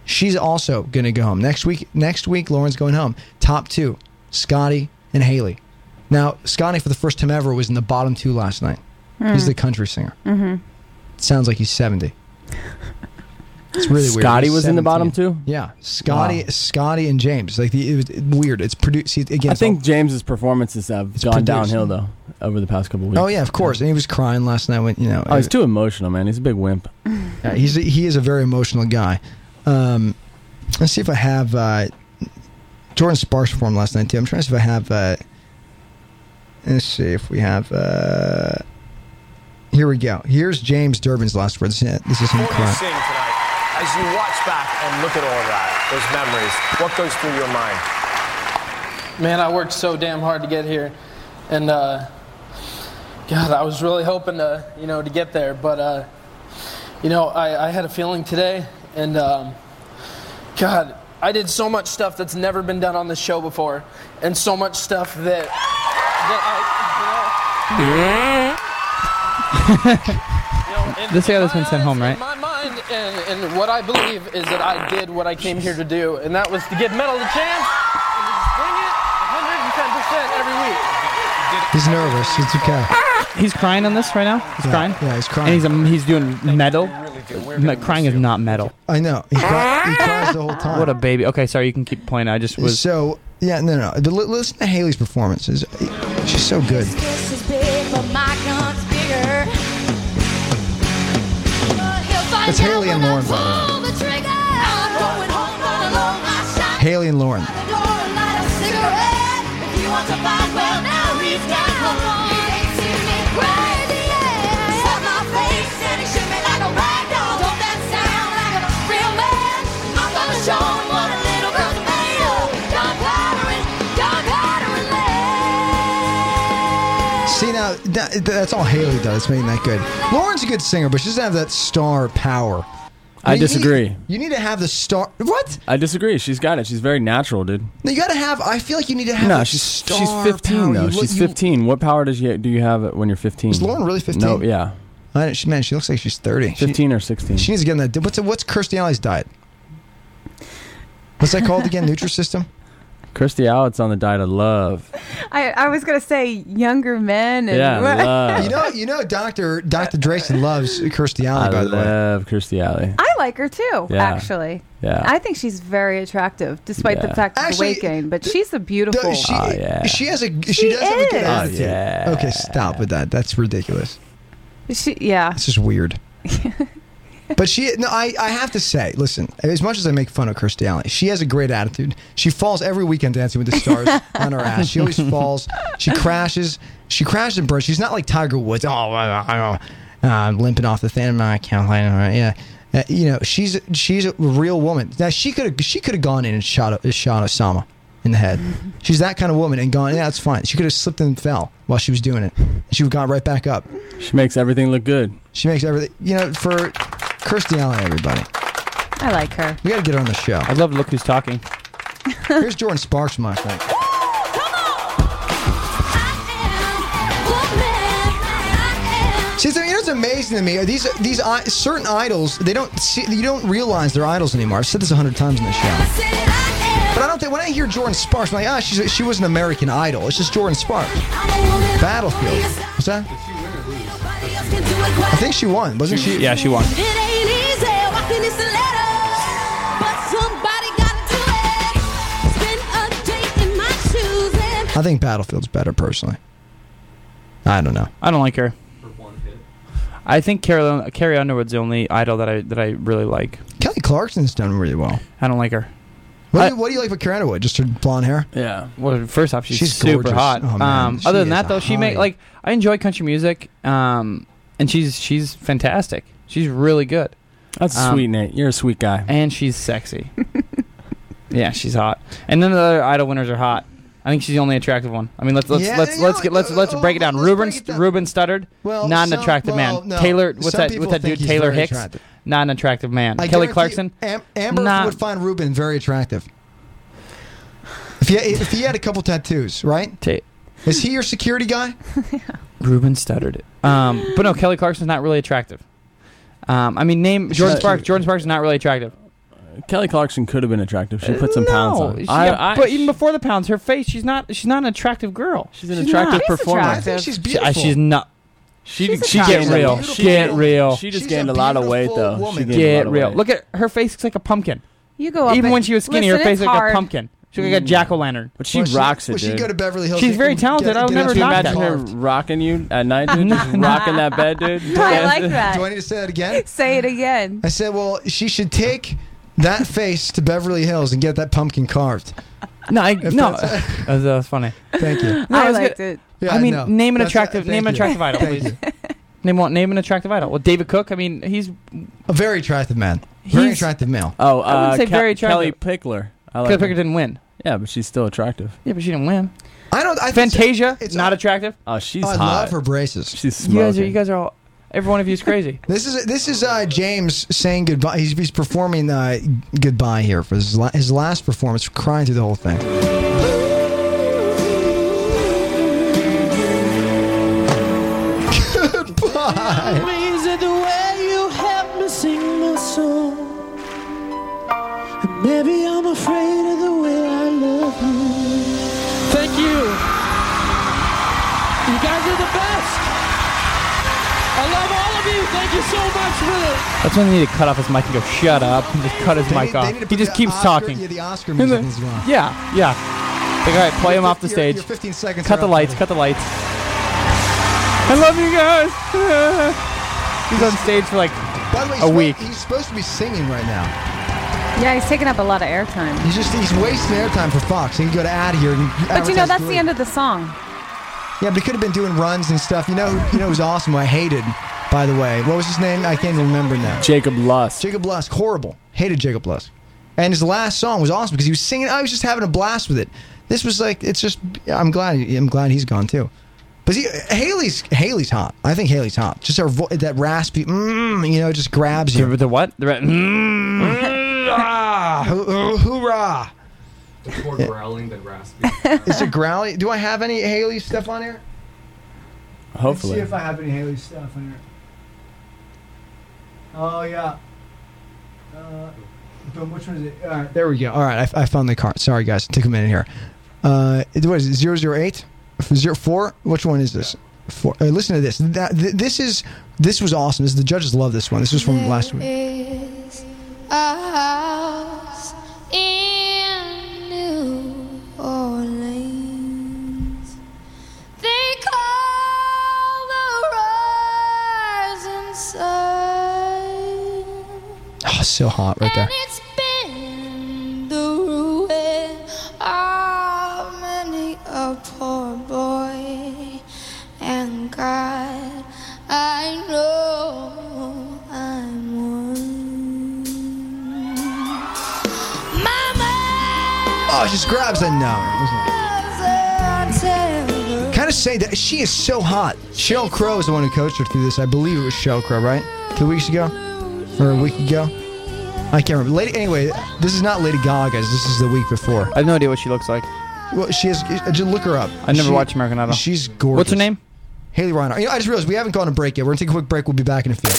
She's also gonna go home. Next week next week Lauren's going home. Top two, Scotty and Haley. Now, Scotty for the first time ever was in the bottom two last night. He's Hmm. the country singer. Mhm. Sounds like he's seventy. It's really weird. Scotty He's was in the 17. bottom two? Yeah. Scotty, Scotty, and James. Like the it was weird. It's produced again. I it's all think James's performances have gone produced. downhill though over the past couple weeks. Oh yeah, of course. And he was crying last night when you know. Oh, he's too emotional, man. He's a big wimp. Yeah, he's a, he is a very emotional guy. Um, let's see if I have uh, Jordan Sparks performed last night too. I'm trying to see if I have. Uh, let's see if we have. Uh, here we go. Here's James Durbin's last words. This is it. This is him What do you crying. sing tonight? As you watch back and look at all that, those memories, what goes through your mind? Man, I worked so damn hard to get here, and uh, God, I was really hoping to, you know, to get there. But uh, you know, I, I had a feeling today, and um, God, I did so much stuff that's never been done on this show before, and so much stuff that that I. You know, you know, in- This guy that's been sent home, right? my mind and, and what I believe is that I did what I came here to do, and that was to give metal a chance and to bring it 110% every week. He's nervous. It's okay. He's crying on this right now. He's Yeah, crying. yeah, he's crying. And he's um, he's doing metal. Me- crying is not metal. I know. He, cry, he cries the whole time. What a baby. Okay, sorry. You can keep playing. I just was. So yeah, no, no. The- li- Listen to Haley's performance. It's- She's so good. This is big, but my gun's bigger. It's Haley and Lauren, by the way. Pull the trigger. I'm going home all alone. I shot Haley and Lauren. the door and light a cigarette. If you want to fight, well, now he's got one on. He ain't seen me cry in the air. Saw my face and he shook me like a rag doll. Don't that sound like a real man? I'm gonna show him what a little girl's made of. Dog powdering, dog powdering See now, that, that's all Haley does, making that good. Lauren's a good singer, but she doesn't have that star power. I You need- disagree. you need to have the star. What? I disagree. She's got it. She's very natural, dude. No, you gotta have. I feel like you need to have. No, that she's star she's 15 power. though. You look- she's you- 15. What power does you do you have when you're 15? Is Lauren really 15? No, yeah. I don't- she, man, she looks like she's 30. 15 or 16. She needs to get on that. What's what's Kirstie Alley's diet? What's that called again? Nutrisystem. Kirstie Allett's on the diet of love. Uh, I, I was gonna say younger men. And you know, you know, Doctor Doctor Drayson loves Kirstie Alley. I by the way, love Kirstie Alley. I like her too, Yeah. actually. Yeah. I think she's very attractive, despite the Yeah. fact of the Actually, weight gain. But she's a beautiful. she- Oh, yeah. she has a she, She does have a is. good Oh, attitude. yeah. Okay, stop with that. That's ridiculous. She, yeah. This is weird. But she, no, I, I have to say, listen, as much as I make fun of Kirstie Alley, she has a great attitude. She falls every weekend dancing with the stars on her ass. She always falls. She crashes. She crashes and burns. She's not like Tiger Woods. Oh, I I don't uh, limping off the thing. I'm not counting. Yeah. Uh, you know, she's she's a real woman. Now she could have she could have gone in and shot shot Osama in the head. She's that kind of woman and gone. Yeah, it's fine. She could have slipped and fell while she was doing it. She would have gone right back up. She makes everything look good. She makes everything. You know, for Kirstie Allen, everybody. I like her. We got to get her on the show. I'd love to look who's talking. Here's Jordan Sparks from last night. See, it's- you know, it's amazing to me. Are these these i- certain idols? They don't see, you don't realize they're idols anymore. I've said this a hundred times in the show. But I don't think when I hear Jordan Sparks, I'm like, ah, she's a, she was an American Idol. It's just Jordan Sparks. Battlefield. What's that? I think she won, wasn't she? Yeah, she won. It ain't easy walking this ladder, but somebody gotta do it. Spend a day in my shoes and I think Battlefield's better personally. I don't know. I don't like her. I think Carol, Carrie Underwood's the only idol that I that I really like. Kelly Clarkson's done really well. I don't like her. What, do, you, what do you like with Karen Underwood? Just her blonde hair? Yeah. Well, first off, she's, She's super gorgeous. hot. Oh, man. um, She other is than that, a though, she hottie. make like I enjoy country music, um, and she's she's fantastic. She's really good. Um, That's sweet, Nate. You're a sweet guy, and she's sexy. yeah, she's hot. And none of the other idol winners are hot. I think she's the only attractive one. I mean, let's let's Yeah, let's you let's know, get let's let's break it down. Ruben Ruben Studdard, Well, not an some- attractive well, man. no. Taylor, what's Some that? people What's that think dude? he's Taylor very Hicks, attractive. not an attractive man. I Kelly guarantee Clarkson, you, Am- Amber Nah. would find Ruben very attractive. If he, if he had a couple tattoos, right? Is he your security guy? Ruben stuttered it. Um, but no, Kelly Clarkson's not really attractive. Um, I mean, name She's Jordan not Sparks. Jordan Sparks is not really attractive. Kelly Clarkson could have been attractive. She put some no, pounds on. she- I- yeah, I- but even before the pounds, her face. She's not. She's not an attractive girl. She's an attractive not. performer. I think she's beautiful. She- she's not. She She's she get attractive. real. She's She a get beautiful- real. she's She just a gained a lot of weight though. She gained a lot Get of real. weight. Look at her face. Looks like a pumpkin. You go up Even and- when she was skinny, Listen, her face it's looked like hard. a pumpkin. She looked like a jack o' lantern. But she rocks it, well, she dude. go to Beverly Hills She's and very get- talented. get- I'll get never into knock it. that. Imagine her rocking you at night, dude. just rocking that bed, dude. Do I need to say that again? Say it again. I said, well, she should take that face to Beverly Hills and get that pumpkin carved. No, Mm. I, no, that was, that was funny. Thank you. No, I it was liked good. it. Yeah, I mean, no. name an That's- attractive, thank name you. an attractive idol, Thank please. Name one, name an attractive idol. Well, David Cook. I mean, he's a very attractive man. Very He's- attractive male. Oh, I wouldn't uh, say Ke- very attractive. Kelly Pickler. I Kelly Pickler didn't win. Yeah, but she's still attractive. Yeah, but she didn't win. I don't. I think Fantasia, not attractive. Oh, she's I hot. love her braces. She's You smoking. guys are, you guys are all. Every one of you is crazy. This is this is uh, James saying goodbye. He's, he's performing uh, goodbye here for his, la- his last performance, crying through the whole thing. Amazed at the way you help me sing my song. And Maybe I'm afraid of the way I love you. Thank you. You guys are the best. I love all of you. Thank you so much for this. That's when they need to cut off his mic and go, shut up, and just cut his They mic need- they off. need to He put just the keeps Oscar- talking. yeah, the Oscar And music the- as well. Yeah, yeah. Like, all right, play him off the Your- stage. your 15 seconds Cut are the up. lights, cut the lights. I love you guys. He's on stage for like By the way, he's a spo- week. He's supposed to be singing right now. Yeah, he's taking up a lot of airtime. He's just he's wasting airtime for Fox. He can go to ad here. And But you know, advertise that's Glee. the end of the song. Yeah, but he could have been doing runs and stuff. You know, you know, who's awesome. who I hated, by the way. What was his name? I can't even remember now. Jacob Lusk. Jacob Lusk, horrible. Hated Jacob Lusk. And his last song was awesome because he was singing. I was just having a blast with it. This was like, it's just. I'm glad. I'm glad he's gone too. But see, Haley's Haley's hot. I think Haley's hot. Just her vo- that raspy, mm, you know, just grabs you. The, the what? The ra- mm. Ah, hoo- hoo- hoorah! It's more growling than raspy. Is it growly? Do I have any Haley stuff on here? Hopefully. I have any Haley stuff in here. Oh yeah. Uh, which one is it? All right, there we go. All right, I, I found the card. Sorry guys, it took a minute here. Uh, it- what is it? Zero zero eight, zero four. Which one is this? Four. Uh, listen to this. That, th- this is this was awesome. This, the judges love this one. This was from last week. is a house in New Orleans. They call the rising sun. Ah, so hot right there. It's been the ruin of many a poor boy. And God, I know I'm one. Oh, it just grabs that no. Kind of say that she is so hot. Shell Crow is the one who coached her through this. I believe it was Shell Crow, right? Two weeks ago, or a week ago. I can't remember. Lady, anyway, this is not Lady Gaga's. This is the week before. I have no idea what she looks like. Well, she has. uh, Just look her up. I never She- watched American Idol. She's gorgeous. What's her name? Haley Reinhart. You know, I just realized we haven't gone to break yet. We're gonna take a quick break. We'll be back in a few.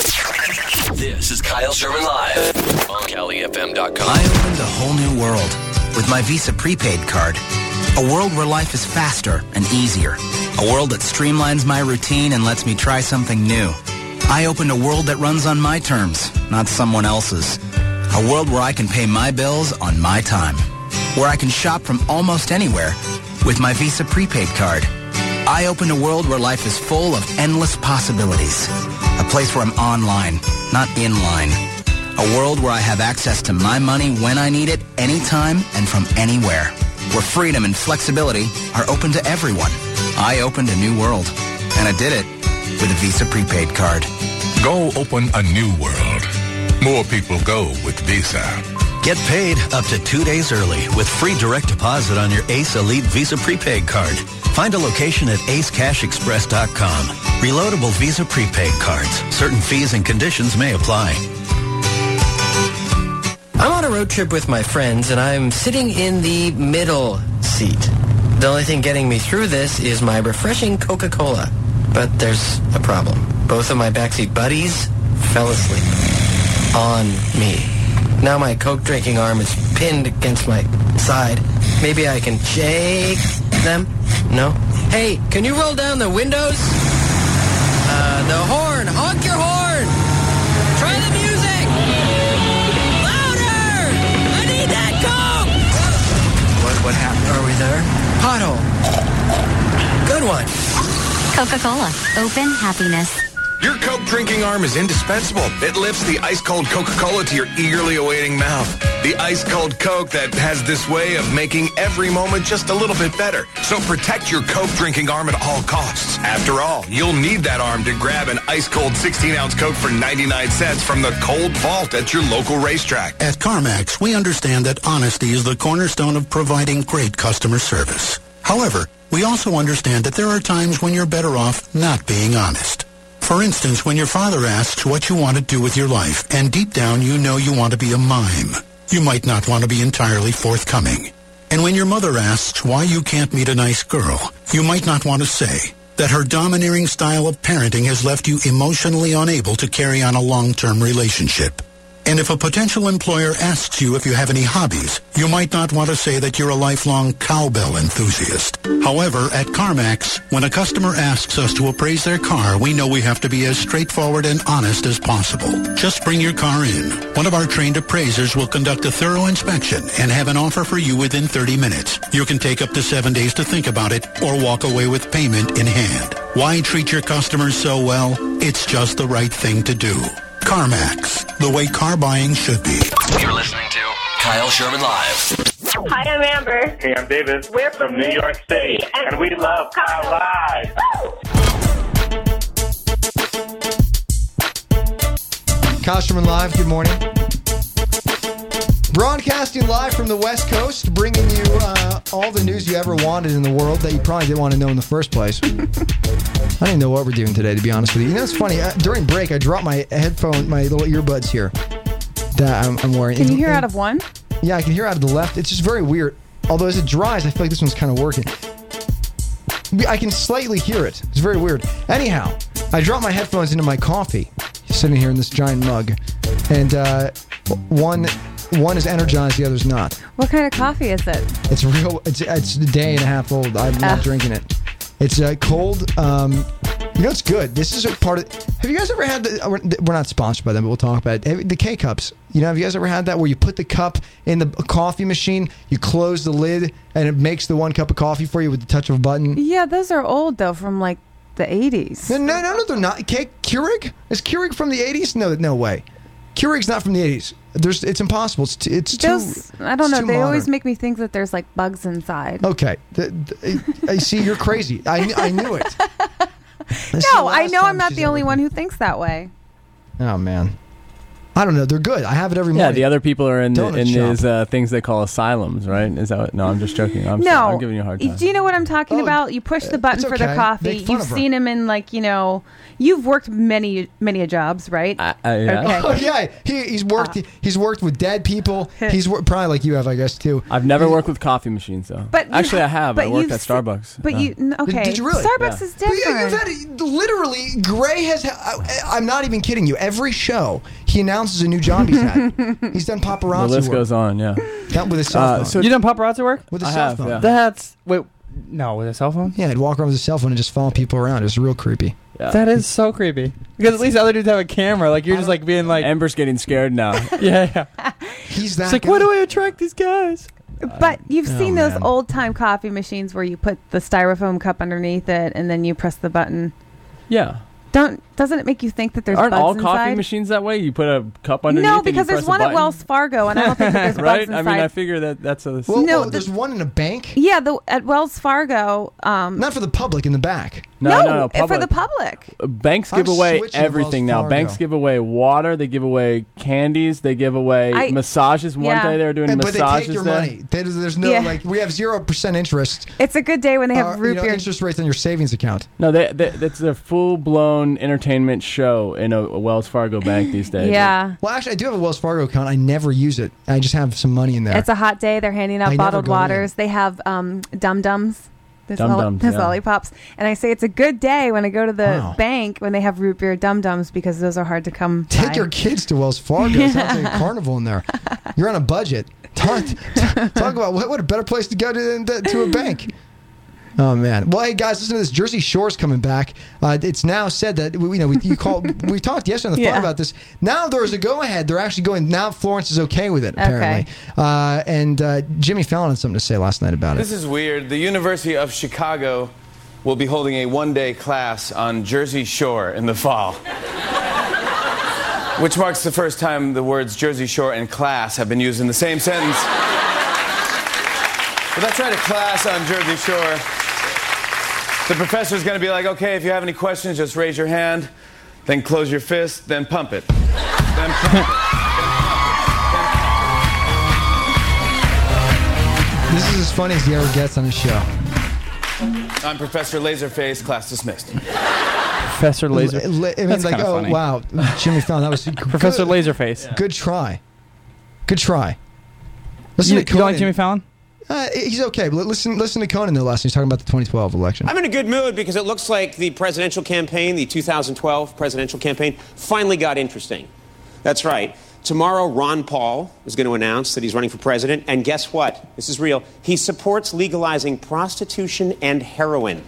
This is Kyle Sherman Live on CaliFM.com. opened a whole new world with my Visa prepaid card. A world where life is faster and easier. A world that streamlines my routine and lets me try something new. I opened a world that runs on my terms, not someone else's. A world where I can pay my bills on my time. Where I can shop from almost anywhere with my Visa prepaid card. I opened a world where life is full of endless possibilities. A place where I'm online, not in line. A world where I have access to my money when I need it, anytime and from anywhere. Where freedom and flexibility are open to everyone. I opened a new world. And I did it with a Visa prepaid card. Go open a new world. More people go with Visa. Get paid up to two days early with free direct deposit on your Ace Elite Visa prepaid card. Find a location at AceCashExpress.com. Reloadable Visa prepaid cards. Certain fees and conditions may apply. I'm on a road trip with my friends and I'm sitting in the middle seat. The only thing getting me through this is my refreshing Coca-Cola. But there's a problem. Both of my backseat buddies fell asleep on me. Now my Coke drinking arm is pinned against my side. Maybe I can shake them? No? Hey, can you roll down the windows? Uh, the horn! Honk your horn! Try the music! Louder! I need that Coke! What, what happened? Are we there? Pothole. Good one. Coca Cola. Open happiness. Your Coke drinking arm is indispensable. It lifts the ice-cold Coca-Cola to your eagerly awaiting mouth. The ice-cold Coke that has this way of making every moment just a little bit better. So protect your Coke drinking arm at all costs. After all, you'll need that arm to grab an ice-cold 16-ounce Coke for 99 cents from the cold vault at your local racetrack. At CarMax, we understand that honesty is the cornerstone of providing great customer service. However, we also understand that there are times when you're better off not being honest. For instance, when your father asks what you want to do with your life, and deep down you know you want to be a mime, you might not want to be entirely forthcoming. And when your mother asks why you can't meet a nice girl, you might not want to say that her domineering style of parenting has left you emotionally unable to carry on a long-term relationship. And if a potential employer asks you if you have any hobbies, you might not want to say that you're a lifelong cowbell enthusiast. However, at CarMax, when a customer asks us to appraise their car, we know we have to be as straightforward and honest as possible. Just bring your car in. One of our trained appraisers will conduct a thorough inspection and have an offer for you within 30 minutes. You can take up to seven days to think about it or walk away with payment in hand. Why treat your customers so well? It's just the right thing to do. CarMax, the way car buying should be. You're listening to Kyle Sherman Live. Hi, I'm Amber. Hey, I'm Davis. We're from, New York City, and we love Kyle Live. Kosterman Live, good morning. Broadcasting live from the West Coast, bringing you uh, all the news you ever wanted in the world that you probably didn't want to know in the first place. I don't even know what we're doing today, to be honest with you. You know, it's funny. Uh, during break, I dropped my headphone, my little earbuds here that I'm, I'm wearing. Can you hear out of one? Yeah, I can hear out of the left. It's just very weird. Although as it dries, I feel like this one's kind of working. I can slightly hear it. It's very weird. Anyhow, I dropped my headphones into my coffee, sitting here in this giant mug, and uh, one one is energized, the other's not. What kind of coffee is it? It's real. It's it's a day and a half old. I'm Ah. not drinking it. It's uh, cold. Um, you know it's good. This is a part of. Have you guys ever had? The, uh, we're we're not sponsored by them, but we'll talk about it. Have- The K cups. You know, have you guys ever had that where you put the cup in the coffee machine, you close the lid, and it makes the one cup of coffee for you with the touch of a button? Yeah, those are old though, from like the 80s. No, no, no, no, they're not. K- Keurig? Is Keurig from the 80s? No, no way. Keurig's not from the 80s. There's, it's impossible. It's too, it's too. Those, I don't it's know. too They always modern. Oh, make me think that there's like bugs inside. Okay, Th- th- I I see you're crazy. I, kn- I knew it. This is the No, I last know time I'm not she's the ever only one who thinks that way. Oh man, I don't know. They're good. I have it every Yeah, morning. the other people are in the, Donut in shop. these uh, things they call asylums, right? Is that what, no? I'm just joking. I'm, no, sorry. I'm giving you a hard time. Do you know what I'm Oh, talking about? You push the button it's for the okay. coffee. Make fun You've of her. seen him in like you know, you've worked many many a jobs, right? yeah. Oh, yeah, he, he's worked. he's worked with dead people. He's wor- probably like you have, I guess, too. I've never worked with coffee machines though. But you actually, I ha- have. but I worked you've at se- Starbucks. but Yeah. you- N- Okay. Did you really? Starbucks Yeah. is But you- different. you've had- literally, Gray has. I, I'm not even kidding you. Every show, he announces a new job he's had. he's done paparazzi. the list work. goes on. Yeah. That with a cell Uh, phone. so- you done paparazzi work with a I cell have, phone. yeah. That's wait, no, with a cell phone. Yeah, he'd walk around with his cell phone and just follow people around. It's real creepy. That is so creepy. Because at least other dudes have a camera. Like you're just like being like Amber's getting scared now. yeah, yeah. He's It's like, why do I attract these guys? But you've Oh, seen those man. old time coffee machines where you put the styrofoam cup underneath it and then you press the button. Yeah. Don't doesn't it make you think that there's Aren't bugs all inside? coffee machines that way? You put a cup underneath. no, and you because there's press a one at button? Wells Fargo, and I don't think that there's right? bugs I inside. mean, I figure that that's a. Well, No, no, the- there's one in a bank. yeah, the at Wells Fargo. Um, Not for the public in the back. No, no, no, for public. the public. Banks I'm give away switching to everything Wells now. Fargo. Banks give away water. They give away candies. They give away I- massages. One yeah. day they were doing And- but they massages. take your there. money. They- there's no Yeah. like we have zero percent interest. It's a good day when they have uh, root you know, beer. interest rates on your savings account. No, they, they, that's a full blown entertainment show in a, a Wells Fargo bank these days. Well, actually, I do have a Wells Fargo account. I never use it. I just have some money in there. It's a hot day. They're handing I out never bottled go in. waters. They have um, dum dums. There's, Dum lolli- Dums, there's yeah. lollipops, and I say it's a good day when I go to the Wow. bank when they have root beer dum dums because those are hard to come. Take by. your kids to Wells Fargo. Sounds like a carnival in there. You're on a budget. Talk, talk about what, what a better place to go to than to- to a bank. Oh man! Well, hey guys, listen to this. Jersey Shore's coming back. Uh, it's now said that we, you know we you called we talked yesterday on the Yeah. phone about this. Now there's a go ahead. They're actually going. Now Florence is okay with it apparently. Uh, and uh, Jimmy Fallon had something to say last night about This it. is weird. The University of Chicago will be holding a one day class on Jersey Shore in the fall, which marks the first time the words Jersey Shore and class have been used in the same sentence. But that's right, a class on Jersey Shore. The professor's going to be like, okay, if you have any questions, just raise your hand, then close your fist, then pump it. Then pump it. This is as funny as he ever gets on his show. I'm Professor Laserface, class dismissed. Professor Laser. I mean, That's like, kinda oh funny. wow, Jimmy Fallon. That was Professor good- Laserface. Good try. Good try. You- you don't like Jimmy Fallon? Uh, he's okay. But listen, listen to Conan though. Last night. he's talking about the 2012 election. I'm in a good mood because it looks like the presidential campaign, the 2012 presidential campaign, finally got interesting. That's right. Tomorrow, Ron Paul is going to announce that he's running for president. And guess what? This is real. He supports legalizing prostitution and heroin.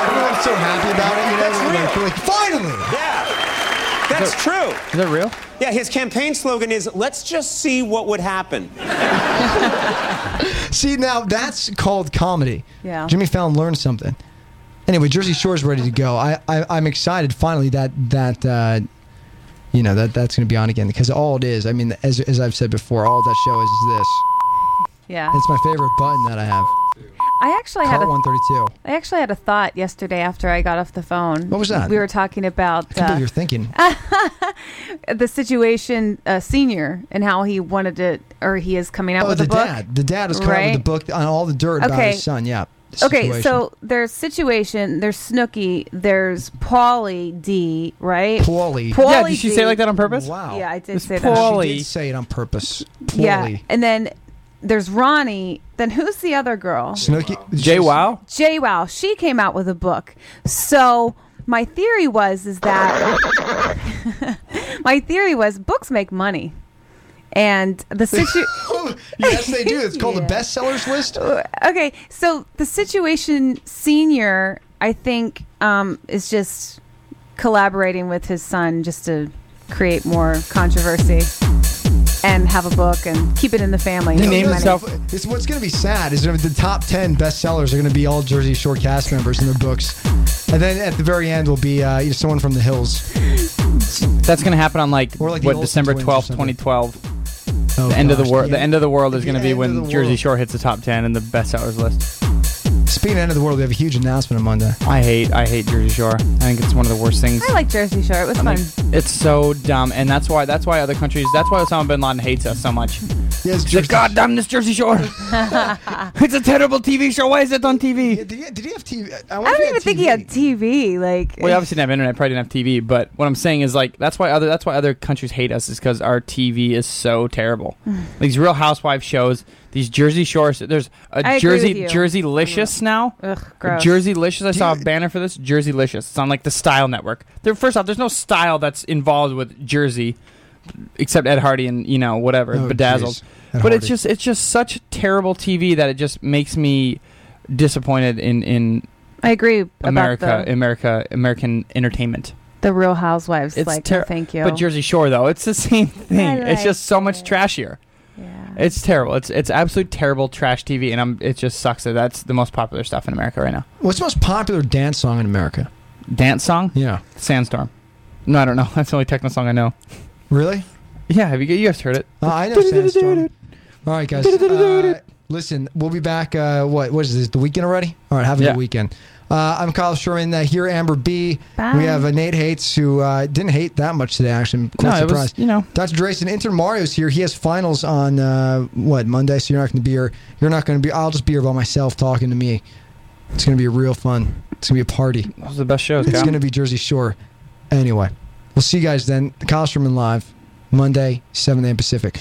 Everyone's so happy about it. You know, like, like, finally. That's true. Is that real? Yeah, his campaign slogan is let's just see what would happen. See, now that's called comedy. Yeah. Jimmy Fallon learned something. Anyway, Jersey Shore's ready to go. I, I I'm excited finally that that uh, you know that that's going to be on again because all it is. I mean, as as I've said before, all that show is is this. yeah. It's my favorite button that I have. I actually had Car a 132. I actually had a thought yesterday after I got off the phone. What was that? We were talking about I can't uh, believe you're thinking. the situation uh, senior and how he wanted to, or he is coming out oh, with the a book. dad. The dad is coming out Right. with the book on all the dirt about Okay. his son. Yeah. the Okay, situation. so there's situation, there's Snooky, there's Paulie D, right? Paulie. Paulie Yeah, did she say D. it like that on purpose? Wow. Yeah, I did It's say that. She did say it on purpose. Poorly. Yeah, and then there's Ronnie. Then who's the other girl? Snooki. Jay Wow. Jay Wow. She came out with a book. So my theory was is that my theory was books make money, and the situ. yes, they do. It's called the bestsellers list. okay, so the situation senior, I think, um, is just collaborating with his son just to create more controversy and have a book and keep it in the family. You Make know, money. it's- It's what's going to be sad is the top ten bestsellers are going to be all Jersey Shore cast members in their books, and then at the very end will be uh, you know, someone from the hills. That's gonna happen on like, like the what Olsen December twins or twelfth, something. Oh, twenty twelve. the end of gosh, the world. yeah. The end of the world is gonna The be end of the when world. Jersey Shore hits the top ten in the best sellers list. Speaking of end of the world, we have a huge announcement on Monday. I hate I hate Jersey Shore. I think it's one of the worst things. I like Jersey Shore. It was fun. It's so dumb, and that's why that's why other countries. That's why Osama bin Laden hates us so much. Yes, He's like, God damn this Jersey Shore. it's a terrible TV show. Why is it on TV? Did he, did he have TV? I, I don't even think he had TV. Like, eh. Well, he obviously didn't have internet, probably didn't have TV. But what I'm saying is, like, that's why other that's why other countries hate us is because our TV is so terrible. these Real Housewives shows, these Jersey Shores. There's a I agree with Jersey you. Jersey Licious now. Ugh, gross. Jersey Licious. I saw a banner for this. Jersey Licious. It's on like the Style Network. There, first off, there's no style that's involved with Jersey, except Ed Hardy and you know whatever Oh, Bedazzled. jeez. Ed But it's Hardy. just it's just such terrible TV that it just makes me disappointed in in I agree America, about the, America, American entertainment. the Real Housewives. It's like, ter- no, thank you. But Jersey Shore, though, it's the same thing. like it's just so much trashier. Yeah. It's terrible. It's it's absolute terrible trash TV, and I'm, it just sucks that that's the most popular stuff in America right now. What's the most popular dance song in America? Dance song? Yeah. Sandstorm. No, I don't know. That's the only techno song I know. Really? Yeah. Have you you guys heard it? Oh, I know Sandstorm. All right, guys. Uh, listen, we'll be back. Uh, what what is this? The weekend already? All right, have a Yeah. good weekend. Uh, I'm Kyle Sherman. Uh, here, Amber B. Bye. We have uh, Nate Hates, who uh, didn't hate that much today. Actually, I'm quite No, it was, surprised. you know. Dr. Drayson, Intern Mario's here. He has finals on uh, what Monday, so you're not going to be here. You're not going to be. I'll just be here by myself talking to me. It's going to be real fun. It's going to be a party. Those are the best shows. It's Kyle. going to be Jersey Shore. Anyway, we'll see you guys then. Kyle Sherman live Monday, 7 a.m. Pacific.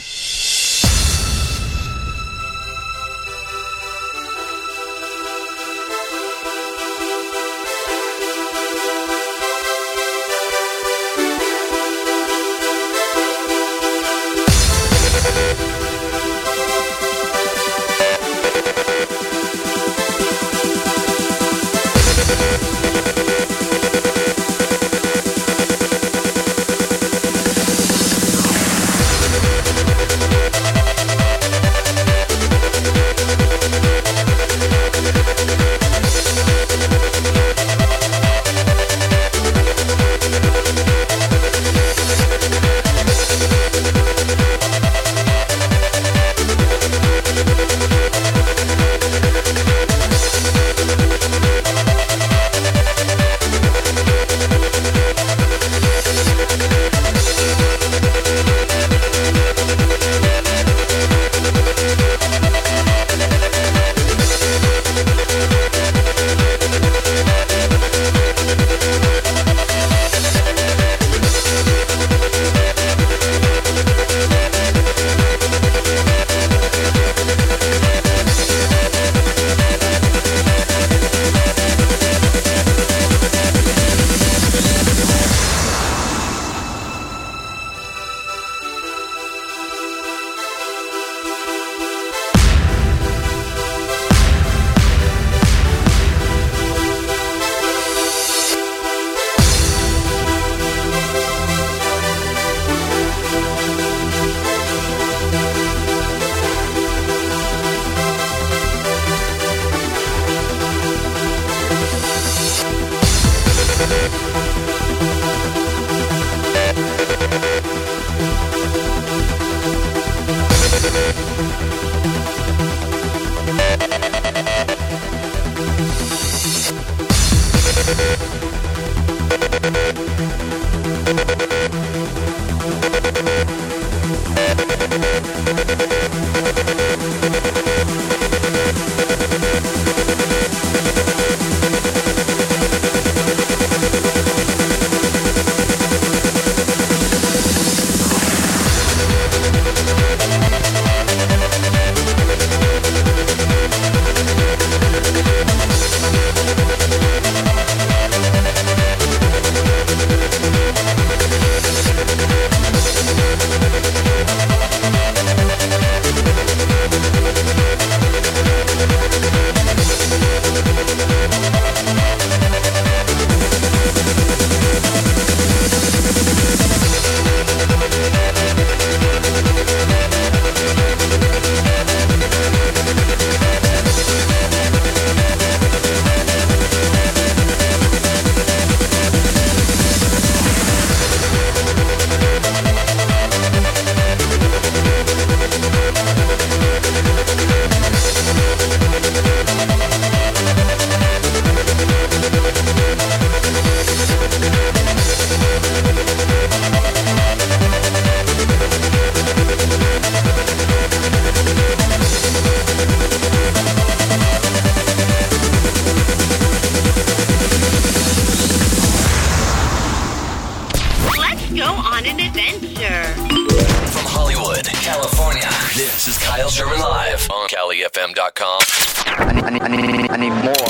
Sherman Live on CaliFM.com. I need, I need, I need, I need more.